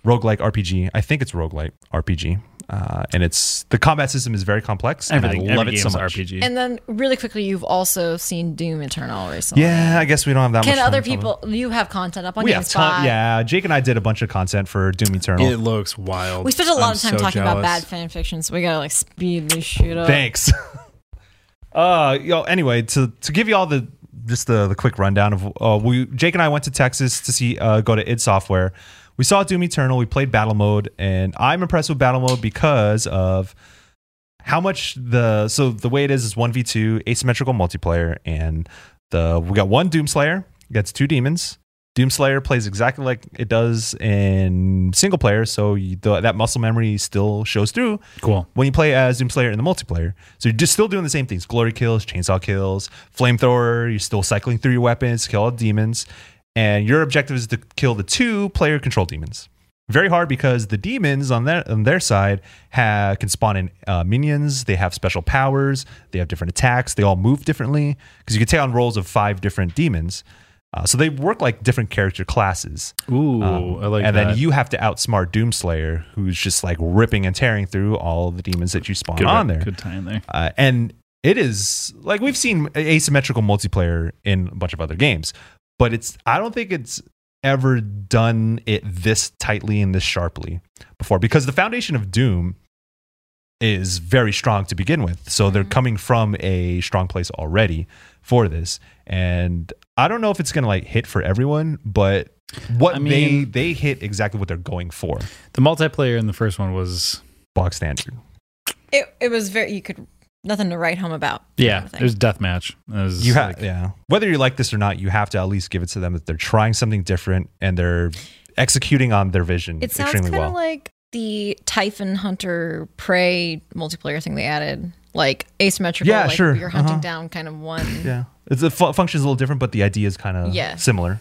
S2: roguelike RPG. I think it's roguelike RPG, uh, and it's the combat system is very complex, and
S4: Everything.
S2: I love
S4: every
S2: it
S4: game's
S2: so much.
S4: RPG.
S1: and then really quickly, you've also seen Doom Eternal recently.
S2: Yeah, I guess we don't have that.
S1: Can
S2: much time
S1: other
S2: to talk
S1: people? You have content up
S2: about-
S1: on
S2: We have
S1: GameSpot.
S2: ton- yeah. Jake and I did a bunch of content for Doom Eternal.
S4: it looks wild.
S1: We spent a lot
S4: I'm
S1: of time
S4: so
S1: talking about bad
S4: jealous.
S1: fan fiction, so we gotta like speed this shit up.
S2: Thanks. uh, yo. Anyway, to to give you all the just the, the quick rundown of uh, we Jake and I went to Texas to see uh, go to id Software. We saw Doom Eternal. We played Battle Mode, and I'm impressed with Battle Mode because of how much the so the way it is is one v two asymmetrical multiplayer, and the we got one Doomslayer, gets two demons, Doomslayer plays exactly like it does in single player, so you, the, that muscle memory still shows through
S4: Cool.
S2: when you play as Doomslayer in the multiplayer. So you're just still doing the same things: glory kills, chainsaw kills, flamethrower. You're still cycling through your weapons, kill all the demons, and your objective is to kill the two player control demons. Very hard because the demons on their on their side ha can spawn in uh, minions. They have special powers. They have different attacks. They all move differently because you can take on roles of five different demons. Uh, so they work like different character classes.
S4: Ooh,
S2: Um,
S4: I like
S2: and
S4: that.
S2: then you have to outsmart Doomslayer, who's just like ripping and tearing through all the demons that you spawn
S4: good,
S2: on there.
S4: Good time there.
S2: Uh, and it is like we've seen asymmetrical multiplayer in a bunch of other games, but it's I don't think it's ever done it this tightly and this sharply before because the foundation of Doom is very strong to begin with. So they're coming from a strong place already for this. And I don't know if it's going to like hit for everyone, but what
S4: I mean-
S2: they they hit exactly what they're going for.
S4: The multiplayer in the first one was
S2: Bog standard.
S1: It, it was very, you could, nothing to write home about.
S4: yeah,
S1: Kind of
S4: it
S1: thing.
S4: was deathmatch. It was
S2: you have
S4: like-
S2: yeah whether you like this or not you have to at least give it to them that they're trying something different and they're executing on their vision
S1: It sounds kind
S2: extremely
S1: of
S2: well
S1: like the Typhon Hunter Prey multiplayer thing they added, like asymmetrical.
S2: Yeah,
S1: like
S2: sure.
S1: You're hunting
S2: Uh-huh.
S1: down kind of one.
S2: yeah it's the fu- function's a little different but the idea is kind of
S1: Yeah.
S2: similar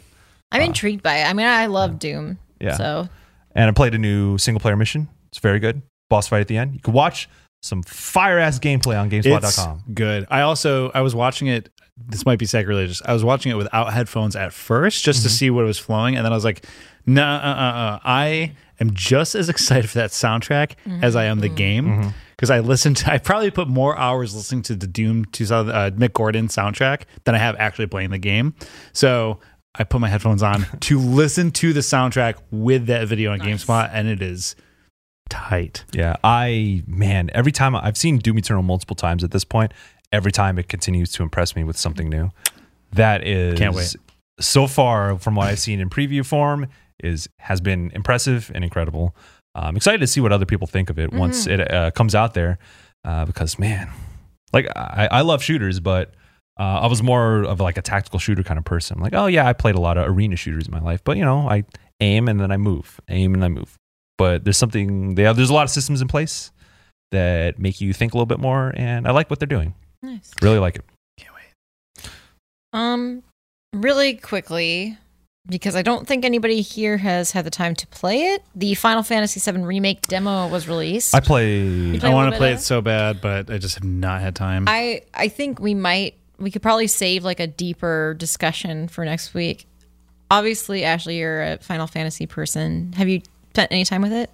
S1: I'm intrigued by it. I mean, I love Doom.
S2: Yeah.
S1: So
S2: and i played a new single player mission it's very good boss fight at the end you can watch some fire ass gameplay on
S4: It's
S2: gamespot.com
S4: good. I also I was watching it. This might be sacrilegious. I was watching it without headphones at first, just
S1: Mm-hmm.
S4: to see what was flowing, and then I was like, "Nah, uh, uh, uh, I am just as excited for that soundtrack as I am
S1: Mm-hmm.
S4: the game." Because I listened, to, I probably put more hours listening to the Doom 2000 uh, Mick Gordon soundtrack than I have actually playing the game. So I put my headphones on to listen to the soundtrack with that video on
S1: Nice.
S4: GameSpot, and it is tight.
S2: yeah i man every time i've seen doom eternal multiple times at this point every time it continues to impress me with something new that is
S4: Can't wait.
S2: so far from what I've seen in preview form is has been impressive and incredible. Uh, I'm excited to see what other people think of it once it uh, comes out there, uh, because man, like I, I love shooters, but uh, I was more of like a tactical shooter kind of person. Like, oh yeah, I played a lot of arena shooters in my life, but you know, I aim and then I move, aim and I move. But there's something they have, there's a lot of systems in place that make you think a little bit more, and I like what they're doing.
S1: nice.
S2: Really like it.
S4: Can't wait.
S1: Um, really quickly, because I don't think anybody here has had the time to play it. The Final Fantasy VII remake demo was released.
S2: I play.
S1: Play a
S4: I
S1: little
S4: want to
S1: bit
S4: play
S1: of
S4: it so bad, but I just have not had time.
S1: I I think we might we could probably save like a deeper discussion for next week. Obviously, Ashley, you're a Final Fantasy person. Have you spent any time with it?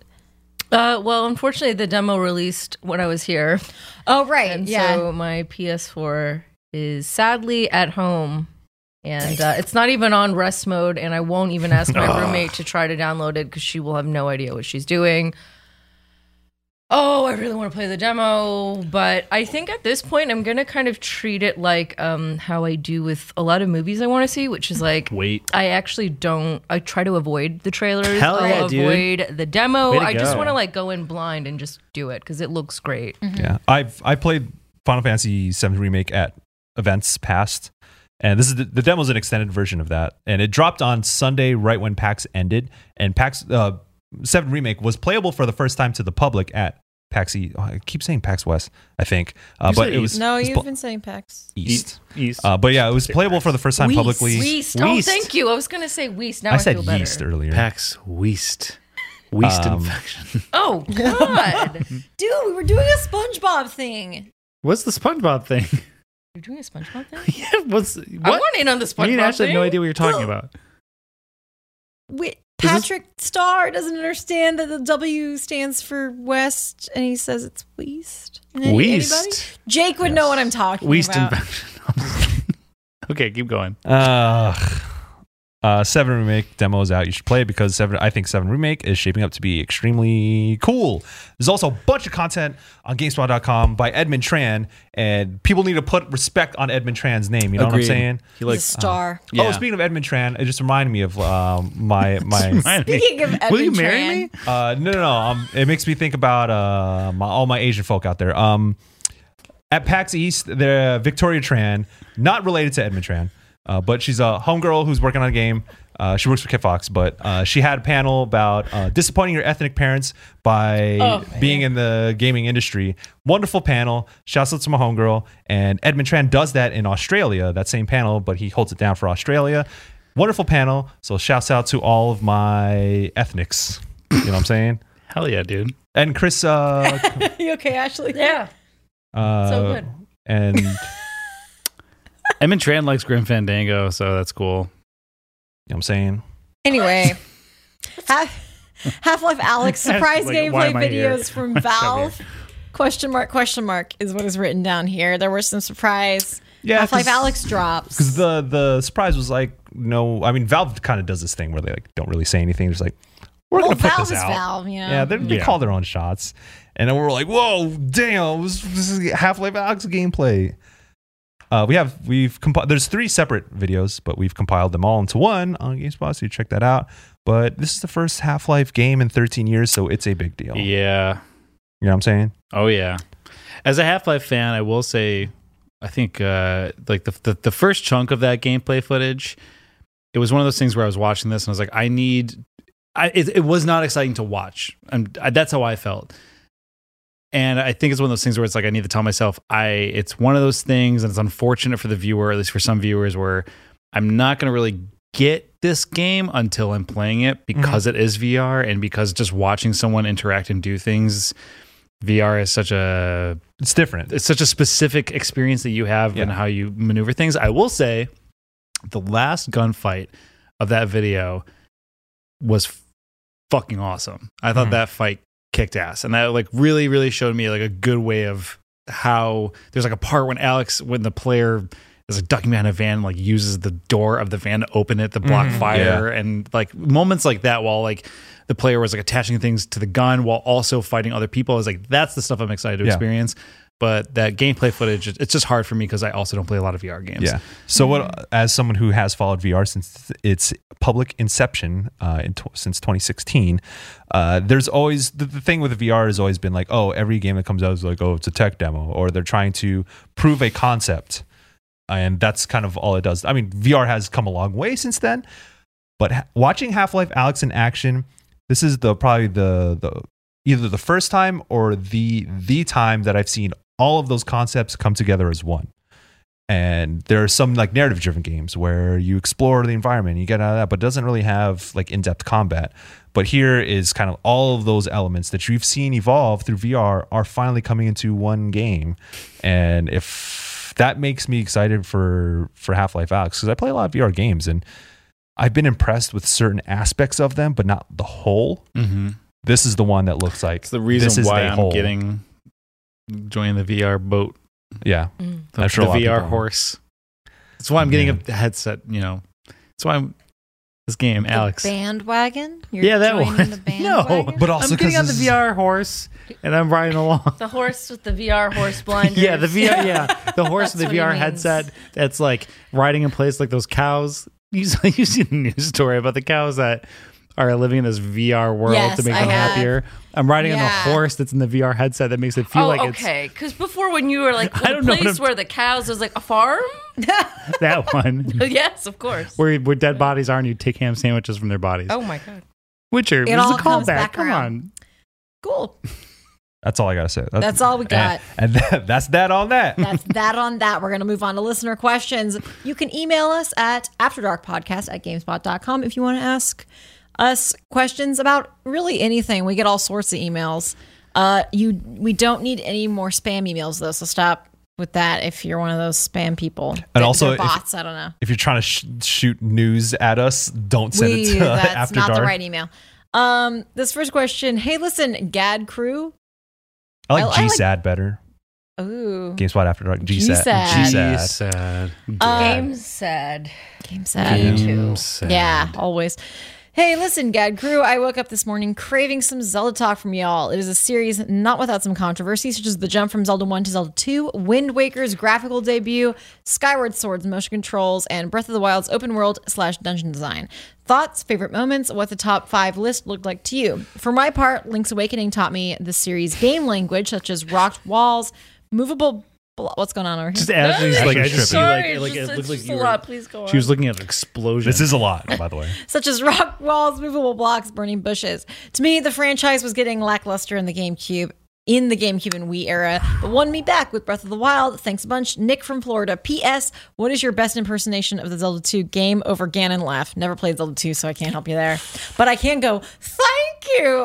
S3: Uh, well, unfortunately, the demo released when I was here,
S1: Oh right,
S3: and so my PS4 is sadly at home, and uh, it's not even on rest mode. And I won't even ask my roommate to try to download it because she will have no idea what she's doing. Oh, I really want to play the demo, but I think at this point I'm gonna kind of treat it like um, how I do with a lot of movies I want to see, which is like
S4: wait.
S3: I actually don't. I try to avoid the trailers.
S4: Hell
S3: I'll
S4: yeah, dude.
S3: avoid the demo.
S4: Way to
S3: I just
S4: go.
S3: want to like go in blind and just do it because it looks great.
S2: Yeah, I've I played Final Fantasy VII remake at events past, and this is the, the demo's an extended version of that, and it dropped on Sunday right when PAX ended, and PAX uh, Seven remake was playable for the first time to the public at PAX. E- oh, I keep saying PAX West, I think, uh,
S4: You
S2: but
S4: say
S2: it
S3: E-
S2: was
S1: No,
S2: it was
S1: you've
S2: pl-
S1: been saying PAX.
S2: East.
S4: East.
S2: Uh, but yeah, it was playable for the first time
S1: Weast.
S2: publicly.
S3: Weast. Oh,
S4: Weast.
S3: thank you. I was gonna say Weast. Now I,
S2: I said
S3: feel better.
S2: yeast earlier.
S4: PAX Weast. Weast
S2: Um,
S4: infection.
S3: Oh God!
S1: Dude, we were doing a SpongeBob thing.
S4: What's the SpongeBob thing?
S3: You're doing a SpongeBob thing.
S4: yeah, what's what?
S3: I want in on the SpongeBob
S4: Me and Ashley
S3: thing.
S4: have no idea what you're talking about.
S1: We,
S4: this-
S1: Patrick Starr doesn't understand that the W stands for West, and he says it's Weast. Any- anybody?
S4: Weast.
S1: Jake would know what I'm talking
S4: Weast
S1: about.
S4: infection. okay, keep going.
S2: Ugh. Uh, Seven Remake demo is out. You should play it because Seven. I think Seven Remake is shaping up to be extremely cool. There's also a bunch of content on GameSpot.com by Edmund Tran, and people need to put respect on Edmund Tran's name. You know what I'm
S4: Agreed.
S2: saying?
S4: He
S1: He's a
S4: likes.
S1: star.
S2: Oh, speaking of Edmund Tran, it just reminded me of um, my my.
S1: Speaking of
S4: Will you
S1: Edmund
S4: marry
S1: Tran.
S4: me?
S2: Uh, no, no, no. Um, it makes me think about uh, my, all my Asian folk out there. Um, at PAX East, the Victoria Tran, not related to Edmund Tran, uh, but she's a homegirl who's working on a game. Uh, she works for Kit Fox, but uh, she had a panel about uh, disappointing your ethnic parents by
S3: Oh,
S2: being in the gaming industry. Wonderful panel. Shouts out to my homegirl. And Edmund Tran does that in Australia, that same panel, but he holds it down for Australia. Wonderful panel. So shouts out to all of my ethnics. You know what I'm saying?
S4: Hell yeah, dude.
S2: And Chris, uh,
S1: you okay, Ashley?
S3: Yeah.
S2: uh,
S3: So good.
S2: and
S4: Edmund Tran likes Grim Fandango, so that's cool.
S2: You know what I'm saying?
S1: Anyway, Half Life Alex surprise
S4: Like, why
S1: gameplay
S4: am I here?
S1: videos from Valve. Question mark, question mark is what is written down here. There were some surprise
S2: Yeah,
S1: Half Life
S2: 'cause-
S1: Alex drops.
S2: Because the the surprise was like no, I mean Valve kind of does this thing where they like don't really say anything. They're just like we're
S1: well,
S2: gonna put
S1: Valve
S2: this
S1: is
S2: out.
S1: Valve, you know.
S2: Yeah, they, they
S4: Yeah.
S2: call their own shots, and then we're like, whoa, damn, this, this is Half Life Alex gameplay. Uh, we have we've compiled. There's three separate videos, but we've compiled them all into one on GameSpot, so you check that out. But this is the first Half Life game in 13 years, so it's a big deal. You
S4: Yeah.
S2: know what I'm saying?
S4: Oh yeah. As a Half Life fan, I will say, I think uh, like the, the the first chunk of that gameplay footage, it was one of those things where I was watching this and I was like, I need. I, it, it was not exciting to watch. And I, that's how I felt. And I think it's one of those things where it's like I need to tell myself I. It's one of those things, and it's unfortunate for the viewer, at least for some viewers, where I'm not going to really get this game until I'm playing it because it is VR and because just watching someone interact and do things. VR is such a
S2: It's different.
S4: it's such a specific experience that you have and
S2: Yeah.
S4: how you maneuver things. I will say, the last gunfight of that video was f- fucking awesome. I thought
S2: Mhm.
S4: that fight kicked ass, and that like really, really showed me like a good way of how there's like a part when Alex, when the player is like ducking behind a van, and, like uses the door of the van to open it to block
S2: Mhm.
S4: fire, and like moments like that while like. The player was like attaching things to the gun while also fighting other people. I was like, that's the stuff I'm excited to
S2: Yeah.
S4: experience but that gameplay footage it- it's just hard for me because i also don't play a lot of vr games
S2: Yeah. So what? As someone who has followed VR since its public inception uh, in tw since 2016, uh, there's always the, the thing with VR has always been like, oh, every game that comes out is like, oh, it's a tech demo, or they're trying to prove a concept, and that's kind of all it does. I mean, VR has come a long way since then, but ha- watching Half Life Alex in action, this is the probably the the either the first time or the the time that I've seen all of those concepts come together as one. And there are some like narrative driven games where you explore the environment, you get out of that, but it doesn't really have like in depth combat. But here is kind of all of those elements that you've seen evolve through VR are finally coming into one game. And if that makes me excited for for Half Life Alex, because I play a lot of VR games and I've been impressed with certain aspects of them, but not the whole.
S4: mm-hmm.
S2: This is the one that looks like
S4: it's the
S2: this
S4: reason
S2: is
S4: why
S2: the
S4: i'm
S2: whole.
S4: getting joining the vr boat
S2: yeah
S3: Mm.
S4: the,
S2: I'm sure a
S4: the
S2: lot of
S4: vr
S2: people-
S4: horse that's why i'm getting
S2: Yeah.
S4: a headset you know that's why i'm this game
S1: The
S4: alex
S1: bandwagon? You're
S4: yeah that
S1: joining
S4: one
S1: The
S4: no
S1: bandwagon?
S2: But also
S4: i'm getting
S2: 'cause
S4: on the
S2: this is-
S4: vr horse and i'm riding along
S3: The horse with the VR horse blinders.
S4: yeah the vr yeah the horse
S3: That's
S4: with the
S3: what he
S4: vr
S3: means.
S4: headset that's like riding in place like those cows you saw, you see the news story about the cows that are living in this VR world
S1: Yes,
S4: to make
S1: I
S4: them
S1: have.
S4: happier. I'm riding
S1: Yeah.
S4: on the horse that's in the VR headset that makes it feel
S3: Oh,
S4: like it's
S3: okay. Because before, when you were like
S4: I
S3: the
S4: don't know what
S3: place
S4: I'm-
S3: where the cows was like a farm.
S4: that one
S3: yes, of course.
S4: where where dead bodies are and you take ham sandwiches from their bodies.
S3: oh my god.
S4: Witcher,
S1: It
S4: it was
S1: all
S4: a
S1: comes back
S4: callback. Come
S1: around.
S4: on,
S1: Cool.
S2: That's all I gotta say. That's,
S1: That's all we got.
S2: And, and that, that's that on that.
S1: That's that on that. We're going to move on to listener questions. You can email us at afterdarkpodcast at gamespot.com if you want to ask us questions about really anything. We get all sorts of emails. Uh, you We don't need any more spam emails, though, so stop with that if you're one of those spam people. They're-
S2: also
S1: they're
S2: if-
S1: bots, I don't know.
S2: if you're trying to sh- shoot news at us, don't send it
S1: We,
S2: to
S1: that's
S2: After
S1: not
S2: Dark.
S1: the right email. Um, this first question. Hey, listen, Gad crew.
S2: I
S1: I-
S2: like
S1: I like-
S2: GSAD better.
S1: Ooh,
S2: GameSpot After Dark. GSAD.
S1: GSAD.
S2: GSAD.
S4: sad.
S3: Game sad.
S1: game sad. Um, Yeah, always. Hey, listen, Gad Crew, I woke up this morning craving some Zelda talk from y'all. It is a series not without some controversy, such as the jump from Zelda 1 to Zelda 2, Wind Waker's graphical debut, Skyward Sword's motion controls, and Breath of the Wild's open world slash dungeon design. Thoughts, favorite moments, what the top five list looked like to you. For my part, Link's Awakening taught me the series game language, such as rocked walls, movable Bl- What's going on over here?
S4: Just Ashley's like I
S2: Ashley's
S4: just see
S2: tripping.
S4: like, like it
S3: just,
S4: looked like
S3: just
S4: you
S3: a
S4: were-
S3: lot. Please go on.
S4: she was looking at an explosion.
S2: This is a lot, by the way.
S1: such as rock walls, movable blocks, burning bushes. To me, the franchise was getting lackluster in the GameCube. In the GameCube and Wii era, but won me back with Breath of the Wild. Thanks a bunch, Nick from Florida. P.S. What is your best impersonation of the Zelda 2 game over Ganon laugh? Never played Zelda 2, so I can't help you there. But I can go, thank you. so,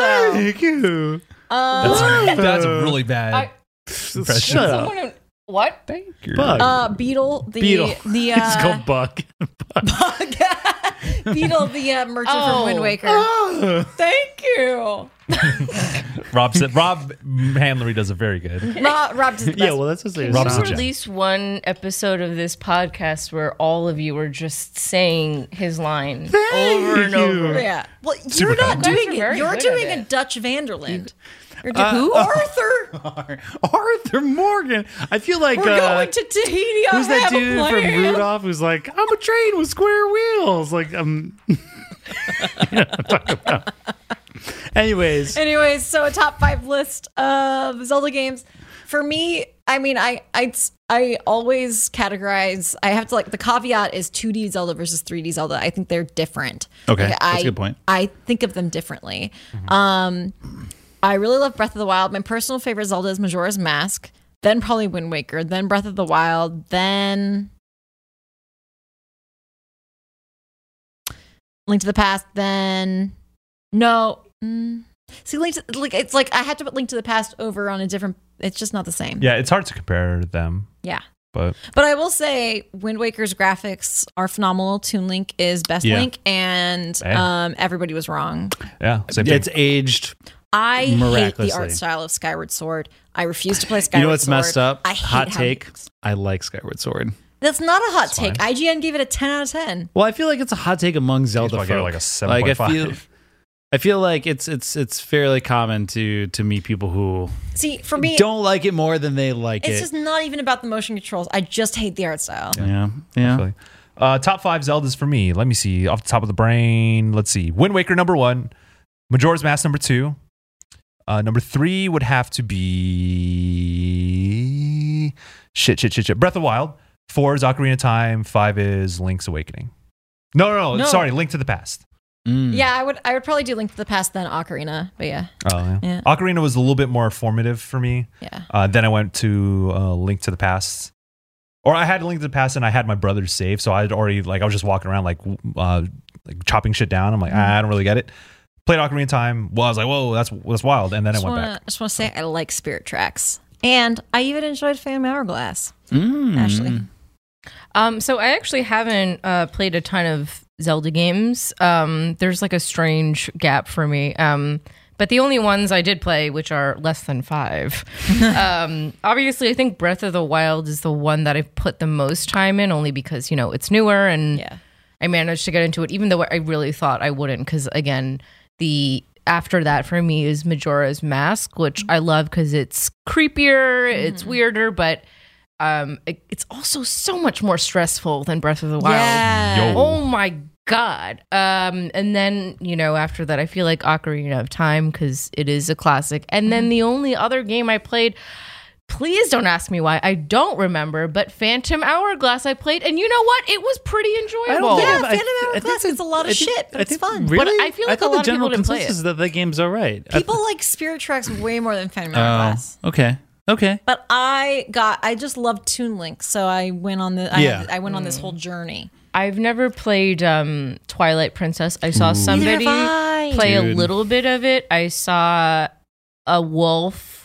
S1: uh,
S4: Thank you.
S2: That's, that's a really bad
S3: I-
S2: impression.
S4: Shut up.
S3: Someone who- what?
S2: Thank you.
S4: Bug.
S1: uh, Beetle, the
S4: Beetle.
S1: the
S4: It's
S1: uh,
S4: called Buck.
S1: Beetle, the uh, merchant
S3: Oh.
S1: from Wind Waker. Thank you,
S2: Rob said Rob Handlery does it very good.
S1: Rob. Rob did the best.
S4: yeah, well, that's what they
S2: Rob's
S3: Can
S2: a
S3: you
S2: gem.
S3: release one episode of this podcast where all of you are just saying his line over and
S4: you.
S3: over?
S1: Yeah. Well, you're
S2: Super
S1: not
S2: kind. You
S3: guys
S1: doing
S3: are
S1: it.
S3: very
S1: You're
S3: good
S1: doing
S3: at
S1: a
S3: it. Uh,
S1: Dutch Vanderland. You're doing who? Arthur.
S4: Arthur Morgan. I feel like
S1: We're
S4: uh,
S1: going to Tahiti. I
S4: who's that
S1: have a
S4: dude from
S1: plan.
S4: Rudolph who's like, I'm a train with square wheels. Like, um. you know what I'm talking about. Anyways,
S1: Anyways, so a top five list of Zelda games. For me, I mean, I I I always categorize. I have to like the caveat is 2D Zelda versus 3D Zelda. I think they're different.
S4: Okay,
S1: Like,
S4: that's a
S1: I-
S4: good point.
S1: I think of them differently. Um, I really love Breath of the Wild. My personal favorite Zelda is Majora's Mask, then probably Wind Waker, then Breath of the Wild, then Link to the Past, then no. Mm. See, Link to, like it's like I had to put Link to the Past over on a different. It's just not the same.
S2: Yeah, it's hard to compare them,
S1: Yeah.
S2: but
S1: But I will say Wind Waker's graphics are phenomenal. Toon Link is best
S4: Yeah. Eh.
S1: Link, and
S2: Man.
S1: um, everybody was wrong.
S2: yeah, same thing.
S4: it's aged.
S1: I hate the
S4: Miraculously.
S1: art style of Skyward Sword. I refuse to play Skyward Sword.
S4: you know what's messed up?
S1: I hate
S4: Hot
S1: how-
S4: take. I like Skyward Sword.
S1: That's not a hot take.
S2: fine.
S1: IGN gave it a 10 out of 10.
S4: Well, I feel like it's a hot take among Zelda
S2: why I gave it
S4: folk.
S2: like a
S4: I
S2: 7.5.
S4: feel, I feel like it's it's it's fairly common to to meet people who
S1: See, for me,
S4: don't like it more than they like
S1: it's
S4: it.
S1: just not even about the motion controls. I just hate the art style.
S4: yeah, yeah.
S2: Really. Uh, top five Zeldas for me. Let me see. Off the top of the brain, let's see. Wind Waker number one, Majora's Mask number two. Uh, number three would have to be shit, shit, shit, shit. Breath of the Wild. Four is Ocarina of Time. Five is Link's Awakening. No, no, no.
S1: No.
S2: Sorry, Link to the Past.
S4: Mm.
S1: Yeah, I would I would probably do Link to the Past then Ocarina, but yeah.
S2: Oh, yeah.
S1: Yeah.
S2: Ocarina was a little bit more formative for me.
S1: Yeah.
S2: Uh, then I went to uh, Link to the Past, or I had Link to the Past, and I had my brother's save, so I'd already like I was just walking around like w- uh, like chopping shit down. I'm like, "Ah, I don't really get it. Played Ocarina of Time. Well, I was like, whoa, that's that's wild. And then I
S1: Just
S2: went
S1: wanna,
S2: back.
S1: just want to say I like Spirit Tracks. And I even enjoyed Phantom Hourglass.
S4: Mm.
S1: Ashley.
S3: Um, so I actually haven't uh, played a ton of Zelda games. Um, there's like a strange gap for me. Um, but the only ones I did play, which are less than five, um, obviously I think Breath of the Wild is the one that I've put the most time in, only because you know it's newer and
S1: Yeah.
S3: I managed to get into it, even though I really thought I wouldn't, because again, the after that for me is Majora's Mask, which I love because it's creepier,
S4: Mm.
S3: it's weirder, but um, it- it's also so much more stressful than Breath of the Wild.
S1: Yeah.
S2: Yo.
S3: Oh my god! Um, and then you know after that, I feel like Ocarina of Time because it is a classic. And
S4: Mm-hmm.
S3: then the only other game I played. Please don't ask me why. I don't remember, but Phantom Hourglass I played, and you know what? It was pretty enjoyable.
S4: I don't
S1: Yeah,
S4: think I've- I-
S1: Phantom
S4: I think
S1: Hourglass
S4: that-
S1: is a lot of
S4: I think-
S1: shit, but
S4: I
S1: it's
S4: think-
S1: fun.
S4: Really?
S3: But I feel like
S4: thought
S3: a lot
S4: the
S3: of people
S4: general
S3: didn't play
S4: consensus
S3: it.
S4: is that the game's all right. I-
S1: People like Spirit Tracks way more than Phantom
S4: Oh,
S1: Hourglass.
S4: okay, okay.
S1: But I got I just love Toon Link, so I went on the I,
S4: Yeah.
S1: I went on this whole journey.
S3: I've never played um, Twilight Princess. I saw somebody
S1: Neither have I.
S3: play a
S4: Dude.
S3: little bit of it. I saw a wolf,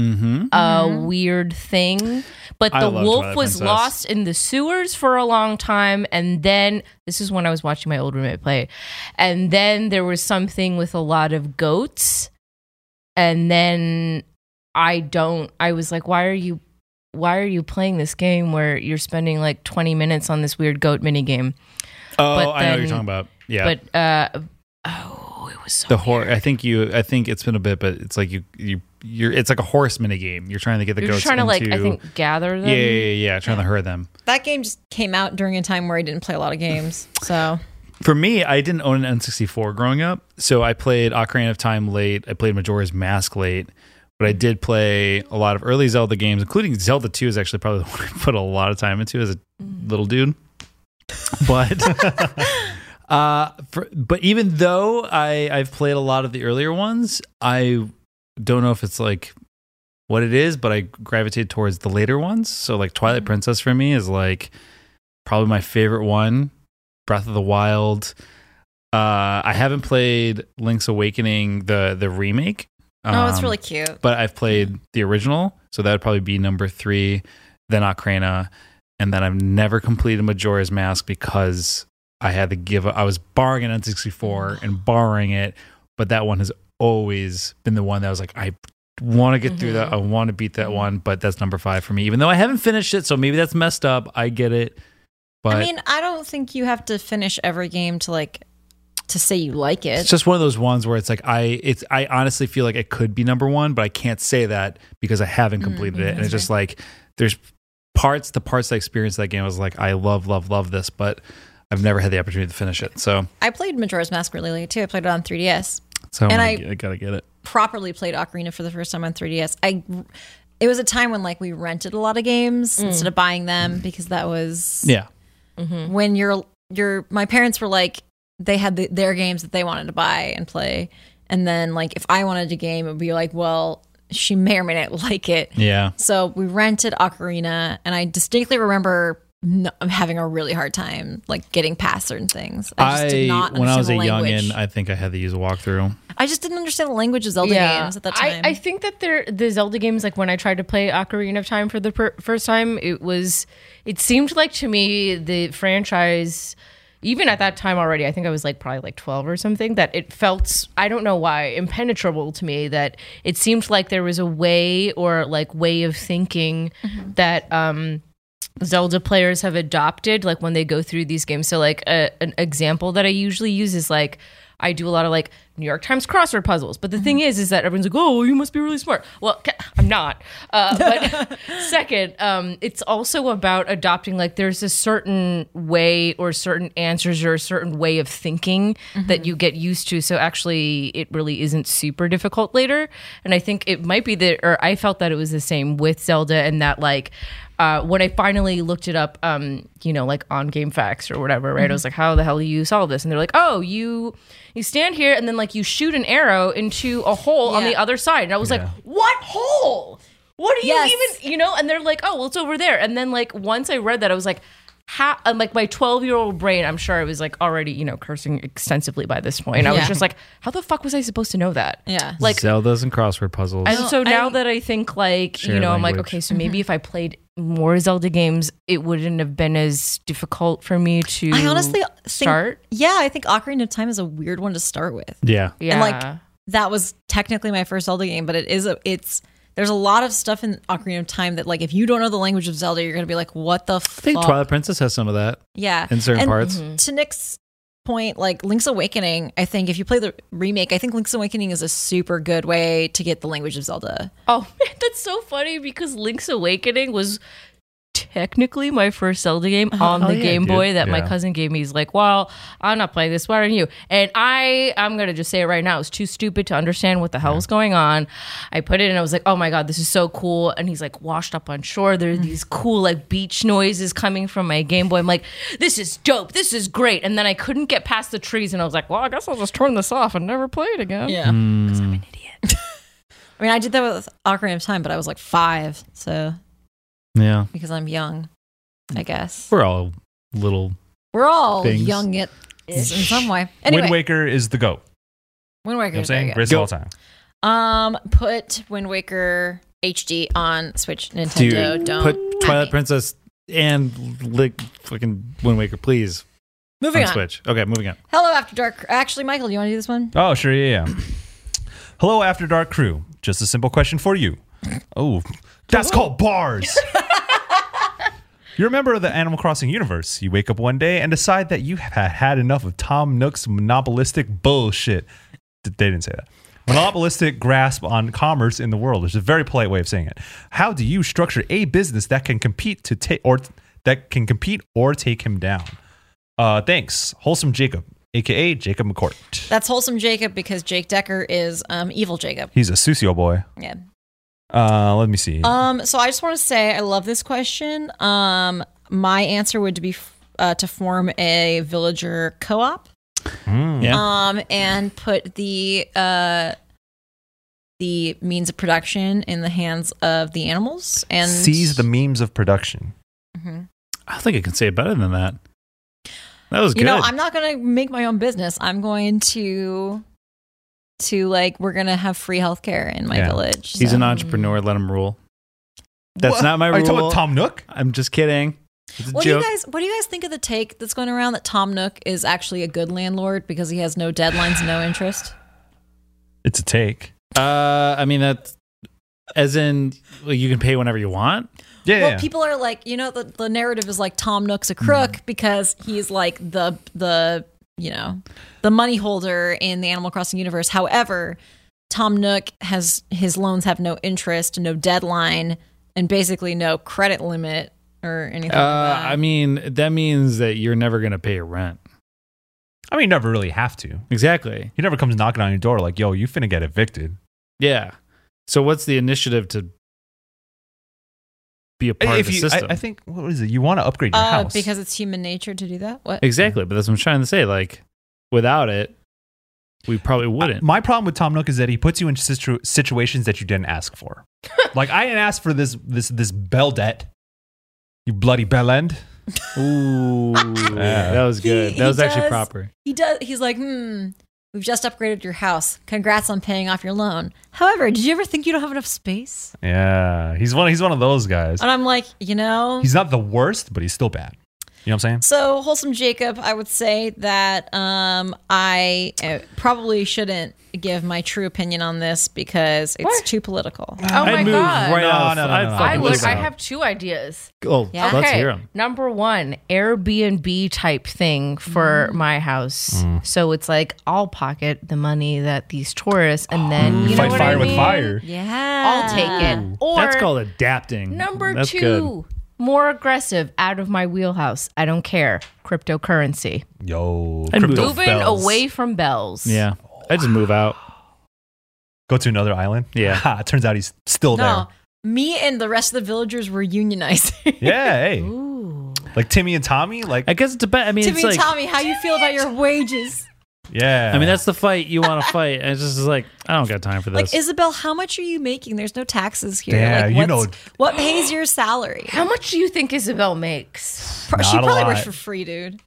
S4: Mm-hmm.
S3: a weird thing, but
S4: I
S3: the
S4: love
S3: wolf
S4: Twilight
S3: was
S4: Princess.
S3: lost in the sewers for a long time. And then this is when I was watching my old roommate play. And then there was something with a lot of goats. And then I don't. I was like, why are you? Why are you playing this game where you're spending like 20 minutes on this weird goat mini game?
S4: Oh, I know what
S3: then-
S4: you're talking about. Yeah,
S3: But uh, oh, it was so
S4: the horse. I think you. I think it's been a bit, but it's like you. You. You're. It's like a horse minigame. You're trying to get the
S3: You're
S4: goats
S3: just trying to like I
S4: into-
S3: think gather them.
S4: Yeah, yeah, yeah, yeah. Trying to herd them.
S1: That game just came out during a time where I didn't play a lot of games. So
S4: For me, I didn't own an N64 growing up, so I played Ocarina of Time late. I played Majora's Mask late, but But I did play a lot of early Zelda games, including Zelda 2 is actually probably the one I put a lot of time into as a little dude. But uh, for, but even though I I've played a lot of the earlier ones, I don't know if it's like what it is, but I gravitate towards the later ones. So like Twilight Princess for me is like probably my favorite one. Breath of the Wild. Uh, I haven't played Link's Awakening the the remake.
S1: oh, it's
S4: Um,
S1: really cute.
S4: but I've played the original, so that would probably be number three, then Ocarina, and then I've never completed Majora's Mask because I had to give. up. I was borrowing an N64 and borrowing it, but that one has always been the one that I was like, I want to get through
S1: Mm-hmm.
S4: that. I want to beat that one, but that's number five for me, even though I haven't finished it. So maybe that's messed up. I get it, but
S1: I mean, I don't think you have to finish every game to like to say you like it.
S4: it's just one of those ones where it's like I it's I honestly feel like it could be number one, but I can't say that because I haven't
S1: Mm-hmm,
S4: completed it. And it's just like there's parts the parts I experienced that game I was like I love love love this, but I've never had the opportunity to finish it. So
S1: I played Majora's Mask really late too. I played it on 3DS.
S4: so I'm
S1: And
S4: gonna
S1: I-
S4: get- I gotta get it.
S1: Properly played Ocarina for the first time on 3DS. I it was a time when like we rented a lot of games instead of buying them because that was
S4: Yeah,
S1: when your your my parents were like they had the, their games that they wanted to buy and play and then like if I wanted a game it would be like well she may or may not like it
S4: yeah.
S1: So we rented Ocarina, and I distinctly remember n- having a really hard time, like getting past certain things. I just did not
S4: when I was a
S1: understand the
S4: youngin,
S1: language.
S4: I think I had to use a walkthrough.
S1: I just didn't understand the language of Zelda games at that time.
S3: I, I think that they're, the Zelda games, like when I tried to play Ocarina of Time for the per- first time, it was, it seemed like to me the franchise, even at that time already, I think I was like probably like 12 or something, that it felt, I don't know why, impenetrable to me, that it seemed like there was a way or like way of thinking
S1: Mm-hmm.
S3: that, um, Zelda players have adopted, like when they go through these games. So, like a, an example that I usually use is like I do a lot of like New York Times crossword puzzles. But the thing is, is that everyone's like, "Oh, you must be really smart." Well, ca- I'm not. Uh, but second, um, it's also about adopting like there's a certain way or certain answers or a certain way of thinking
S1: Mm-hmm.
S3: that you get used to. So actually, it really isn't super difficult later. And I think it might be that, or I felt that it was the same with Zelda, and that like uh, when I finally looked it up, um, you know, like on Game Facts or whatever, right? I
S1: Mm-hmm.
S3: was like, how the hell do you solve this? And they're like, oh, you you stand here and then like you shoot an arrow into a hole on
S1: Yeah.
S3: the other side. And I was like, what hole? What do you
S1: Yes.
S3: even, you know? And they're like, oh, well, it's over there. And then like once I read that, I was like, how? And like my 12 year old brain, I'm sure I was like already, you know, cursing extensively by this point. I was
S1: Yeah.
S3: just like, how the fuck was I supposed to know that?
S1: yeah,
S3: Like
S4: Zeldas and crossword puzzles.
S3: and so now
S1: I- Mm-hmm.
S3: that I think, like, you
S4: Share
S3: know, I'm like,
S4: language.
S3: okay, so maybe if I played more Zelda games, it wouldn't have been as difficult for me to
S1: I honestly think,
S3: start.
S1: Yeah, I think Ocarina of Time is a weird one to start with.
S4: yeah,
S3: yeah.
S1: And like that was technically my first Zelda game, but it is a it's. There's a lot of stuff in Ocarina of Time that, like, if you don't know the language of Zelda, you're gonna be like, "What the
S4: I think
S1: fuck?"
S4: Twilight Princess has some of that
S1: yeah,
S4: in certain
S1: And-
S4: parts.
S3: Mm-hmm.
S1: to Nick's point, like Link's Awakening, I think if you play the remake, I think Link's Awakening is a super good way to get the language of Zelda.
S3: oh man, that's so funny because Link's Awakening was technically my first Zelda game on the
S4: yeah,
S3: Game
S4: dude.
S3: Boy that my
S4: Yeah.
S3: cousin gave me. He's like, well, I'm not playing this. Why aren't you? And I, I'm gonna just say it right now. It's too stupid to understand what the hell was going on. I put it in. I was like, oh my god, this is so cool. And he's like, washed up on shore. There are these cool like beach noises coming from my Game Boy. I'm like, this is dope. This is great. And then I couldn't get past the trees, and I was like, well, I guess I'll just turn this off and never play it again.
S1: Yeah.
S4: Oh. Mm,
S1: I mean, I did that with Ocarina of Time, but I was like five, so
S4: Yeah,
S1: because I'm young, I guess.
S4: we're all little.
S1: We're all
S4: Mm. Things.
S1: young it in some way. Anyway,
S2: Wind
S1: Wind Waker.
S2: Waker is the go. You know what I'm
S1: is very
S2: saying?
S1: good.
S2: Greatest of all time.
S1: Um, put Wind Waker HD on Switch, Nintendo.
S4: Dude,
S1: don't
S4: put
S1: at
S4: Twilight
S1: me.
S4: Princess and lick fucking Wind Waker, please.
S1: Moving
S4: on,
S1: on.
S4: Switch. Okay, moving on.
S1: Hello, After Dark. Actually, Michael, do you want to do this one?
S2: Oh, sure, yeah, yeah. Hello, After Dark crew. Just a simple question for you. Oh, that's called bars. You're a member of the Animal Crossing universe. You wake up one day and decide that you have had enough of Tom Nook's monopolistic bullshit. D- They didn't say that. Monopolistic grasp on commerce in the world, which is a very polite way of saying it. How do you structure a business that can compete to take or that can compete or take him down? Uh, thanks, wholesome Jacob, aka Jacob McCourt.
S1: That's Wholesome Jacob because Jake Decker is um, evil Jacob.
S2: He's a Susio boy.
S1: Yeah.
S2: Uh, let me see.
S1: Um, so I just want to say I love this question. Um, my answer would be uh, to form a villager co-op.
S2: Hmm.
S4: Yeah.
S1: Um, and put the uh, the means of production in the hands of the animals and
S2: Seize the memes of production.
S1: Mhm.
S4: I think I can say it better than that. That was
S1: You
S4: good.
S1: know, I'm not gonna make my own business. I'm going to to like we're gonna have free healthcare in my
S2: Yeah.
S1: village.
S4: He's
S1: so.
S4: an entrepreneur. Let him rule. That's
S2: What?
S4: not my
S2: Are you talking
S4: rule.
S2: about Tom Nook?
S4: I'm just kidding. It's a
S1: What do you
S4: joke.
S1: guys what do you guys think of the take that's going around that Tom Nook is actually a good landlord because he has no deadlines, no interest?
S2: It's a take.
S4: uh, I mean that's as in like, you can pay whenever you want.
S2: Yeah.
S1: Well, people are like, you know, the, the narrative is like Tom Nook's a crook
S4: Mm.
S1: because he's like the the you know the money holder in the Animal Crossing universe. However, Tom Nook has his loans have no interest, no deadline, and basically no credit limit or anything.
S4: Uh,
S1: like that.
S4: I mean that means that you're never gonna pay your rent.
S2: I mean, you never really have to.
S4: Exactly.
S2: He never comes knocking on your door like, yo, you finna get evicted.
S4: Yeah. So what's the initiative to be a part of
S2: If
S4: the
S2: you, I,
S4: system?
S2: I think, what is it? You want to upgrade your
S1: Uh,
S2: house.
S1: because it's human nature to do that. What?
S4: exactly. But that's what I'm trying to say. Like without it, we probably wouldn't.
S2: My problem with Tom Nook is that he puts you in situ- situations that you didn't ask for. like, I didn't ask for this, this, this bell debt. You bloody bell end.
S4: Ooh,
S2: Yeah.
S4: that was good.
S1: He-
S4: that was
S1: he
S4: actually
S1: does-
S4: proper.
S1: he does he's like hmm we've just upgraded your house congrats on paying off your loan however did you ever think you don't have enough space
S2: Yeah. He's one, he's one of those guys.
S1: and i'm like you know
S2: He's not the worst, but he's still bad. You know what I'm saying?
S1: so wholesome jacob i would say that um i uh, probably shouldn't give my true opinion on this because it's
S3: What?
S1: too political
S3: Oh my
S4: I'd move
S3: god.
S4: right
S2: No,
S4: off.
S2: no, no,
S4: I'd
S2: no, no.
S4: fucking
S3: I would.
S4: listen.
S3: I have two ideas.
S4: Oh,
S1: Yeah.
S4: let's hear him.
S3: Number one, Airbnb type thing for my house.
S4: Mm.
S3: So it's like I'll pocket the money that these tourists, and
S4: Mm.
S3: then you know
S2: fight
S3: what
S2: fire
S3: I
S2: with
S3: mean?
S2: fire.
S1: yeah
S3: I'll take it. Or
S4: That's called adapting.
S3: number
S4: That's
S3: two,
S4: good.
S3: more aggressive, out of my wheelhouse. I don't care. Cryptocurrency,
S2: Yo.
S4: I'd
S2: crypto
S4: move.
S3: moving
S2: bells.
S3: away from bells.
S4: Yeah, I just move out.
S2: Go to another island.
S4: Yeah.
S2: Ha, it turns out he's still
S1: no me and the rest of the villagers were unionizing
S2: there. Yeah. Hey.
S3: Ooh.
S2: Like Timmy and Tommy. Like,
S4: I guess it depends. I mean,
S1: timmy
S4: it's like.
S1: tommy how you feel about your wages
S2: yeah.
S4: I mean, that's the fight you want to fight. And It's just like I don't got time for this.
S1: like isabel how much are you making there's no taxes here
S2: Yeah,
S1: like
S2: you
S1: what's-
S2: know-
S1: what pays your salary
S3: How much do you think Isabel makes?
S1: Pro- she
S2: Not a
S1: probably
S2: lot.
S1: works for free, dude.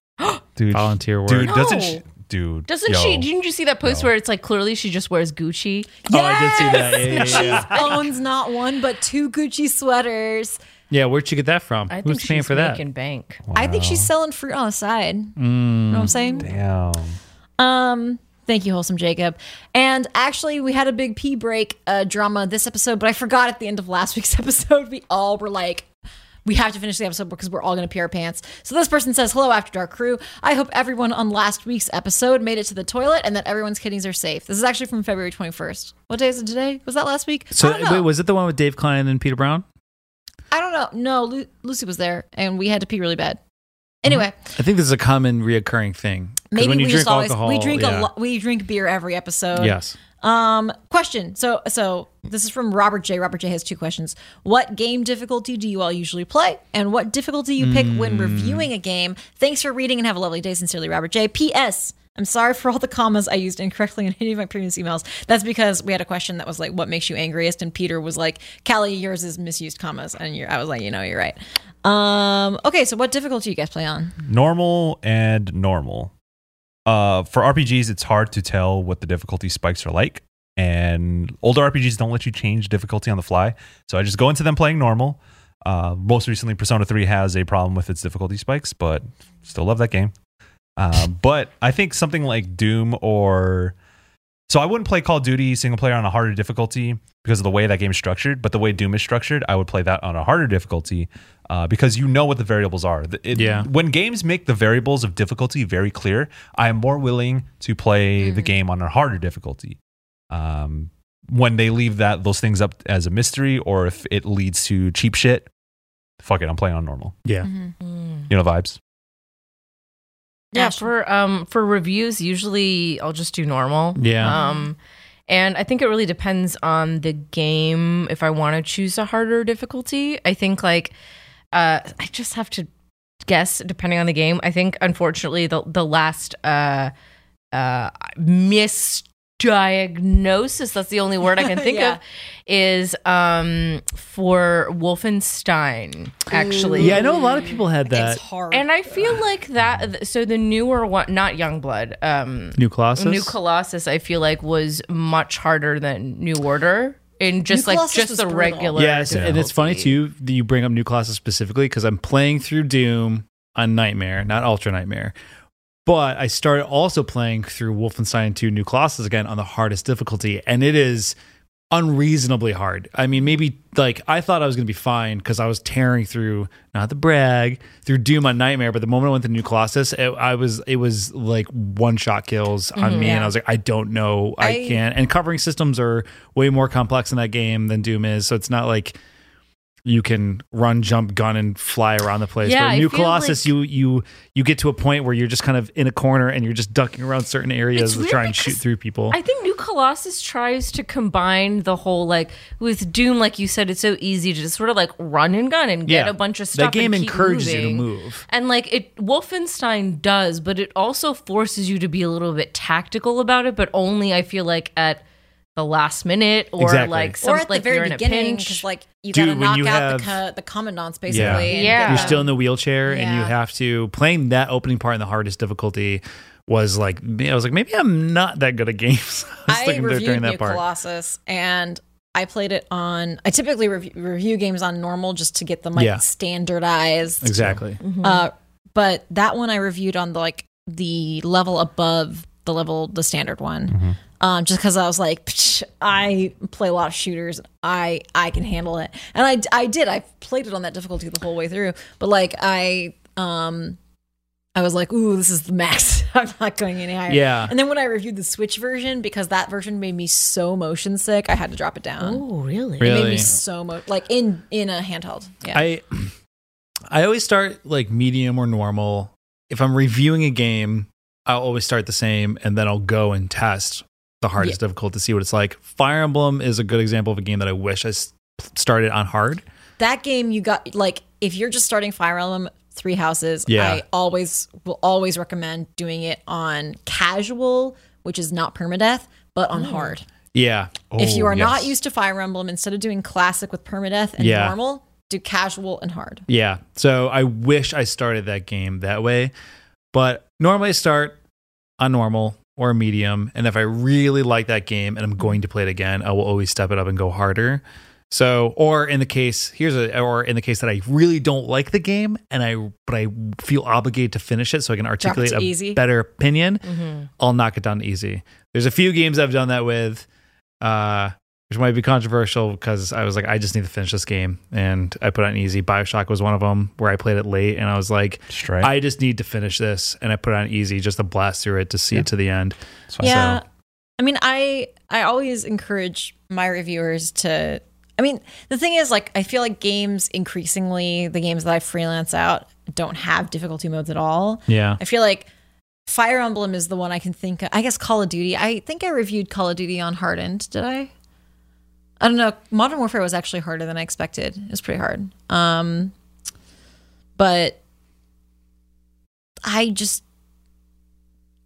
S2: dude.
S4: Volunteer work.
S2: Dude,
S3: No.
S2: doesn't she, dude?
S3: Doesn't
S2: yo.
S3: she? Didn't you see that post where it's like clearly she just wears Gucci?
S4: Oh, I did see that. Yeah, yeah, yeah.
S1: Owns not one but two Gucci sweaters.
S4: Yeah, where'd you get that from?
S3: I think
S4: Who's
S3: she's
S4: paying for that?
S3: making bank.
S1: I think
S2: Wow.
S1: she's selling fruit on the side. You
S4: Mm.
S1: know what I'm saying?
S2: Damn.
S1: Um, thank you, wholesome Jacob. And actually, we had a big pee break uh, drama this episode, but I forgot at the end of last week's episode, we all were like. We have to finish the episode because we're all going to pee our pants. So this person says, "Hello, After Dark crew. I hope everyone on last week's episode made it to the toilet and that everyone's kidneys are safe." This is actually from February 21st. What day is it today? Was that last week? I
S4: So
S1: don't know.
S4: wait, was it the one with Dave Klein and Peter Brown?
S1: I don't know. No, Lu- Lucy was there, and we had to pee really bad. Anyway,
S4: I think this is a common reoccurring thing. 'Cause
S1: maybe
S4: Mm-hmm. when you
S1: we
S4: drink
S1: just always
S4: alcohol,
S1: we drink
S4: yeah.
S1: a lo- we drink beer every episode.
S4: Yes.
S1: Um, question. So so this is from Robert J. Robert J. has two questions. What game difficulty do you all usually play, and what difficulty you pick
S4: Hmm.
S1: when reviewing a game? Thanks for reading and have a lovely day. Sincerely, Robert J. P.S. I'm sorry for all the commas I used incorrectly in any of my previous emails. That's because we had a question that was like, "What makes you angriest?" and Peter was like, "Callie, yours is misused commas," and you're, I was like, "You know, you're right." Um, okay, so what difficulty you guys play on?
S2: Normal and normal. Uh, for RPGs, it's hard to tell what the difficulty spikes are like, and older RPGs don't let you change difficulty on the fly. So I just go into them playing normal. Uh, most recently, Persona 3 has a problem with its difficulty spikes, but still love that game. Uh, but I think something like Doom or so I wouldn't play Call of Duty single player on a harder difficulty because of the way that game is structured. But the way Doom is structured, I would play that on a harder difficulty uh, because you know what the variables are. The- it-
S4: Yeah.
S2: When games make the variables of difficulty very clear, I am more willing to play the game on a harder difficulty. Um, when they leave that those things up as a mystery, or if it leads to cheap shit, fuck it, I'm playing on normal.
S4: Yeah.
S1: Mm-hmm.
S3: Mm.
S2: You know vibes.
S3: Yeah,
S1: Ashton.
S3: for um for reviews, usually I'll just do normal.
S4: Yeah.
S3: Um And I think it really depends on the game if I want to choose a harder difficulty. I think like uh I just have to guess depending on the game. I think unfortunately the the last uh uh misdiagnosis that's the only word I can think
S1: Yeah.
S3: of is um for Wolfenstein actually.
S4: Yeah, I know a lot of people had that.
S1: it's hard.
S3: And I feel like that. So the newer one, not Youngblood, um,
S4: New Colossus.
S3: New Colossus, I feel like was much harder than New Order, and just
S1: New
S3: like
S1: Colossus
S3: just
S1: was
S3: the
S1: brutal.
S3: regular.
S4: Yes, and it's funny
S3: difficulty.
S4: too that you bring up New Colossus specifically because I'm playing through Doom on Nightmare, not Ultra Nightmare. But I started also playing through Wolfenstein 2 New Colossus again on the hardest difficulty, and it is unreasonably hard. I mean, maybe like I thought I was going to be fine because I was tearing through not the brag through Doom on Nightmare, but the moment I went to New Colossus, it, I was it was like one shot kills
S3: Mm-hmm.
S4: on me, and I was like, I don't know, I,
S1: I-
S4: can't. And covering systems are way more complex in that game than Doom is, so it's not like you can run, jump, gun, and fly around the place.
S3: Yeah,
S4: but
S3: I
S4: in New
S3: feel
S4: Colossus,
S3: like-
S4: you you you get to a point where you're just kind of in a corner and you're just ducking around certain areas
S3: It's
S4: to
S3: weird
S4: try and
S3: because
S4: shoot through people.
S3: I think New Colossus tries to combine the whole like with Doom, like you said, it's so easy to just sort of like run and gun and get
S4: Yeah.
S3: a bunch of
S4: That
S3: stuff. and
S4: game
S3: keep
S4: encourages you to
S3: moving.
S4: move.
S3: and like it Wolfenstein does, but it also forces you to be a little bit tactical about it. But only I feel like at the last minute or
S4: Exactly.
S3: like some,
S1: or at
S3: like
S1: the
S3: you're
S1: very
S3: in a
S1: beginning,
S3: pinch.
S1: because like you
S4: Dude,
S1: gotta
S4: when
S1: knock
S4: you
S1: out
S4: have-
S1: the, co- the commandants basically.
S4: Yeah.
S1: and get
S3: Yeah. You're
S4: you're
S1: them-
S4: still in the wheelchair and you
S1: Yeah.
S4: have to playing that opening part in the hardest difficulty was like I was like maybe I'm not that good at games. I was
S1: I
S4: thinking
S1: reviewed
S4: during that
S1: New
S4: part.
S1: Colossus and I played it on. I typically rev- review games on normal just to get them like
S4: Yeah.
S1: standardized.
S4: Exactly.
S1: Uh, but that one I reviewed on the like the level above the level the standard one,
S4: Mm-hmm.
S1: um, just because I was like, "Psh, I play a lot of shooters, I I can handle it, and I I did I played it on that difficulty the whole way through, but like I um. I was like, "Ooh, this is the max. I'm not going any higher."
S4: Yeah.
S1: And then when I reviewed the Switch version, because that version made me so motion sick, I had to drop it down.
S3: oh really?
S1: It made
S4: Really.
S1: me so mo- like in in a handheld. Yeah.
S4: I I always start like medium or normal. If I'm reviewing a game, I'll always start the same and then I'll go and test the hardest difficult to see what it's like. Fire Emblem is a good example of a game that I wish I s- started on hard.
S1: that game you got like if you're just starting Fire Emblem Three Houses,
S4: Yeah.
S1: I always will always recommend doing it on casual, which is not permadeath, but on hard.
S4: Yeah.
S1: if you
S2: Oh,
S1: are not
S2: yes.
S1: used to Fire Emblem, instead of doing classic with permadeath and
S4: Yeah.
S1: normal, do casual and hard.
S4: Yeah. So I wish I started that game that way. But normally I start on normal or medium. And if I really like that game and I'm going to play it again, I will always step it up and go harder. So, or in the case, here's a, or in the case that I really don't like the game and I, but I feel obligated to finish it so I can articulate
S1: to
S4: a
S1: easy. Mm-hmm.
S4: better opinion, I'll knock it down to easy. There's a few games I've done that with. Uh, which might be controversial because I was like, I just need to finish this game, and I put it on easy. Bioshock was one of them where I played it late, and I was like,
S2: Strike.
S4: I just need to finish this, and I put it on easy just to blast through it to see it to the end.
S2: That's fine.
S1: Yeah. I mean, I I always encourage my reviewers to I mean, the thing is like I feel like games increasingly, the games that I freelance out don't have difficulty modes at all.
S4: Yeah,
S1: I feel like Fire Emblem is the one I can think of. I guess Call of Duty. I think I reviewed Call of Duty on Hardened. Did I? I don't know. Modern Warfare was actually harder than I expected. It was pretty hard. Um, but I just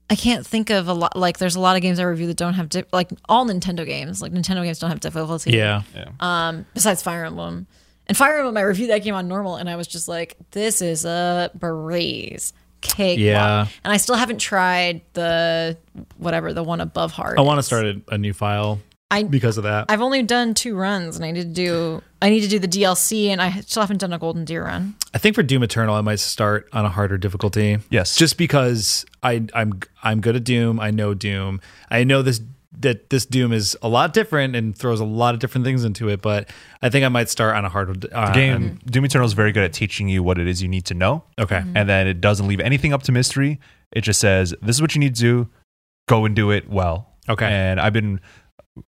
S1: I can't think of a lot. Like, there's a lot of games I review that don't have di- like all Nintendo games. Like Nintendo games don't have difficulty.
S4: yeah,
S1: Um, besides Fire Emblem. And Fire Emblem, I reviewed that game on normal, and I was just like, "This is a breeze, cake."
S4: yeah.
S1: And I still haven't tried the whatever the one above hard.
S4: I want to
S1: is.
S4: start a, a new file
S1: I
S4: because of that.
S1: I've only done two runs, and I need to do I need to do the DLC, and I still haven't done a Golden Deer run.
S4: I think for Doom Eternal, I might start on a harder difficulty.
S2: Yes.
S4: just because I I'm I'm good at Doom. I know Doom. I know this that this Doom is a lot different and throws a lot of different things into it. But I think I might start on a harder uh,
S2: Game Doom Eternal is very good at teaching you what it is you need to know,
S4: Okay.
S2: and then it doesn't leave anything up to mystery. It just says this is what you need to do. Go and do it well.
S4: Okay.
S2: And I've been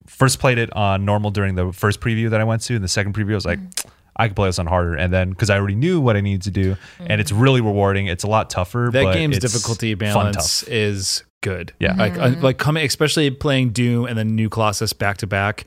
S2: first played it on normal during the first preview that I went to, and the second preview I was like,
S3: Mm-hmm.
S2: I could play this on harder, and then because I already knew what I needed to do, and it's really rewarding. It's a lot tougher.
S4: That
S2: but
S4: game's
S2: it's
S4: difficulty
S2: fun
S4: balance is good.
S2: Yeah.
S4: like
S1: Mm-hmm.
S4: uh, like coming, especially playing Doom and then New Colossus back to back.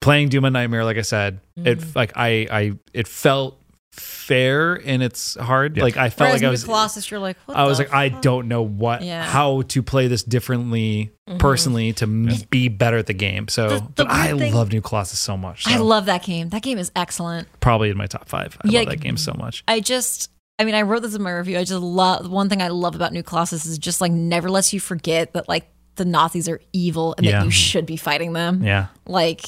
S4: Playing Doom and Nightmare, like I said,
S1: Mm.
S4: it like I I it felt fair and it's hard.
S2: Yeah.
S4: Like I felt
S1: Whereas
S4: like I
S1: New
S4: was
S1: Colossus, you're like, what
S4: I
S1: the
S4: was like I
S1: fuck?
S4: don't know what
S1: Yeah. Mm-hmm.
S4: how to play this differently personally to m- be better at the game. So
S1: The- the
S4: but I
S1: weird thing-
S4: love New Colossus so much. So
S1: I love that game. That game is excellent.
S4: probably in my top five. I
S1: Yeah,
S4: love that game so much.
S1: I just, I mean, I wrote this in my review. I just love one thing I love about New Colossus is just like never lets you forget that like the Nazis are evil and
S4: Yeah.
S1: that you should be fighting them.
S4: Yeah.
S1: Like,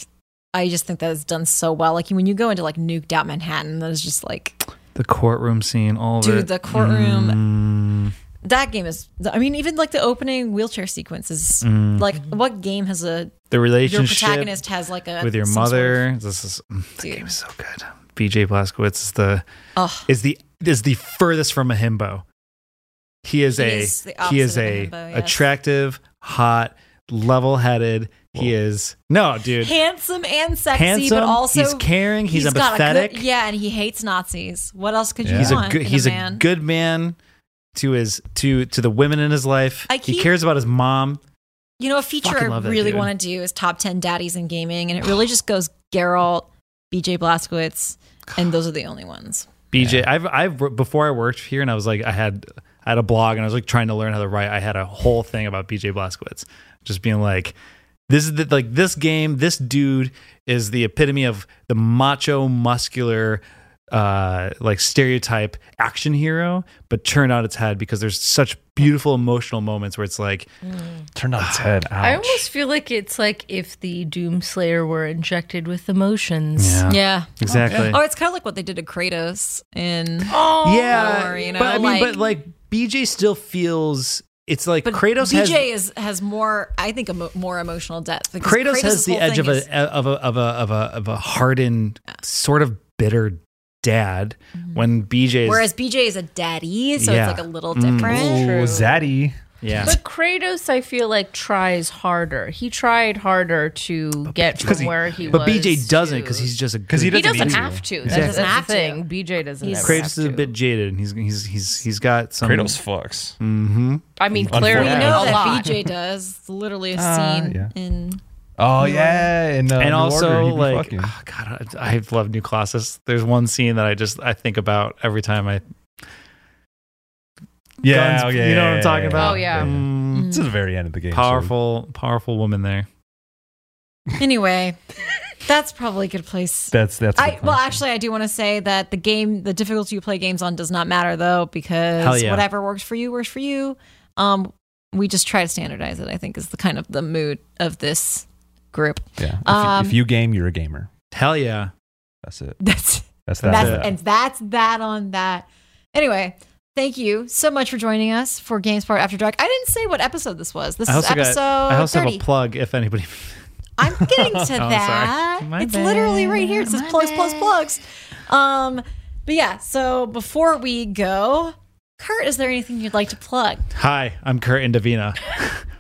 S1: I just think that is done so well. Like when you go into like nuked out Manhattan, that is just like,
S4: The courtroom scene, all of
S1: dude,
S4: it.
S1: the courtroom.
S4: Mm,
S1: That game is. I mean, even like the opening wheelchair sequence is
S4: Mm.
S1: like, what game has a
S4: the
S1: your
S4: relationship
S1: protagonist has like a
S4: with your
S1: some sort of-
S4: mother. this is mm, the
S1: Dude.
S4: game is so good. BJ Blazkowicz is the
S1: Ugh.
S4: is the is the furthest from a himbo. He is
S1: He
S4: a
S1: is the
S4: he is
S1: opposite
S4: a,
S1: of a himbo, yes.
S4: attractive, hot, level-headed. He is no dude.
S1: handsome and sexy,
S4: Handsome.
S1: but also
S4: he's caring. He's,
S1: got
S4: empathetic.
S1: A good, yeah, and he hates Nazis. What else could you
S4: He's a
S1: want?
S4: good.
S1: in
S4: He's
S1: a,
S4: a,
S1: man?
S4: good man to his to to the women in his life.
S1: I
S4: he
S1: keep-
S4: cares about his mom.
S1: You know, a feature
S4: Fucking
S1: I
S4: love that
S1: really
S4: dude.
S1: want to do is top ten daddies in gaming, and it really just goes Geralt, B.J. Blazkowicz, and those are the only ones.
S4: BJ, I've I've before I worked here and I was like I had I had a blog and I was like trying to learn how to write. I had a whole thing about BJ Blazkowicz, just being like, this is the, like this game. This dude is the epitome of the macho, muscular, uh, like stereotype action hero, but turned on its head because there's such beautiful emotional moments where it's like,
S2: Turned on its head. Ouch.
S3: I almost feel like it's like if the Doomslayer were injected with emotions.
S1: Yeah.
S4: exactly.
S1: Oh, it's kind of like what they did to Kratos in.
S4: Oh,
S3: Oh,
S4: yeah,
S1: or, you know,
S4: but I mean,
S1: like-
S4: but like BJ still feels. It's like
S1: But
S4: Kratos
S1: BJ
S4: has
S1: is has more, I think, emo- more emotional depth. because
S4: Kratos, has
S1: Kratos'
S4: the
S1: whole
S4: edge
S1: thing
S4: of a, e,
S1: is-
S4: of a of a of a of a hardened, sort of bitter dad. When BJ's
S1: Whereas BJ is a daddy, so
S4: Yeah.
S1: it's like a little
S4: Mm.
S1: different.
S2: Ooh, Zaddy.
S4: yeah,
S3: But Kratos, I feel like tries harder. He tried harder to get from
S2: he-
S3: where he
S4: but
S3: was.
S4: BJ doesn't because
S3: to-
S4: he's just a good,
S2: 'Cause he
S3: he
S2: doesn't
S3: doesn't
S2: need to.
S3: have to. That's,
S4: Exactly.
S3: that's
S1: Doesn't have
S3: the thing.
S1: to.
S3: BJ doesn't.
S1: He's-
S3: ever
S4: Kratos
S3: have
S4: is a
S3: to.
S4: bit jaded. and He's he's he's he's got some
S2: Kratos Uh, fucks.
S4: hmm
S3: I mean, clearly
S1: We
S2: Yeah.
S1: know
S3: a
S1: that
S3: lot.
S1: BJ does. It's literally a scene
S2: Uh, yeah.
S1: in.
S2: Oh yeah, and, uh,
S4: and
S2: New
S4: also
S2: Order, he'd be
S4: like
S2: fucking.
S4: oh, God, I, I love New Colossus. There's one scene that I just I think about every time I
S2: yeah,
S4: guns-
S2: oh, yeah, yeah,
S4: you know what
S2: Mm-hmm.
S4: I'm talking about.
S3: Oh, yeah.
S4: Mm,
S2: It's at the very end of the game. so-
S4: powerful powerful woman there.
S1: Anyway, that's probably a good place.
S2: That's that's. a
S1: I
S2: good
S1: well,
S2: point.
S1: actually, I do want to say that the game, the difficulty you play games on, does not matter though,
S4: Hell
S1: because
S4: yeah.
S1: whatever works for you works for you. Um, we just try to standardize it. I think is the kind of the mood of this group.
S2: yeah. If,
S1: um,
S2: you, if you game, you're a gamer.
S4: Hell yeah.
S2: That's it.
S1: That's
S2: That's that.
S1: that's
S4: it.
S1: and that's that on that. Anyway, thank you so much for joining us for GameSpot After Dark. I didn't say what episode this was. This
S4: I
S1: is
S4: also
S1: episode
S4: got I also have
S1: thirty.
S4: a plug if anybody
S1: I'm getting to
S4: Oh, sorry.
S1: that.
S4: My
S1: it's
S4: bad.
S1: literally right here. It says
S3: My
S1: plugs, plugs,
S3: bad.
S1: plugs. Um, but yeah, so before we go, Kurt, is there anything you'd like to plug?
S4: Hi, I'm Kurt and Davina,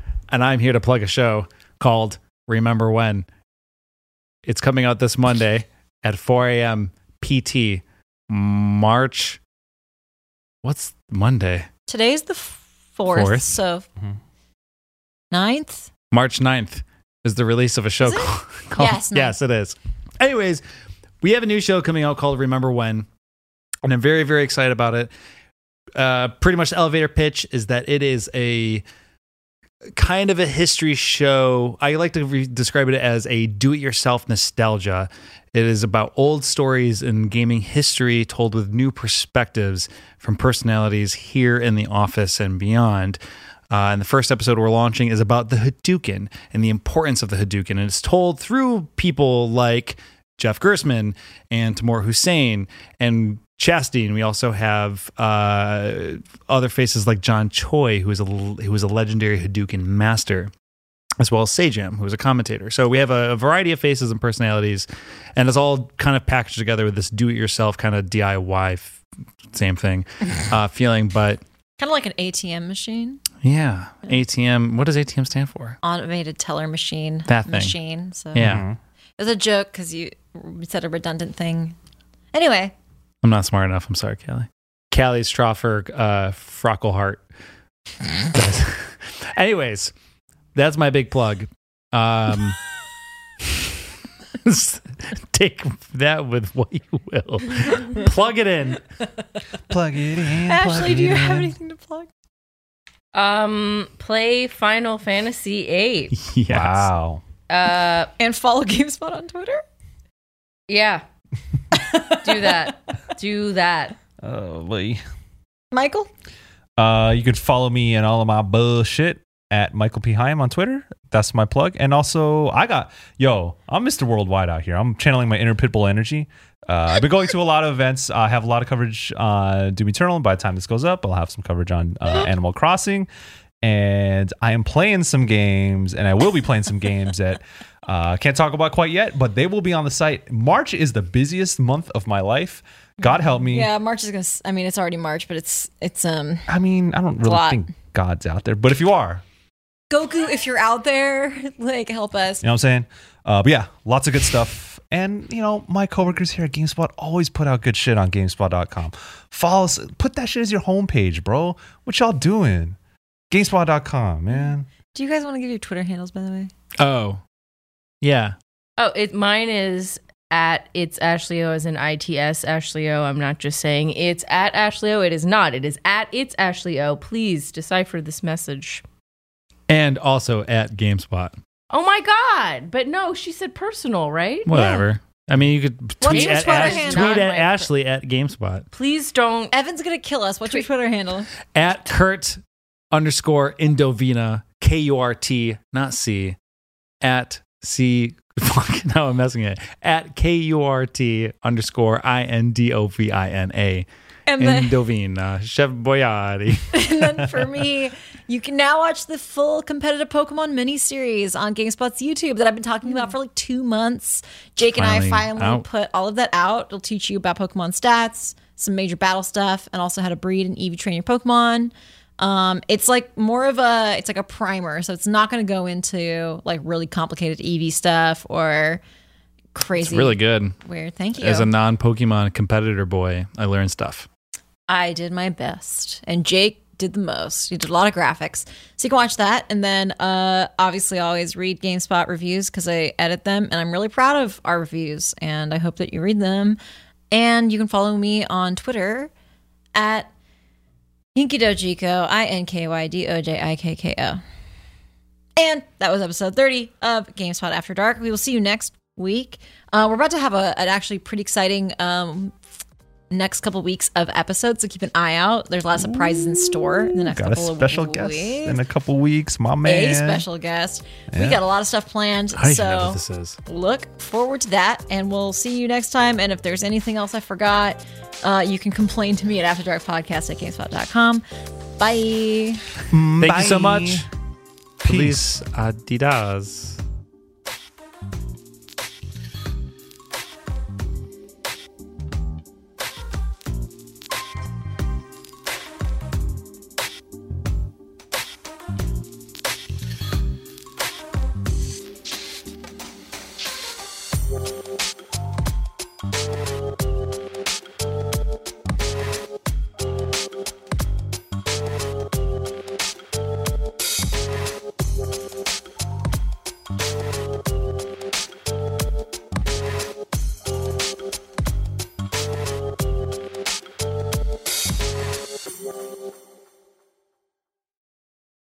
S4: and I'm here to plug a show called Remember When. It's coming out this Monday at 4 a.m. PT, March. What's Monday?
S1: Today's the fourth,
S4: Fourth. Mm-hmm.
S1: so
S2: Mhm.
S1: ninth.
S4: March 9th is the release of a show
S1: Is it?
S4: called,
S1: Yes, ninth.
S4: yes, it is. Anyways, we have a new show coming out called Remember When, and I'm very, very excited about it. Uh, pretty much the elevator pitch is that it is a kind of a history show. I like to re- describe it as a do it yourself nostalgia. It is about old stories in gaming history told with new perspectives from personalities here in the office and beyond. Uh, and the first episode we're launching is about the Hadouken and the importance of the Hadouken. And it's told through people like Jeff Gersman and Tamor Hussein and Chastain. We also have uh, other faces like John Choi, who is a who is a legendary Hadouken master, as well as Sejam, who is a commentator. So we have a, a variety of faces and personalities, and it's all kind of packaged together with this do-it-yourself kind of DIY, f- same thing, uh, feeling. But
S1: Kind of like an ATM machine,
S4: yeah, ATM. What does ATM stand for?
S1: automated teller machine.
S4: That thing.
S1: Machine. So
S4: Yeah,
S1: It was a joke because you said a redundant thing. Anyway,
S4: I'm not smart enough. I'm sorry, Callie. Callie Stroffer, uh, Frocklehart. Anyways, that's my big plug. Um, take that with what you will. plug it in.
S2: Plug it in.
S1: Ashley, do you have anything to plug?
S3: Um, play Final Fantasy VIII.
S4: Yes.
S2: Wow.
S3: Uh,
S1: And follow GameSpot on Twitter?
S3: yeah. Do that. Do that.
S2: Oh, boy.
S1: Michael?
S2: Uh, you can follow me and all of my bullshit at Michael P. Haim on Twitter. That's my plug. And also, I got, yo, I'm Mr. Worldwide out here. I'm channeling my inner Pitbull energy. Uh, I've been going to a lot of events. I have a lot of coverage on Doom Eternal. And by the time this goes up, I'll have some coverage on uh, Animal Crossing. And I am playing some games, and I will be playing some games that uh, can't talk about quite yet, but they will be on the site. March is the busiest month of my life. God help
S4: Mm.
S2: me.
S1: Yeah, March is going to I mean, it's already March, but it's it's um
S2: I mean, I don't
S1: a
S2: really
S1: lot.
S2: think God's out there, but if you are,
S1: Goku, if you're out there, like help us.
S2: you know what I'm saying? Uh, but yeah, lots of good stuff. And, you know, my coworkers here at GameSpot always put out good shit on GameSpot.com. Follow us, put that shit as your homepage, bro. What y'all doing? GameSpot.com, man.
S1: Do you guys want to give your Twitter handles by the way?
S4: Oh. Yeah.
S3: Oh, it mine is at it's Ashley O as in ITS Ashley O. I'm not just saying it's at Ashley O. It is not. It is at it's Ashley O. Please decipher this message.
S4: And also at GameSpot.
S3: Oh my god. But no, she said personal, right?
S4: Whatever. I mean, you could
S1: What's
S4: tweet
S1: your
S4: at,
S1: Twitter
S4: Ash-
S1: handle?
S4: tweet
S3: Not
S4: at
S3: my-
S4: Ashley at GameSpot.
S3: Please don't
S1: Evan's gonna kill us. What's your Twitter handle?
S4: At Kurt underscore Indovina, K U R T, not C, at C. Fuck, now I'm messing it. At K U R T underscore I N D O V I N A.
S1: And then
S4: Indovina, Chef Boyardi.
S1: and then for me, you can now watch the full competitive Pokemon miniseries on GameSpot's YouTube that I've been talking about for like two months. Jake and I
S4: Hmm. Finally
S1: finally
S4: out.
S1: put all of that out. It'll teach you about Pokemon stats, some major battle stuff, and also how to breed and EV train your Pokemon. Um, it's like more of a it's like a primer, so it's not going to go into like really complicated EV stuff or crazy
S4: It's really good.
S1: weird. Thank you.
S4: As a non Pokemon competitor boy, I learned stuff.
S1: I did my best, and Jake did the most. He did a lot of graphics, so you can watch that. And then, uh, obviously, I always read GameSpot reviews because I edit them, and I'm really proud of our reviews. And I hope that you read them. And you can follow me on Twitter at Yinkydojiko, I N K Y D O J I K K O. And that was episode 30 of GameSpot After Dark. We will see you next week. Uh, we're about to have a, an actually pretty exciting um, next couple weeks of episodes, so keep an eye out. There's a lot of surprises in store in the next
S2: Got a
S1: couple
S2: special
S1: of
S2: guest
S1: weeks.
S2: in a couple weeks, my man.
S1: a special guest. We
S2: Yeah.
S1: got a lot of stuff planned,
S4: I don't
S1: so
S4: even know what this is.
S1: look forward to that and we'll see you next time and if there's anything else i forgot uh, you can complain to me at afterdarkpodcast at gamespot.com bye
S4: Thank you so
S2: Bye.
S4: much.
S2: Peace.
S4: Please, Adidas.